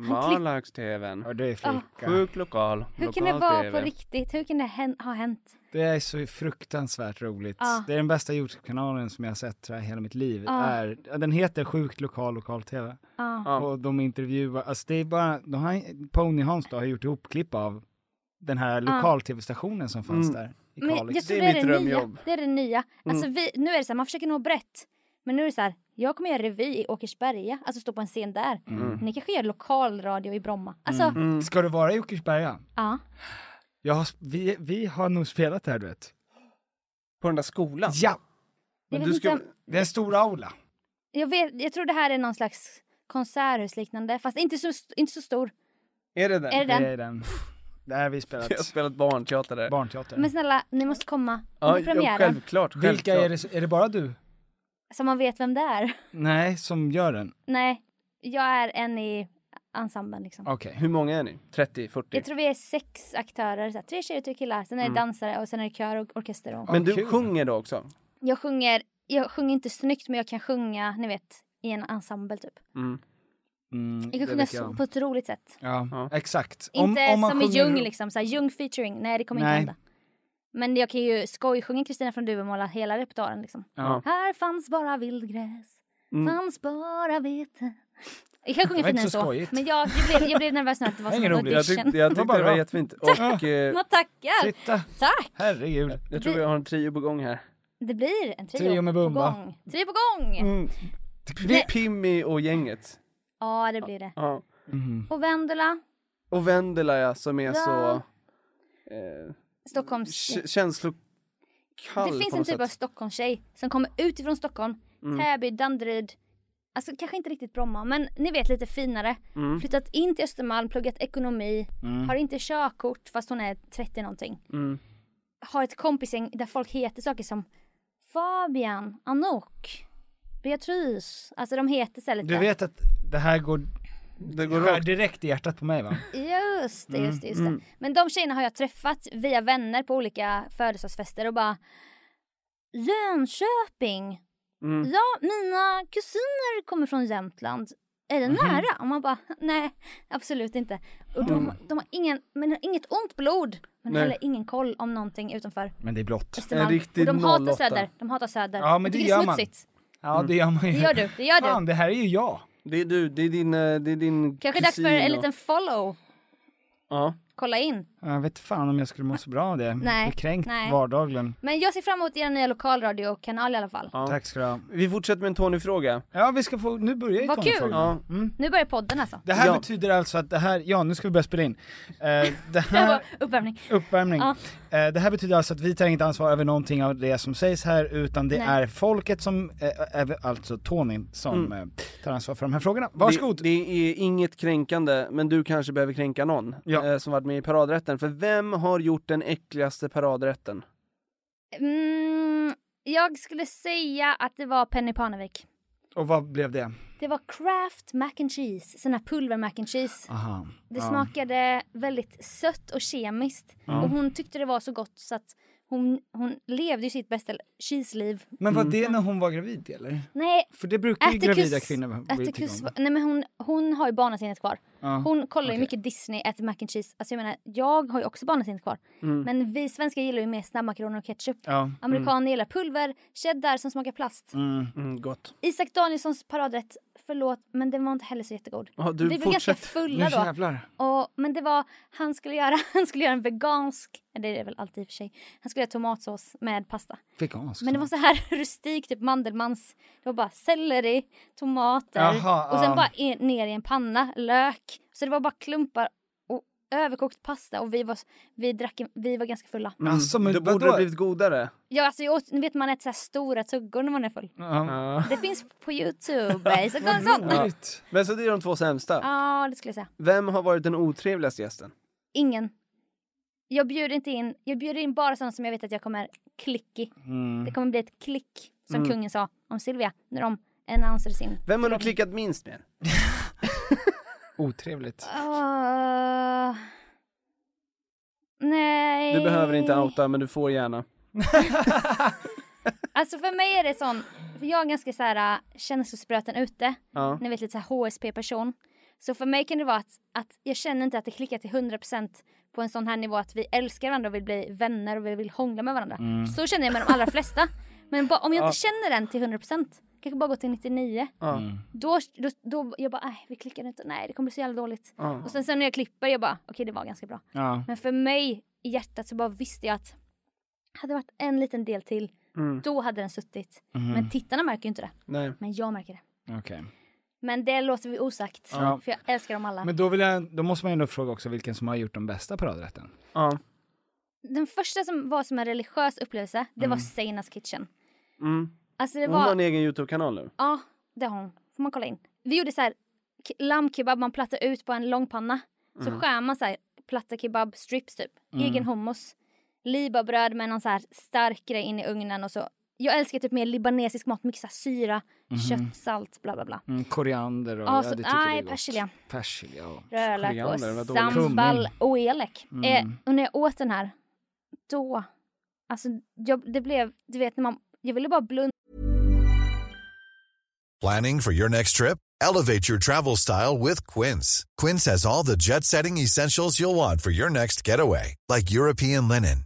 [SPEAKER 1] Malax-TVn.
[SPEAKER 2] Och det är
[SPEAKER 3] Ah.
[SPEAKER 2] flicka.
[SPEAKER 1] Sjuk lokal,
[SPEAKER 3] Hur kan det vara på riktigt? Hur kan det hän- ha hänt?
[SPEAKER 2] Det är så fruktansvärt roligt.
[SPEAKER 3] Ja.
[SPEAKER 2] Det är den bästa Youtube-kanalen som jag har sett tror jag, hela mitt liv.
[SPEAKER 3] Ah.
[SPEAKER 2] Är, ja, den heter Sjukt Lokal Lokal-TV.
[SPEAKER 3] Ja.
[SPEAKER 2] Och de intervjuar, alltså det är bara, de har, Pony Hans då har gjort ihopklipp av den här lokal-tv-stationen som fanns där i
[SPEAKER 3] Ah. Men jag
[SPEAKER 2] Kalix.
[SPEAKER 3] tror
[SPEAKER 1] Det är
[SPEAKER 3] det är,
[SPEAKER 1] mitt
[SPEAKER 3] det nya.
[SPEAKER 1] drömjobb. Mm.
[SPEAKER 3] Det är det nya. Alltså vi, nu är det så här, man försöker nå brett. Men nu är det så här, jag kommer göra revy i Åkersberga, alltså stå på en scen där.
[SPEAKER 1] Mm.
[SPEAKER 3] Ni kanske gör lokalradio i Bromma. Alltså,
[SPEAKER 2] Ska du vara i Åkersberga?
[SPEAKER 3] ja.
[SPEAKER 2] Jag har, vi, vi har nog spelat där, du vet.
[SPEAKER 1] På den där skolan?
[SPEAKER 2] Ja!
[SPEAKER 3] Jag
[SPEAKER 1] Men
[SPEAKER 3] vet,
[SPEAKER 1] du
[SPEAKER 3] inte,
[SPEAKER 1] ska...
[SPEAKER 3] om-
[SPEAKER 2] Det är en stor aula.
[SPEAKER 3] jag, vet, jag tror det här är någon slags konserthusliknande, fast inte så, st- inte så stor.
[SPEAKER 1] Är det den?
[SPEAKER 3] Är det
[SPEAKER 2] Det
[SPEAKER 3] den?
[SPEAKER 2] är den. Där vi spelat
[SPEAKER 1] Jag har spelat barnteater där.
[SPEAKER 2] barnteater.
[SPEAKER 3] Men snälla, ni måste komma
[SPEAKER 1] Ja,
[SPEAKER 3] på premiären.
[SPEAKER 1] ja, självklart, självklart.
[SPEAKER 2] Vilka är det, är det bara du?
[SPEAKER 3] Så man vet vem det är.
[SPEAKER 2] Nej, som gör den.
[SPEAKER 3] Nej, jag är en i ensemblen liksom.
[SPEAKER 2] Okej.
[SPEAKER 1] Hur många är ni? 30, 40?
[SPEAKER 3] Jag tror vi är sex aktörer, så här, tre tjejer och tre killar. Sen är det
[SPEAKER 2] Mm.
[SPEAKER 3] dansare och sen är det kör och orkester. Och...
[SPEAKER 1] Men
[SPEAKER 2] Ja,
[SPEAKER 1] du
[SPEAKER 2] kul.
[SPEAKER 1] sjunger då också?
[SPEAKER 3] Jag sjunger, jag sjunger inte snyggt men jag kan sjunga, ni vet, i en ensemble typ.
[SPEAKER 2] Mm,
[SPEAKER 3] Jag kan
[SPEAKER 2] det
[SPEAKER 3] sjunga
[SPEAKER 2] vet jag.
[SPEAKER 3] så, på ett roligt sätt.
[SPEAKER 2] Ja,
[SPEAKER 1] Ja.
[SPEAKER 2] exakt.
[SPEAKER 3] inte
[SPEAKER 2] man
[SPEAKER 3] som i
[SPEAKER 2] sjunger-
[SPEAKER 3] Ljung liksom, såhär Ljung featuring, nej det kommer
[SPEAKER 2] Nej.
[SPEAKER 3] inte hända. Men jag kan ju skojsjunga Kristina från Duvemåla hela repertoaren liksom.
[SPEAKER 2] Ja. Mm.
[SPEAKER 3] Här fanns bara vildgräs, fanns bara vete. Jag kan sjunga
[SPEAKER 2] var
[SPEAKER 3] finare
[SPEAKER 2] inte
[SPEAKER 3] än
[SPEAKER 2] så
[SPEAKER 3] så.
[SPEAKER 2] skojigt.
[SPEAKER 3] Men jag, jag, blev, jag blev nervös nu att det var som
[SPEAKER 2] Ingen
[SPEAKER 3] en
[SPEAKER 2] rolig.
[SPEAKER 1] Jag
[SPEAKER 3] audition.
[SPEAKER 1] tyckte, jag
[SPEAKER 2] Vad
[SPEAKER 1] tyckte
[SPEAKER 2] bra.
[SPEAKER 1] det var jättefint. Och eh,
[SPEAKER 3] Man tackar!
[SPEAKER 2] Titta,
[SPEAKER 3] Tack!
[SPEAKER 2] herregud.
[SPEAKER 1] jag tror vi har en trio på gång här.
[SPEAKER 3] Det blir en trio,
[SPEAKER 2] Trio med
[SPEAKER 3] på
[SPEAKER 2] Bumba. Mm.
[SPEAKER 3] gång. Trio på gång!
[SPEAKER 1] Vi... Pimmi och gänget.
[SPEAKER 3] Ja, det blir det.
[SPEAKER 1] Ja.
[SPEAKER 3] Och Vendela,
[SPEAKER 1] Och Vendela ja, som är så eh,
[SPEAKER 3] Stockholms...
[SPEAKER 1] k- känslokall
[SPEAKER 3] Det finns
[SPEAKER 1] på
[SPEAKER 3] en
[SPEAKER 1] något
[SPEAKER 3] typ av
[SPEAKER 1] sätt. Mm.
[SPEAKER 3] Stockholmstjej som kommer utifrån Stockholm, Täby, Danderyd, alltså kanske inte riktigt Bromma, men ni vet lite finare.
[SPEAKER 1] Mm.
[SPEAKER 3] Flyttat in till Östermalm, pluggat ekonomi, har inte körkort fast hon är 30 någonting.
[SPEAKER 1] Mm.
[SPEAKER 3] Har ett kompisgäng där folk heter saker som Fabian, Anouk, Beatrice, alltså de heter så här lite.
[SPEAKER 2] Du vet att det här går,
[SPEAKER 1] Det går
[SPEAKER 2] skär
[SPEAKER 1] rakt.
[SPEAKER 2] direkt i hjärtat på mig va?
[SPEAKER 3] Just det, just det,
[SPEAKER 2] Mm,
[SPEAKER 3] just det. Men de tjejerna har jag träffat via vänner på olika födelsedagsfester och bara Jönköping!
[SPEAKER 2] Mm.
[SPEAKER 3] Ja, mina kusiner kommer från Jämtland. Är det
[SPEAKER 2] Mhm.
[SPEAKER 3] nära? Och man bara, nej, absolut inte. Och
[SPEAKER 2] Mm.
[SPEAKER 3] de, de har ingen, men inget ont blod, men
[SPEAKER 1] Nej.
[SPEAKER 3] heller ingen koll om någonting utanför
[SPEAKER 2] Men det är blått.
[SPEAKER 1] En
[SPEAKER 3] Östermalm.
[SPEAKER 1] riktig
[SPEAKER 3] Och de hatar
[SPEAKER 1] 08.
[SPEAKER 3] söder, de hatar söder.
[SPEAKER 2] Ja, men
[SPEAKER 3] De
[SPEAKER 2] det
[SPEAKER 3] tycker
[SPEAKER 2] gör man.
[SPEAKER 3] smutsigt.
[SPEAKER 2] Ja, det gör man ju.
[SPEAKER 3] Det gör du, det gör du.
[SPEAKER 2] Fan, det här är ju jag.
[SPEAKER 1] Det är du, det är din, eh, det är din
[SPEAKER 3] Kanske
[SPEAKER 1] kusin
[SPEAKER 3] dags för en
[SPEAKER 1] och-
[SPEAKER 3] liten follow.
[SPEAKER 1] Ja.
[SPEAKER 3] Kolla in.
[SPEAKER 2] Jag vet fan om jag skulle må så bra av det.
[SPEAKER 3] Nej,
[SPEAKER 2] Jag är kränkt
[SPEAKER 3] nej.
[SPEAKER 2] vardagligen.
[SPEAKER 3] Men jag ser fram emot er nya lokalradiokanal i alla fall.
[SPEAKER 1] Ja.
[SPEAKER 2] Tack ska du ha.
[SPEAKER 1] Vi fortsätter med en Tony-fråga.
[SPEAKER 2] Ja, vi ska få, nu börjar ju
[SPEAKER 3] Vad kul.
[SPEAKER 2] tonårsfrågan.
[SPEAKER 1] Ja.
[SPEAKER 3] Nu börjar podden alltså.
[SPEAKER 2] Det här
[SPEAKER 1] Ja.
[SPEAKER 2] betyder alltså att det här, ja nu ska vi börja spela in. Eh, det
[SPEAKER 3] Det här var
[SPEAKER 2] här,
[SPEAKER 3] uppvärmning.
[SPEAKER 2] uppvärmning.
[SPEAKER 3] Ja.
[SPEAKER 2] Eh, det här betyder alltså att vi tar inget ansvar över någonting av det som sägs här utan det
[SPEAKER 3] Nej. Mm.
[SPEAKER 2] är folket som, eh, är- alltså Tony, som eh, tar ansvar för de här frågorna. Varsågod!
[SPEAKER 1] Det, det är inget kränkande, men du kanske behöver kränka någon
[SPEAKER 2] Ja.
[SPEAKER 1] eh, som varit med i paradrätten. För vem har gjort den äckligaste paradrätten?
[SPEAKER 3] Mm, jag skulle säga att det var Penny Parnevik.
[SPEAKER 2] Och vad blev det?
[SPEAKER 3] Det var Kraft mac and cheese, sån här pulver mac and cheese.
[SPEAKER 2] Aha.
[SPEAKER 3] Det smakade väldigt sött och kemiskt. Och hon tyckte det var så gott så att hon, hon levde ju sitt bästa cheese-liv.
[SPEAKER 2] Men var det när hon var gravid eller?
[SPEAKER 3] Nej,
[SPEAKER 2] För det brukar ju gravida
[SPEAKER 3] Atticus,
[SPEAKER 2] kvinnor bli
[SPEAKER 3] Atticus,
[SPEAKER 2] tycka om.
[SPEAKER 3] nej men hon, hon har ju barnasinnet kvar.
[SPEAKER 2] Ja.
[SPEAKER 3] Hon kollar ju
[SPEAKER 2] okej.
[SPEAKER 3] mycket Disney, äter mac and cheese. Alltså jag menar, jag har ju också barnasinnet kvar.
[SPEAKER 2] Mm.
[SPEAKER 3] Men vi svenskar gillar ju mer snabbmakaroner och ketchup.
[SPEAKER 2] Ja.
[SPEAKER 3] Amerikaner
[SPEAKER 2] Mm.
[SPEAKER 3] gillar pulver, cheddar som smakar plast.
[SPEAKER 1] Mm, gott.
[SPEAKER 3] Isak Danielssons paradrätt, förlåt men den var inte heller så jättegod.
[SPEAKER 1] Ja, du
[SPEAKER 3] vi blev ganska
[SPEAKER 1] fortsätter.
[SPEAKER 3] fulla
[SPEAKER 2] Nu
[SPEAKER 3] då.
[SPEAKER 2] jävlar.
[SPEAKER 3] Och, men det var, han skulle göra, han skulle göra en vegansk, det är det väl alltid i och för sig. Han skulle göra tomatsås med pasta.
[SPEAKER 2] Vegansk.
[SPEAKER 3] Men det var så här rustik, typ Mandelmans. Det var bara selleri, tomater
[SPEAKER 2] Jaha,
[SPEAKER 3] och sen
[SPEAKER 2] ja.
[SPEAKER 3] bara i, ner i en panna, lök. Så det var bara klumpar och överkokt pasta och vi var, vi drack, vi var ganska fulla.
[SPEAKER 1] Mm.
[SPEAKER 2] Alltså, men
[SPEAKER 1] det borde
[SPEAKER 2] vadå?
[SPEAKER 1] ha blivit godare.
[SPEAKER 3] Ja, alltså, jag åt, ni vet man äter så här stora tuggor när man är full.
[SPEAKER 2] Ja.
[SPEAKER 3] Det finns på Youtube. eh, Så
[SPEAKER 1] Mm.
[SPEAKER 3] kom sånt. Ja,
[SPEAKER 2] Roligt.
[SPEAKER 1] Men så det är de två sämsta.
[SPEAKER 3] det skulle jag säga.
[SPEAKER 1] Vem har varit den otrevligaste gästen?
[SPEAKER 3] Ingen. Jag bjuder inte in. Jag bjuder in bara sådana som jag vet att jag kommer klick i.
[SPEAKER 1] Mm.
[SPEAKER 3] Det kommer bli ett klick, som kungen sa om Silvia, när de annonserade sin.
[SPEAKER 1] Vem har du klickat minst med?
[SPEAKER 2] Otrevligt.
[SPEAKER 3] Ah. nej.
[SPEAKER 1] Du behöver inte
[SPEAKER 3] Eh.
[SPEAKER 1] outa, men du får gärna.
[SPEAKER 3] Alltså för mig är det sån, för jag är ganska så här äh, känslospröten ute.
[SPEAKER 1] Ja.
[SPEAKER 3] Ni vet lite så här HSP-person. Så för mig kan det vara att, att jag känner inte att det klickar till 100% på en sån här nivå att vi älskar varandra och vill bli vänner och vi vill hångla med varandra. Så känner jag med de allra flesta. Men ba, om jag inte känner den till 100% kanske bara går till 99. Då, då, då jag bara, nej vi klickar inte, nej det kommer bli så jävla dåligt. Och sen, sen när jag klipper jag bara, okej det var ganska bra.
[SPEAKER 2] Ja.
[SPEAKER 3] Men för mig i hjärtat så bara visste jag att hade det varit en liten del till
[SPEAKER 2] Mm.
[SPEAKER 3] Då hade den suttit.
[SPEAKER 1] Mhm.
[SPEAKER 3] Men tittarna märker ju inte det.
[SPEAKER 1] Nej.
[SPEAKER 3] Men jag märker det.
[SPEAKER 2] Okej.
[SPEAKER 3] Men det låter vi osagt.
[SPEAKER 2] Ja.
[SPEAKER 3] För jag älskar dem alla.
[SPEAKER 2] Men då, vill jag, då måste man ju ändå fråga också vilken som har gjort den bästa paradrätten.
[SPEAKER 1] Ja.
[SPEAKER 3] Den första som var som en religiös upplevelse, det var Seinas Kitchen.
[SPEAKER 1] Mm.
[SPEAKER 3] Alltså det
[SPEAKER 1] Hon
[SPEAKER 3] var...
[SPEAKER 1] har en egen YouTube-kanal nu.
[SPEAKER 3] Ja, det har hon. Får man kolla in. Vi gjorde så här k- lammkebab, man plattar ut på en lång panna. Så skär man så här platta kebab strips typ. Egen hummus. Libabröd med någon så här stark grej in i ugnen och så. Jag älskar typ mer libanesisk mat, mycket så här syra,
[SPEAKER 2] Mhm.
[SPEAKER 3] kött, salt, bla bla bla.
[SPEAKER 2] Mm, koriander och...
[SPEAKER 3] Ja, så-
[SPEAKER 2] det tycker
[SPEAKER 3] nej,
[SPEAKER 2] vi är gott.
[SPEAKER 3] persilja.
[SPEAKER 2] Persilja. och-
[SPEAKER 3] Rödlök och
[SPEAKER 1] Koriander, vad dåligt.
[SPEAKER 3] sambal
[SPEAKER 2] Kummin.
[SPEAKER 3] och elek.
[SPEAKER 2] Mm.
[SPEAKER 3] Eh, och när jag åt den här, då... Alltså, jag, det blev... Du vet, när man... Jag ville bara blunda
[SPEAKER 7] Planning for your next trip? Elevate your travel style with Quince. Quince has all the jet setting essentials you'll want for your next getaway, like European linen,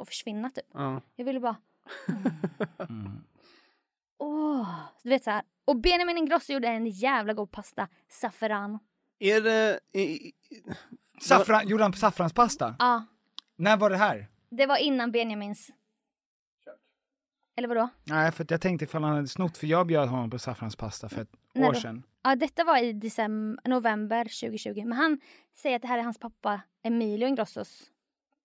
[SPEAKER 3] och försvinna typ.
[SPEAKER 1] Ja.
[SPEAKER 3] Jag ville bara...
[SPEAKER 2] Mm.
[SPEAKER 3] Åh, du vet så här. Och Benjamin Ingrosso gjorde en jävla god pasta, saffran.
[SPEAKER 1] Är det... i- i-
[SPEAKER 2] Saffran, gjorde han saffranspasta?
[SPEAKER 3] Ja,
[SPEAKER 2] När var det här?
[SPEAKER 3] det var innan Benjamins. Eller vadå?
[SPEAKER 2] Nej, för att jag tänkte ifall han hade snott, för jag bjöd honom på saffranspasta för ett
[SPEAKER 3] När
[SPEAKER 2] år
[SPEAKER 3] då?
[SPEAKER 2] sedan.
[SPEAKER 3] Ja, detta var i december, november 2020. Men han säger att det här är hans pappa Emilio Ingrossos.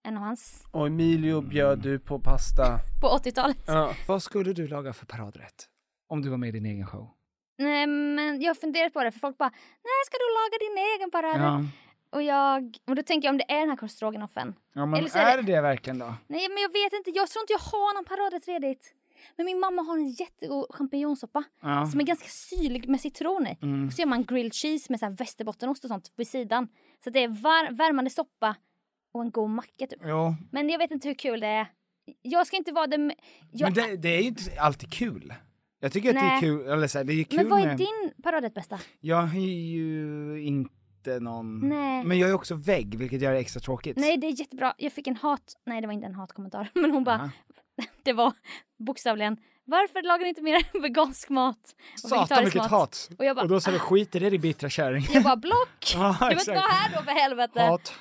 [SPEAKER 3] En av hans.
[SPEAKER 1] Och Emilio bjöd du på pasta.
[SPEAKER 3] På 80-talet.
[SPEAKER 1] Ja.
[SPEAKER 2] Vad skulle du laga för paradrätt? Om du var med i din egen show?
[SPEAKER 3] Nej, men jag har funderat på det för folk bara, nej ska du laga din egen parad?
[SPEAKER 2] Ja.
[SPEAKER 3] Och jag, och då tänker jag om det är den här korvstroganoffen.
[SPEAKER 2] ja, men
[SPEAKER 3] Eller så
[SPEAKER 2] är
[SPEAKER 3] är
[SPEAKER 2] det
[SPEAKER 3] det-
[SPEAKER 2] det verkligen då?
[SPEAKER 3] Nej men jag vet inte, jag tror inte jag har någon paradrätt redigt. Men min mamma har en jättegod champinjonsoppa
[SPEAKER 2] Ja. Mm.
[SPEAKER 3] som är ganska syrlig med citron i. Och så gör man grilled cheese med så här västerbottenost och sånt vid sidan. Så att det är var- värmande soppa och en god macka typ.
[SPEAKER 2] Jo,
[SPEAKER 3] Men jag vet inte hur kul det är. Jag ska inte vara den... Jag,
[SPEAKER 2] men det, det är ju inte alltid kul. Jag tycker att det är
[SPEAKER 3] Nej.
[SPEAKER 2] kul, eller så här, det är kul
[SPEAKER 3] men vad är
[SPEAKER 2] med...
[SPEAKER 3] din paradrätt bästa?
[SPEAKER 2] Jag har ju inte någon...
[SPEAKER 3] Nej.
[SPEAKER 2] Men jag är också vägg, vilket gör det extra tråkigt.
[SPEAKER 3] Nej det är jättebra, jag fick en hat... Nej det var inte en hatkommentar. Men hon bara...
[SPEAKER 2] Aha.
[SPEAKER 3] det var bokstavligen... Varför lagar ni inte mer vegansk mat? och
[SPEAKER 2] Satan
[SPEAKER 3] vegetarisk
[SPEAKER 2] vilket
[SPEAKER 3] mat?"
[SPEAKER 2] hat!
[SPEAKER 3] Och jag bara... "Ah."
[SPEAKER 2] då sa du skit i det din bittra kärring.
[SPEAKER 3] Jag bara block!
[SPEAKER 2] Ja,
[SPEAKER 3] du vill
[SPEAKER 2] exakt.
[SPEAKER 3] inte vara här då för helvete!
[SPEAKER 2] Hat.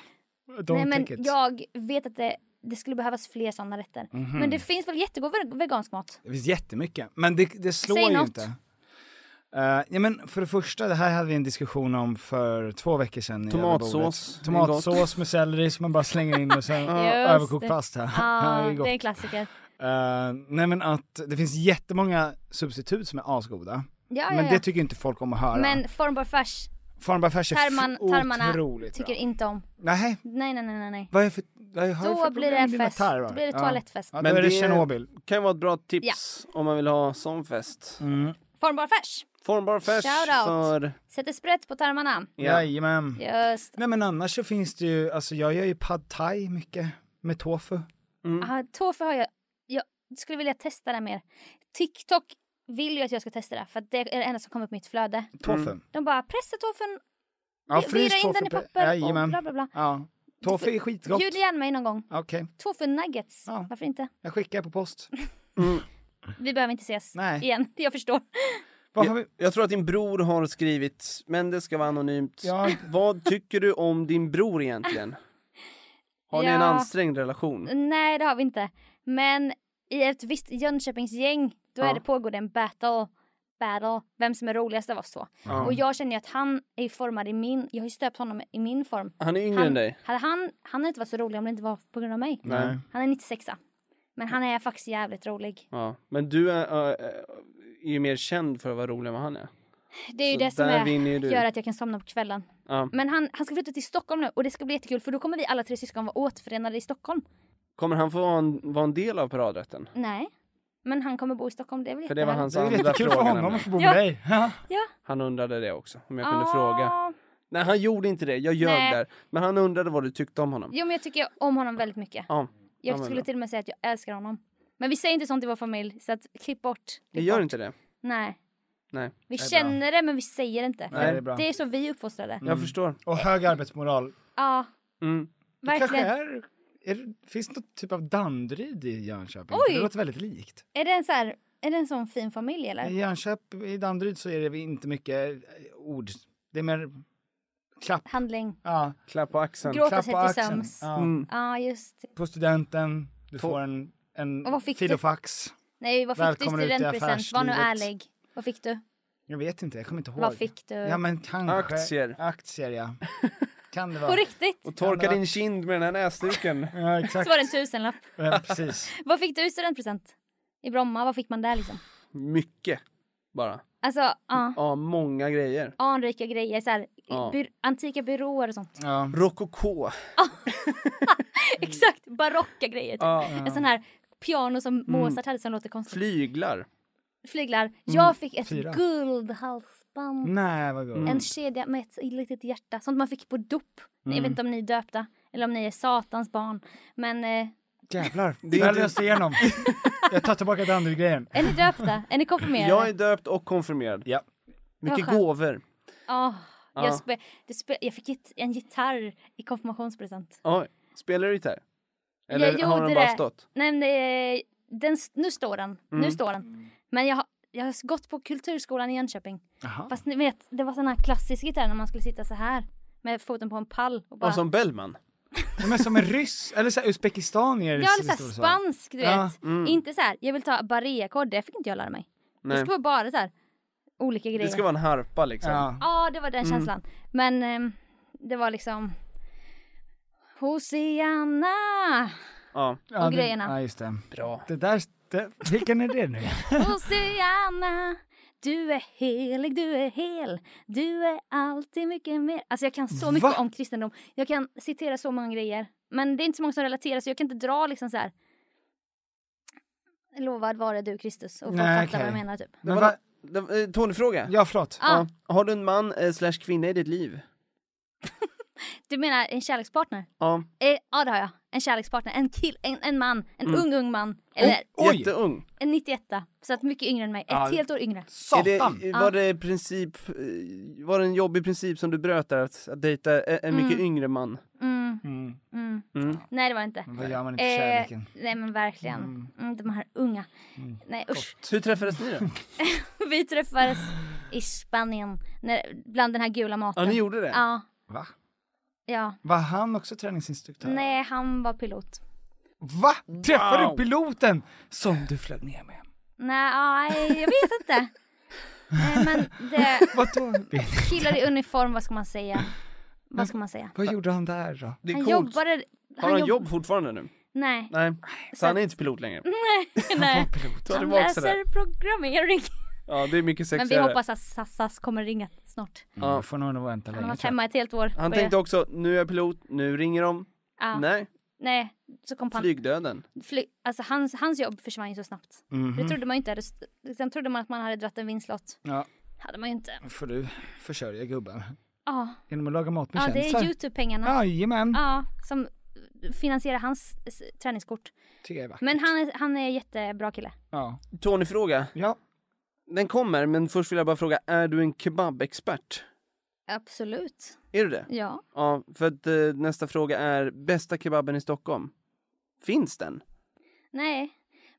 [SPEAKER 2] Don't
[SPEAKER 3] Nej men
[SPEAKER 2] take it.
[SPEAKER 3] jag vet att det, det skulle behövas fler sådana rätter.
[SPEAKER 2] Mhm.
[SPEAKER 3] Men det finns väl jättegod ve- vegansk mat?
[SPEAKER 2] Det finns jättemycket, men det, det slår
[SPEAKER 3] Säg
[SPEAKER 2] ju
[SPEAKER 3] något.
[SPEAKER 2] inte. Eh, ja, men för det första, det här hade vi en diskussion om för två veckor sedan. i Jävla
[SPEAKER 1] Tomatsås,
[SPEAKER 2] Bordet.
[SPEAKER 1] det är
[SPEAKER 2] Tomatsås med selleri som man bara slänger in och sen överkokt
[SPEAKER 3] det.
[SPEAKER 2] pasta.
[SPEAKER 3] Ja,
[SPEAKER 2] det är
[SPEAKER 3] det är en
[SPEAKER 2] gott.
[SPEAKER 3] klassiker.
[SPEAKER 2] Eh, nej men att det finns jättemånga substitut som är asgoda.
[SPEAKER 3] Ja,
[SPEAKER 2] men
[SPEAKER 3] ja,
[SPEAKER 2] det
[SPEAKER 3] ja.
[SPEAKER 2] tycker inte folk om att höra.
[SPEAKER 3] Men formbar färs,
[SPEAKER 2] Formbarfärs är
[SPEAKER 3] tarman,
[SPEAKER 2] f-
[SPEAKER 3] tarmarna
[SPEAKER 2] otroligt
[SPEAKER 3] tycker
[SPEAKER 2] bra.
[SPEAKER 3] inte om.
[SPEAKER 2] Nej,
[SPEAKER 3] Nej, nej, nej, nej, nej.
[SPEAKER 2] vad är för, vad har jag
[SPEAKER 3] Då
[SPEAKER 2] för
[SPEAKER 3] blir
[SPEAKER 2] problem
[SPEAKER 3] det
[SPEAKER 2] med dina
[SPEAKER 3] fest.
[SPEAKER 2] tarmar?
[SPEAKER 3] Då blir det
[SPEAKER 2] Ja.
[SPEAKER 3] toalettfest.
[SPEAKER 2] Ja, då
[SPEAKER 1] Men
[SPEAKER 2] är det
[SPEAKER 1] det-
[SPEAKER 2] Tjernobyl.
[SPEAKER 1] kan vara ett bra tips om man vill ha sån fest.
[SPEAKER 3] Formbar färs,
[SPEAKER 1] Formbar fest
[SPEAKER 3] Shoutout.
[SPEAKER 1] för...
[SPEAKER 3] sätter sprätt på tarmarna.
[SPEAKER 2] Jajamän.
[SPEAKER 3] Just.
[SPEAKER 2] Nej men annars så finns det ju, alltså jag gör ju pad thai mycket med tofu. Mm.
[SPEAKER 3] Ah, tofu har jag, jag skulle vilja testa det mer. TikTok vill ju att jag ska testa det, för att det är det enda som kommer upp i mitt flöde.
[SPEAKER 2] Tofu.
[SPEAKER 3] De bara pressa tofun,
[SPEAKER 2] Ja,
[SPEAKER 3] vi- vira in den i
[SPEAKER 2] på-
[SPEAKER 3] papper och
[SPEAKER 2] Jajamän.
[SPEAKER 3] bla bla bla.
[SPEAKER 2] Ja. Tofu är skitgott.
[SPEAKER 3] Bjud igen mig någon gång.
[SPEAKER 2] Okej,
[SPEAKER 3] Tofu nuggets,
[SPEAKER 2] Ja.
[SPEAKER 3] varför inte?
[SPEAKER 2] jag skickar på post.
[SPEAKER 3] Vi behöver inte ses
[SPEAKER 2] Nej.
[SPEAKER 3] igen, jag förstår.
[SPEAKER 2] Vad har
[SPEAKER 1] Jag,
[SPEAKER 2] vi?
[SPEAKER 1] jag tror att din bror har skrivit, men det ska vara anonymt.
[SPEAKER 2] Ja.
[SPEAKER 1] Vad tycker du om din bror egentligen? Har ni en
[SPEAKER 3] Ja.
[SPEAKER 1] ansträngd relation?
[SPEAKER 3] Nej, det har vi inte. Men i ett visst Jönköpingsgäng, då
[SPEAKER 1] Ja.
[SPEAKER 3] är det pågår det en battle. Battle, vem som är roligast av oss två.
[SPEAKER 1] Ja.
[SPEAKER 3] Och jag känner ju att han är formad i min, jag har ju stöpt honom i min form.
[SPEAKER 1] Han är yngre
[SPEAKER 3] Han,
[SPEAKER 1] än dig.
[SPEAKER 3] Hade han, han hade inte varit så rolig om det inte var på grund av mig.
[SPEAKER 1] Nej.
[SPEAKER 3] Han är 96 Men han är faktiskt jävligt rolig.
[SPEAKER 1] Ja. Men du är, äh, äh, är ju mer känd för att vara rolig än vad han är.
[SPEAKER 3] Det är ju
[SPEAKER 1] Så
[SPEAKER 3] det som
[SPEAKER 1] där
[SPEAKER 3] är,
[SPEAKER 1] vinner ju du.
[SPEAKER 3] gör att jag kan somna på kvällen.
[SPEAKER 1] Ja.
[SPEAKER 3] Men han, han ska flytta till Stockholm nu och det ska bli jättekul för då kommer vi alla tre syskon vara återförenade i Stockholm.
[SPEAKER 1] Kommer han få vara en, vara en del av paradrätten?
[SPEAKER 3] Nej. Men han kommer bo i Stockholm, det är väl
[SPEAKER 1] För det var
[SPEAKER 3] jättehärligt.
[SPEAKER 1] hans
[SPEAKER 2] Det är
[SPEAKER 1] andra
[SPEAKER 2] jättekul för
[SPEAKER 1] fråga.
[SPEAKER 2] honom
[SPEAKER 1] nämligen.
[SPEAKER 2] att få bo med
[SPEAKER 3] Ja.
[SPEAKER 2] dig. Ja.
[SPEAKER 1] Han undrade det också, om jag kunde
[SPEAKER 3] Ja.
[SPEAKER 1] fråga. Nej, han gjorde inte det. Jag ljög
[SPEAKER 3] Nej.
[SPEAKER 1] där. Men han undrade vad du tyckte om honom.
[SPEAKER 3] Jo men jag tycker om honom väldigt mycket.
[SPEAKER 1] Ja. Ja,
[SPEAKER 3] Jag
[SPEAKER 1] men
[SPEAKER 3] skulle
[SPEAKER 1] bra.
[SPEAKER 3] till och med säga att jag älskar honom. Men vi säger inte sånt i vår familj så att klipp bort.
[SPEAKER 1] Ni
[SPEAKER 3] Klipp
[SPEAKER 1] gör
[SPEAKER 3] bort.
[SPEAKER 1] inte det?
[SPEAKER 3] Nej.
[SPEAKER 1] Nej.
[SPEAKER 3] Vi känner det men vi säger det inte.
[SPEAKER 2] Nej, det är bra.
[SPEAKER 3] är så vi är uppfostrade.
[SPEAKER 1] Mm. Jag förstår.
[SPEAKER 2] Och hög arbetsmoral.
[SPEAKER 3] Ja,
[SPEAKER 1] Mm.
[SPEAKER 2] Kanske
[SPEAKER 3] verkligen.
[SPEAKER 2] är, är, det- finns det något typ av Danderyd i Jönköping?
[SPEAKER 3] Oj!
[SPEAKER 2] För Det låter väldigt likt.
[SPEAKER 3] Är det en så här, är det en sån fin familj eller?
[SPEAKER 2] I Jönköping, i Danderyd så är det inte mycket eh, ord. Det är mer klapp.
[SPEAKER 3] Handling.
[SPEAKER 2] Ja,
[SPEAKER 1] Klapp på axeln.
[SPEAKER 3] Gråt. Låta
[SPEAKER 2] klapp
[SPEAKER 3] sig
[SPEAKER 2] på
[SPEAKER 3] till
[SPEAKER 2] axeln.
[SPEAKER 3] söms.
[SPEAKER 2] Ja.
[SPEAKER 1] Mm.
[SPEAKER 3] Ja, just det.
[SPEAKER 2] På studenten, du får en,
[SPEAKER 3] Och
[SPEAKER 2] en
[SPEAKER 3] vad fick du?
[SPEAKER 2] filofax.
[SPEAKER 3] Nej, vad fick du i
[SPEAKER 2] Välkommen ut i
[SPEAKER 3] studentpresent? Var nu
[SPEAKER 2] affärslivet.
[SPEAKER 3] ärlig. Vad fick du?
[SPEAKER 2] Jag vet inte, jag kommer inte ihåg.
[SPEAKER 3] Vad fick du?
[SPEAKER 2] Ja, men kanske.
[SPEAKER 1] Aktier.
[SPEAKER 2] Aktier, ja. kan det vara.
[SPEAKER 3] På riktigt?
[SPEAKER 1] Och torka din kind med den här näsduken.
[SPEAKER 2] Ja, exakt.
[SPEAKER 3] Så var det en tusenlapp.
[SPEAKER 2] Ja, precis.
[SPEAKER 3] Vad fick du i studentpresent? I Bromma, vad fick man där liksom?
[SPEAKER 1] Mycket. Bara.
[SPEAKER 3] Alltså, ja.
[SPEAKER 1] Ja, många grejer.
[SPEAKER 3] Anrika grejer, så här,
[SPEAKER 1] Ja.
[SPEAKER 3] byr- antika byråer och sånt.
[SPEAKER 2] Ja.
[SPEAKER 1] Rokoko.
[SPEAKER 3] Exakt, barocka grejer. Typ.
[SPEAKER 1] Ja.
[SPEAKER 3] En sån här piano som
[SPEAKER 2] Mm.
[SPEAKER 3] Mozart hade som låter konstigt.
[SPEAKER 1] Flyglar.
[SPEAKER 3] Flyglar. Jag fick ett
[SPEAKER 2] Fyra. Mm.
[SPEAKER 3] guldhalsband.
[SPEAKER 2] Nej, vad gott.
[SPEAKER 3] En kedja med ett litet hjärta, sånt man fick på dop. Jag
[SPEAKER 2] Mm.
[SPEAKER 3] vet inte om ni är döpta, eller om ni är satans barn. Men eh,
[SPEAKER 2] Jävlar.
[SPEAKER 1] Det
[SPEAKER 2] Det
[SPEAKER 1] är
[SPEAKER 2] är jag
[SPEAKER 1] inte-
[SPEAKER 2] löste igenom. jag tar tillbaka Danderyd-grejen.
[SPEAKER 3] är ni döpta? är ni konfirmerade?
[SPEAKER 1] Jag är döpt och konfirmerad.
[SPEAKER 2] Ja.
[SPEAKER 1] Mycket
[SPEAKER 3] skönt.
[SPEAKER 1] gåvor.
[SPEAKER 3] Ja, jag,
[SPEAKER 1] Ja.
[SPEAKER 3] spe- det spe- jag fick ett, en gitarr i konfirmationspresent.
[SPEAKER 1] Ja. Spelar du gitarr? Eller
[SPEAKER 3] jag
[SPEAKER 1] har den bara
[SPEAKER 3] det.
[SPEAKER 1] stått?
[SPEAKER 3] Nej, men
[SPEAKER 1] Mm.
[SPEAKER 3] det- den, s- nu står den. Nu står den. Men jag, har- jag har s- gått på kulturskolan i Jönköping.
[SPEAKER 2] Jaha.
[SPEAKER 3] Fast ni vet, det var sån här klassisk gitarr när man skulle sitta så här med foten på en pall och bara...
[SPEAKER 1] Och som Bellman?
[SPEAKER 2] De är som en ryss, eller så här, uzbekistanier.
[SPEAKER 3] Ja, eller
[SPEAKER 2] det
[SPEAKER 3] såhär
[SPEAKER 2] står så.
[SPEAKER 1] liksom,
[SPEAKER 3] spansk, du
[SPEAKER 2] Ja,
[SPEAKER 3] vet. Inte så här, jag vill ta barré-ackord, det fick inte jag lära mig.
[SPEAKER 1] mm. Nej.
[SPEAKER 3] Det ska vara bara så här, olika grejer.
[SPEAKER 1] Det ska vara en harpa liksom.
[SPEAKER 2] Ja.
[SPEAKER 3] Ja, det var
[SPEAKER 2] Mm.
[SPEAKER 3] den känslan. Men ehm, det var liksom Hosianna
[SPEAKER 1] Ja.
[SPEAKER 2] Ja, det-
[SPEAKER 3] grejerna.
[SPEAKER 2] Ja, just det.
[SPEAKER 1] Bra.
[SPEAKER 2] Det där, det, vilken är det nu?
[SPEAKER 3] Hosianna Du är helig, du är hel Du är alltid mycket mer Alltså jag kan så mycket
[SPEAKER 2] Va?
[SPEAKER 3] om kristendom. Jag kan citera så många grejer. Men det är inte så många som relaterar så jag kan inte dra liksom så här. Lovad vare du Kristus och folk
[SPEAKER 2] Nej,
[SPEAKER 3] fattar
[SPEAKER 2] okej.
[SPEAKER 3] vad jag menar typ.
[SPEAKER 1] Det
[SPEAKER 2] Men
[SPEAKER 1] var,
[SPEAKER 2] vad,
[SPEAKER 1] det var, eh, Tony-fråga.
[SPEAKER 2] ja, förlåt.
[SPEAKER 3] Ah,
[SPEAKER 1] Ja. Har du en man eh, slash kvinna i ditt liv?
[SPEAKER 3] Du menar en kärlekspartner?
[SPEAKER 1] Ja.
[SPEAKER 3] Eh, ja det har jag. En kärlekspartner. En kill, en, en man. En
[SPEAKER 2] Mm.
[SPEAKER 3] ung ung man. Eller
[SPEAKER 2] Oj!
[SPEAKER 1] Jätteung.
[SPEAKER 3] en 91 Så att mycket yngre än mig. Ett
[SPEAKER 2] Ja.
[SPEAKER 3] helt år yngre.
[SPEAKER 1] Är det,
[SPEAKER 2] Satan!
[SPEAKER 1] var det princip, eh, var det en jobbig princip som du bröt där? Att, att dejta eh, en, en mycket yngre man?
[SPEAKER 3] Mm.
[SPEAKER 2] Mm.
[SPEAKER 3] Mm.
[SPEAKER 1] Mm.
[SPEAKER 3] Nej det var det inte.
[SPEAKER 2] Vad gör man inte för
[SPEAKER 3] Eh,
[SPEAKER 2] kärleken?
[SPEAKER 3] nej men verkligen. Mm. de här unga.
[SPEAKER 1] Mm.
[SPEAKER 3] Nej usch.
[SPEAKER 1] Hur träffades ni då?
[SPEAKER 3] Vi träffades i Spanien. När, bland den här gula maten.
[SPEAKER 1] Ja, ni gjorde det?
[SPEAKER 3] Ja.
[SPEAKER 2] Va?
[SPEAKER 3] Ja.
[SPEAKER 2] Var han också träningsinstruktör?
[SPEAKER 3] Nej han var pilot.
[SPEAKER 2] Va? Träffade du piloten som du flög ner med?
[SPEAKER 3] Nej, ja, jag vet inte. Nej, men det,
[SPEAKER 2] Vadå?
[SPEAKER 3] killar i uniform, vad ska man säga? Vad ska man säga?
[SPEAKER 2] Vad gjorde han där då?
[SPEAKER 1] Det är
[SPEAKER 3] Han
[SPEAKER 1] coolt.
[SPEAKER 3] jobbade...
[SPEAKER 1] Har han
[SPEAKER 3] jobb-
[SPEAKER 1] jobb fortfarande nu?
[SPEAKER 3] Nej. Mm.
[SPEAKER 1] Nej. Så han är inte pilot längre?
[SPEAKER 3] nej.
[SPEAKER 1] Ta
[SPEAKER 3] Han
[SPEAKER 1] tillbaka det där.
[SPEAKER 3] läser programmering.
[SPEAKER 1] Ja, det är mycket
[SPEAKER 3] Men vi
[SPEAKER 1] sexigare.
[SPEAKER 3] hoppas att Sassas kommer ringa snart.
[SPEAKER 2] Ja. Får nog nog vänta
[SPEAKER 3] Han har
[SPEAKER 2] länge.
[SPEAKER 3] varit
[SPEAKER 2] tror jag.
[SPEAKER 3] hemma ett helt år.
[SPEAKER 1] Han
[SPEAKER 3] Och jag-
[SPEAKER 1] tänkte också, nu är jag pilot, nu ringer de.
[SPEAKER 3] ja. nej.
[SPEAKER 1] Nej,
[SPEAKER 3] så kom han...
[SPEAKER 1] flygdöden.
[SPEAKER 3] fly- alltså hans, hans jobb försvann ju så snabbt.
[SPEAKER 1] Mhm.
[SPEAKER 3] Det trodde man ju inte. hade st- Sen trodde man att man hade dratt en vinstlott.
[SPEAKER 2] Ja,
[SPEAKER 3] hade man ju inte.
[SPEAKER 2] då får du försörja gubben
[SPEAKER 3] Ja,
[SPEAKER 2] genom att laga mat med
[SPEAKER 3] ja det
[SPEAKER 2] känslor.
[SPEAKER 3] är Youtube-pengarna. Ja.
[SPEAKER 2] Jajamän.
[SPEAKER 3] som finansierar hans s- träningskort.
[SPEAKER 2] Tycker jag är vackert.
[SPEAKER 3] Men han, är- han är jättebra kille.
[SPEAKER 2] Ja.
[SPEAKER 1] Tony-fråga.
[SPEAKER 2] ja.
[SPEAKER 1] Den kommer, men först vill jag bara fråga, är du en kebabexpert?
[SPEAKER 3] Absolut.
[SPEAKER 1] Är du det?
[SPEAKER 3] Ja.
[SPEAKER 1] Ja, för att eh, nästa fråga är, bästa kebaben i Stockholm? Finns den?
[SPEAKER 3] Nej.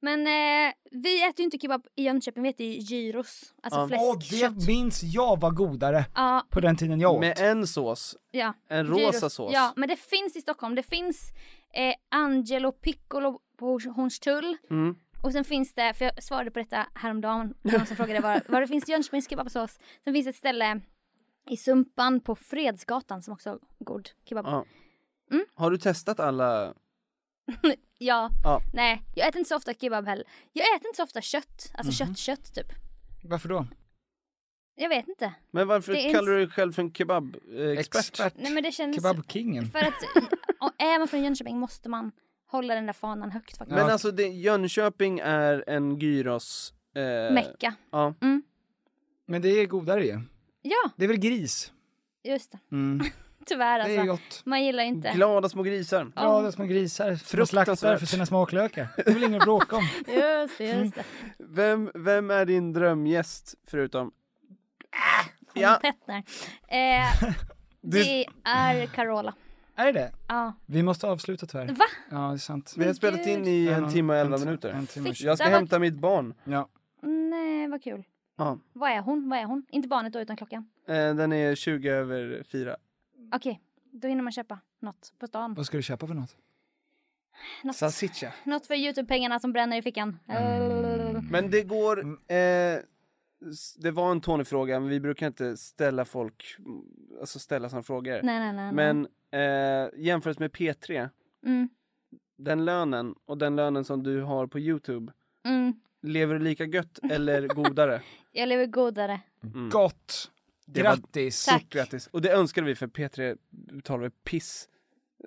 [SPEAKER 3] Men eh, vi äter ju inte kebab i Jönköping, vi äter ju gyros. Alltså
[SPEAKER 1] Ja.
[SPEAKER 3] fläskkött.
[SPEAKER 2] Och det minns jag var godare
[SPEAKER 3] Ja,
[SPEAKER 2] på den tiden jag åt.
[SPEAKER 1] Med en sås.
[SPEAKER 3] ja.
[SPEAKER 1] En rosa
[SPEAKER 3] Gyros.
[SPEAKER 1] sås.
[SPEAKER 3] Ja, men det finns i Stockholm. Det finns eh, Angelo Piccolo på Hors- Hornstull.
[SPEAKER 1] Mm.
[SPEAKER 3] Och sen finns det, för jag svarade på detta häromdagen, det var någon som frågade var, var det finns Jönköpings kebabsås. Sen finns det ett ställe i Sumpan på Fredsgatan som också har god kebab.
[SPEAKER 1] Ja.
[SPEAKER 3] Mm.
[SPEAKER 1] Har du testat alla?
[SPEAKER 3] Ja,
[SPEAKER 1] Ja.
[SPEAKER 3] nej, jag äter inte så ofta kebab heller. Jag äter inte så ofta kött, alltså
[SPEAKER 1] Mhm.
[SPEAKER 3] kött, kött typ.
[SPEAKER 2] Varför då?
[SPEAKER 3] Jag vet inte.
[SPEAKER 1] Men varför
[SPEAKER 3] Det är en-
[SPEAKER 1] kallar du dig själv för en kebab-expert?
[SPEAKER 3] Nej men det känns...
[SPEAKER 2] Kebabkingen.
[SPEAKER 3] För att och är man från Jönköping måste man hålla den där fanan högt faktiskt.
[SPEAKER 1] Men alltså det, Jönköping är en gyros... Eh,
[SPEAKER 3] Mecka.
[SPEAKER 1] Ja.
[SPEAKER 2] Men det är godare ju.
[SPEAKER 3] Ja,
[SPEAKER 2] Det är väl gris?
[SPEAKER 3] just det.
[SPEAKER 2] Mm.
[SPEAKER 3] Tyvärr
[SPEAKER 2] Det är
[SPEAKER 3] alltså.
[SPEAKER 2] gott.
[SPEAKER 3] Man gillar inte.
[SPEAKER 1] Glada små grisar.
[SPEAKER 2] Glada små grisar som slaktar
[SPEAKER 1] Fruktansvärt.
[SPEAKER 2] för sina smaklökar. Det är väl inget att bråka om.
[SPEAKER 3] Just det, just det.
[SPEAKER 1] Vem, vem är din drömgäst förutom...
[SPEAKER 3] Ah,
[SPEAKER 1] Ja,
[SPEAKER 3] Pettner. Eh, det är Carola.
[SPEAKER 2] Är det det?
[SPEAKER 3] Ja.
[SPEAKER 2] Vi måste avsluta tyvärr.
[SPEAKER 3] Va?
[SPEAKER 2] Ja, det är sant.
[SPEAKER 1] vi har spelat in i en timme och elva
[SPEAKER 2] En
[SPEAKER 1] minuter.
[SPEAKER 2] timme och tjugo.
[SPEAKER 1] Jag ska
[SPEAKER 3] Där var-
[SPEAKER 1] hämta mitt barn.
[SPEAKER 2] Ja.
[SPEAKER 3] Nej, vad kul.
[SPEAKER 1] Ja.
[SPEAKER 3] Vad är hon? Vad är hon? Inte barnet då, utan klockan.
[SPEAKER 1] Eh, Den är 20 över 4.
[SPEAKER 3] Okej, då hinner man köpa något på stan.
[SPEAKER 2] Vad ska du köpa för
[SPEAKER 1] Mm.
[SPEAKER 2] något?
[SPEAKER 3] Något,
[SPEAKER 1] Salsiccia.
[SPEAKER 3] något för Youtube-pengarna som bränner i fickan.
[SPEAKER 1] Men det går... Eh, s- det var en Tony-fråga, men vi brukar inte ställa folk... Alltså ställa sådana frågor.
[SPEAKER 3] Nej, nej, nej. nej.
[SPEAKER 1] Men eh, jämfört med P3,
[SPEAKER 3] Mm,
[SPEAKER 1] den lönen och den lönen som du har på Youtube,
[SPEAKER 3] mm.
[SPEAKER 1] lever du lika gött eller godare?
[SPEAKER 3] Jag lever godare.
[SPEAKER 2] Gott!
[SPEAKER 1] var-
[SPEAKER 2] Grattis!
[SPEAKER 3] Tack.
[SPEAKER 1] Grattis! Och det önskar vi för P3 betalar vi piss.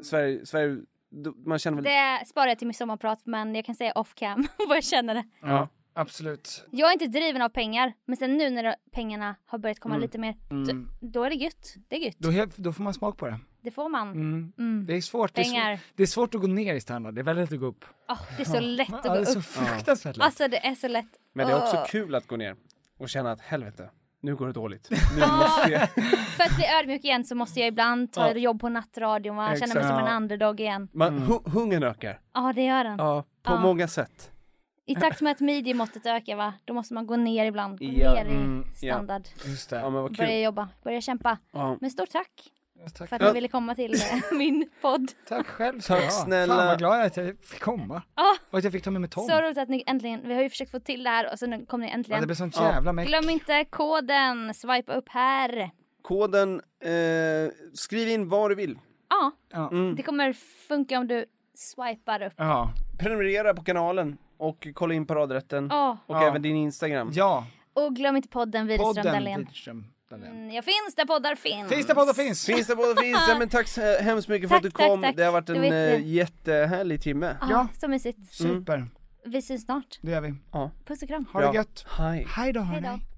[SPEAKER 1] Sverige, Sverige då- man känner väl...
[SPEAKER 3] Det sparar jag till min sommarprat men jag kan säga off cam vad jag känner det.
[SPEAKER 2] Ja, absolut.
[SPEAKER 3] Jag är inte driven av pengar men sen nu när det- pengarna har börjat
[SPEAKER 1] Mm.
[SPEAKER 3] komma lite mer då, då är det gött. Det är gött.
[SPEAKER 2] Då, he- då får man smak på det.
[SPEAKER 3] Det får man.
[SPEAKER 2] Mm.
[SPEAKER 3] Mm.
[SPEAKER 2] Det är svårt. Det är,
[SPEAKER 3] Pengar.
[SPEAKER 2] svårt. det är svårt att gå ner i standard. Det är väldigt lätt att gå upp.
[SPEAKER 3] Åh, Ah, det är så lätt att
[SPEAKER 2] Ja,
[SPEAKER 3] gå
[SPEAKER 2] det är så
[SPEAKER 3] upp.
[SPEAKER 2] fruktansvärt lätt.
[SPEAKER 3] Alltså det är så lätt. Ah.
[SPEAKER 1] Men det är också
[SPEAKER 3] Åh.
[SPEAKER 1] kul att gå ner och känna att helvete, nu går det dåligt.
[SPEAKER 3] Ja, för att bli ödmjuk igen så måste jag ibland ta jobb på nattradion va? Känna mig
[SPEAKER 2] Exakt.
[SPEAKER 3] som en underdog igen.
[SPEAKER 1] Man, hu- hungern ökar.
[SPEAKER 3] Ja det gör den.
[SPEAKER 1] Mm. Ja, på
[SPEAKER 3] Ja.
[SPEAKER 1] många sätt.
[SPEAKER 3] I takt med att midjemåttet ökar va, då måste man gå ner ibland.
[SPEAKER 1] Ja,
[SPEAKER 3] Ner i
[SPEAKER 1] mm, ja.
[SPEAKER 3] standard.
[SPEAKER 2] Just
[SPEAKER 1] Ja,
[SPEAKER 2] det.
[SPEAKER 1] men vad
[SPEAKER 3] Börja
[SPEAKER 1] kul.
[SPEAKER 3] jobba, börja kämpa.
[SPEAKER 1] Ja.
[SPEAKER 3] Men stort tack
[SPEAKER 2] Tack,
[SPEAKER 3] för att ni ville komma till eh, min podd.
[SPEAKER 2] tack själv.
[SPEAKER 1] Tack
[SPEAKER 2] Ja.
[SPEAKER 1] snälla.
[SPEAKER 2] Fan vad glad jag är att jag fick komma.
[SPEAKER 3] Ja.
[SPEAKER 2] Och att jag fick ta med mig Tom.
[SPEAKER 3] Så roligt att ni äntligen, vi har ju försökt få till det här och så nu kom ni
[SPEAKER 2] Ja,
[SPEAKER 3] äntligen.
[SPEAKER 2] det blev sånt jävla meck.
[SPEAKER 3] Glöm inte koden, swipa upp här.
[SPEAKER 1] Koden, eh, skriv in vad du vill.
[SPEAKER 3] Ja,
[SPEAKER 2] Ja.
[SPEAKER 3] det kommer funka om du swipar upp.
[SPEAKER 2] Ja.
[SPEAKER 1] Prenumerera på kanalen och kolla in paradrätten.
[SPEAKER 3] Ja,
[SPEAKER 1] Och även din Instagram.
[SPEAKER 2] ja.
[SPEAKER 3] och glöm inte podden Widerström
[SPEAKER 2] Podden
[SPEAKER 3] Dahlén.
[SPEAKER 2] Widerström Dahlén.
[SPEAKER 3] Mm, Jag finns där poddar finns.
[SPEAKER 2] Finns det poddar finns?
[SPEAKER 1] Finns det båda finns? Ja, men tack så hemskt mycket för
[SPEAKER 3] Tack,
[SPEAKER 1] att du
[SPEAKER 3] tack,
[SPEAKER 1] kom.
[SPEAKER 3] tack.
[SPEAKER 1] Det har varit
[SPEAKER 3] Du
[SPEAKER 1] en
[SPEAKER 3] vet det.
[SPEAKER 1] eh, jättehärlig timme.
[SPEAKER 3] Ja,
[SPEAKER 2] Ja.
[SPEAKER 3] så mysigt.
[SPEAKER 2] Super.
[SPEAKER 3] Vi syns snart.
[SPEAKER 2] Det gör vi.
[SPEAKER 3] Puss och kram.
[SPEAKER 2] Ha det
[SPEAKER 1] Bra.
[SPEAKER 2] gött.
[SPEAKER 1] Hej.
[SPEAKER 2] Hej då
[SPEAKER 3] Hej då.
[SPEAKER 2] hörni.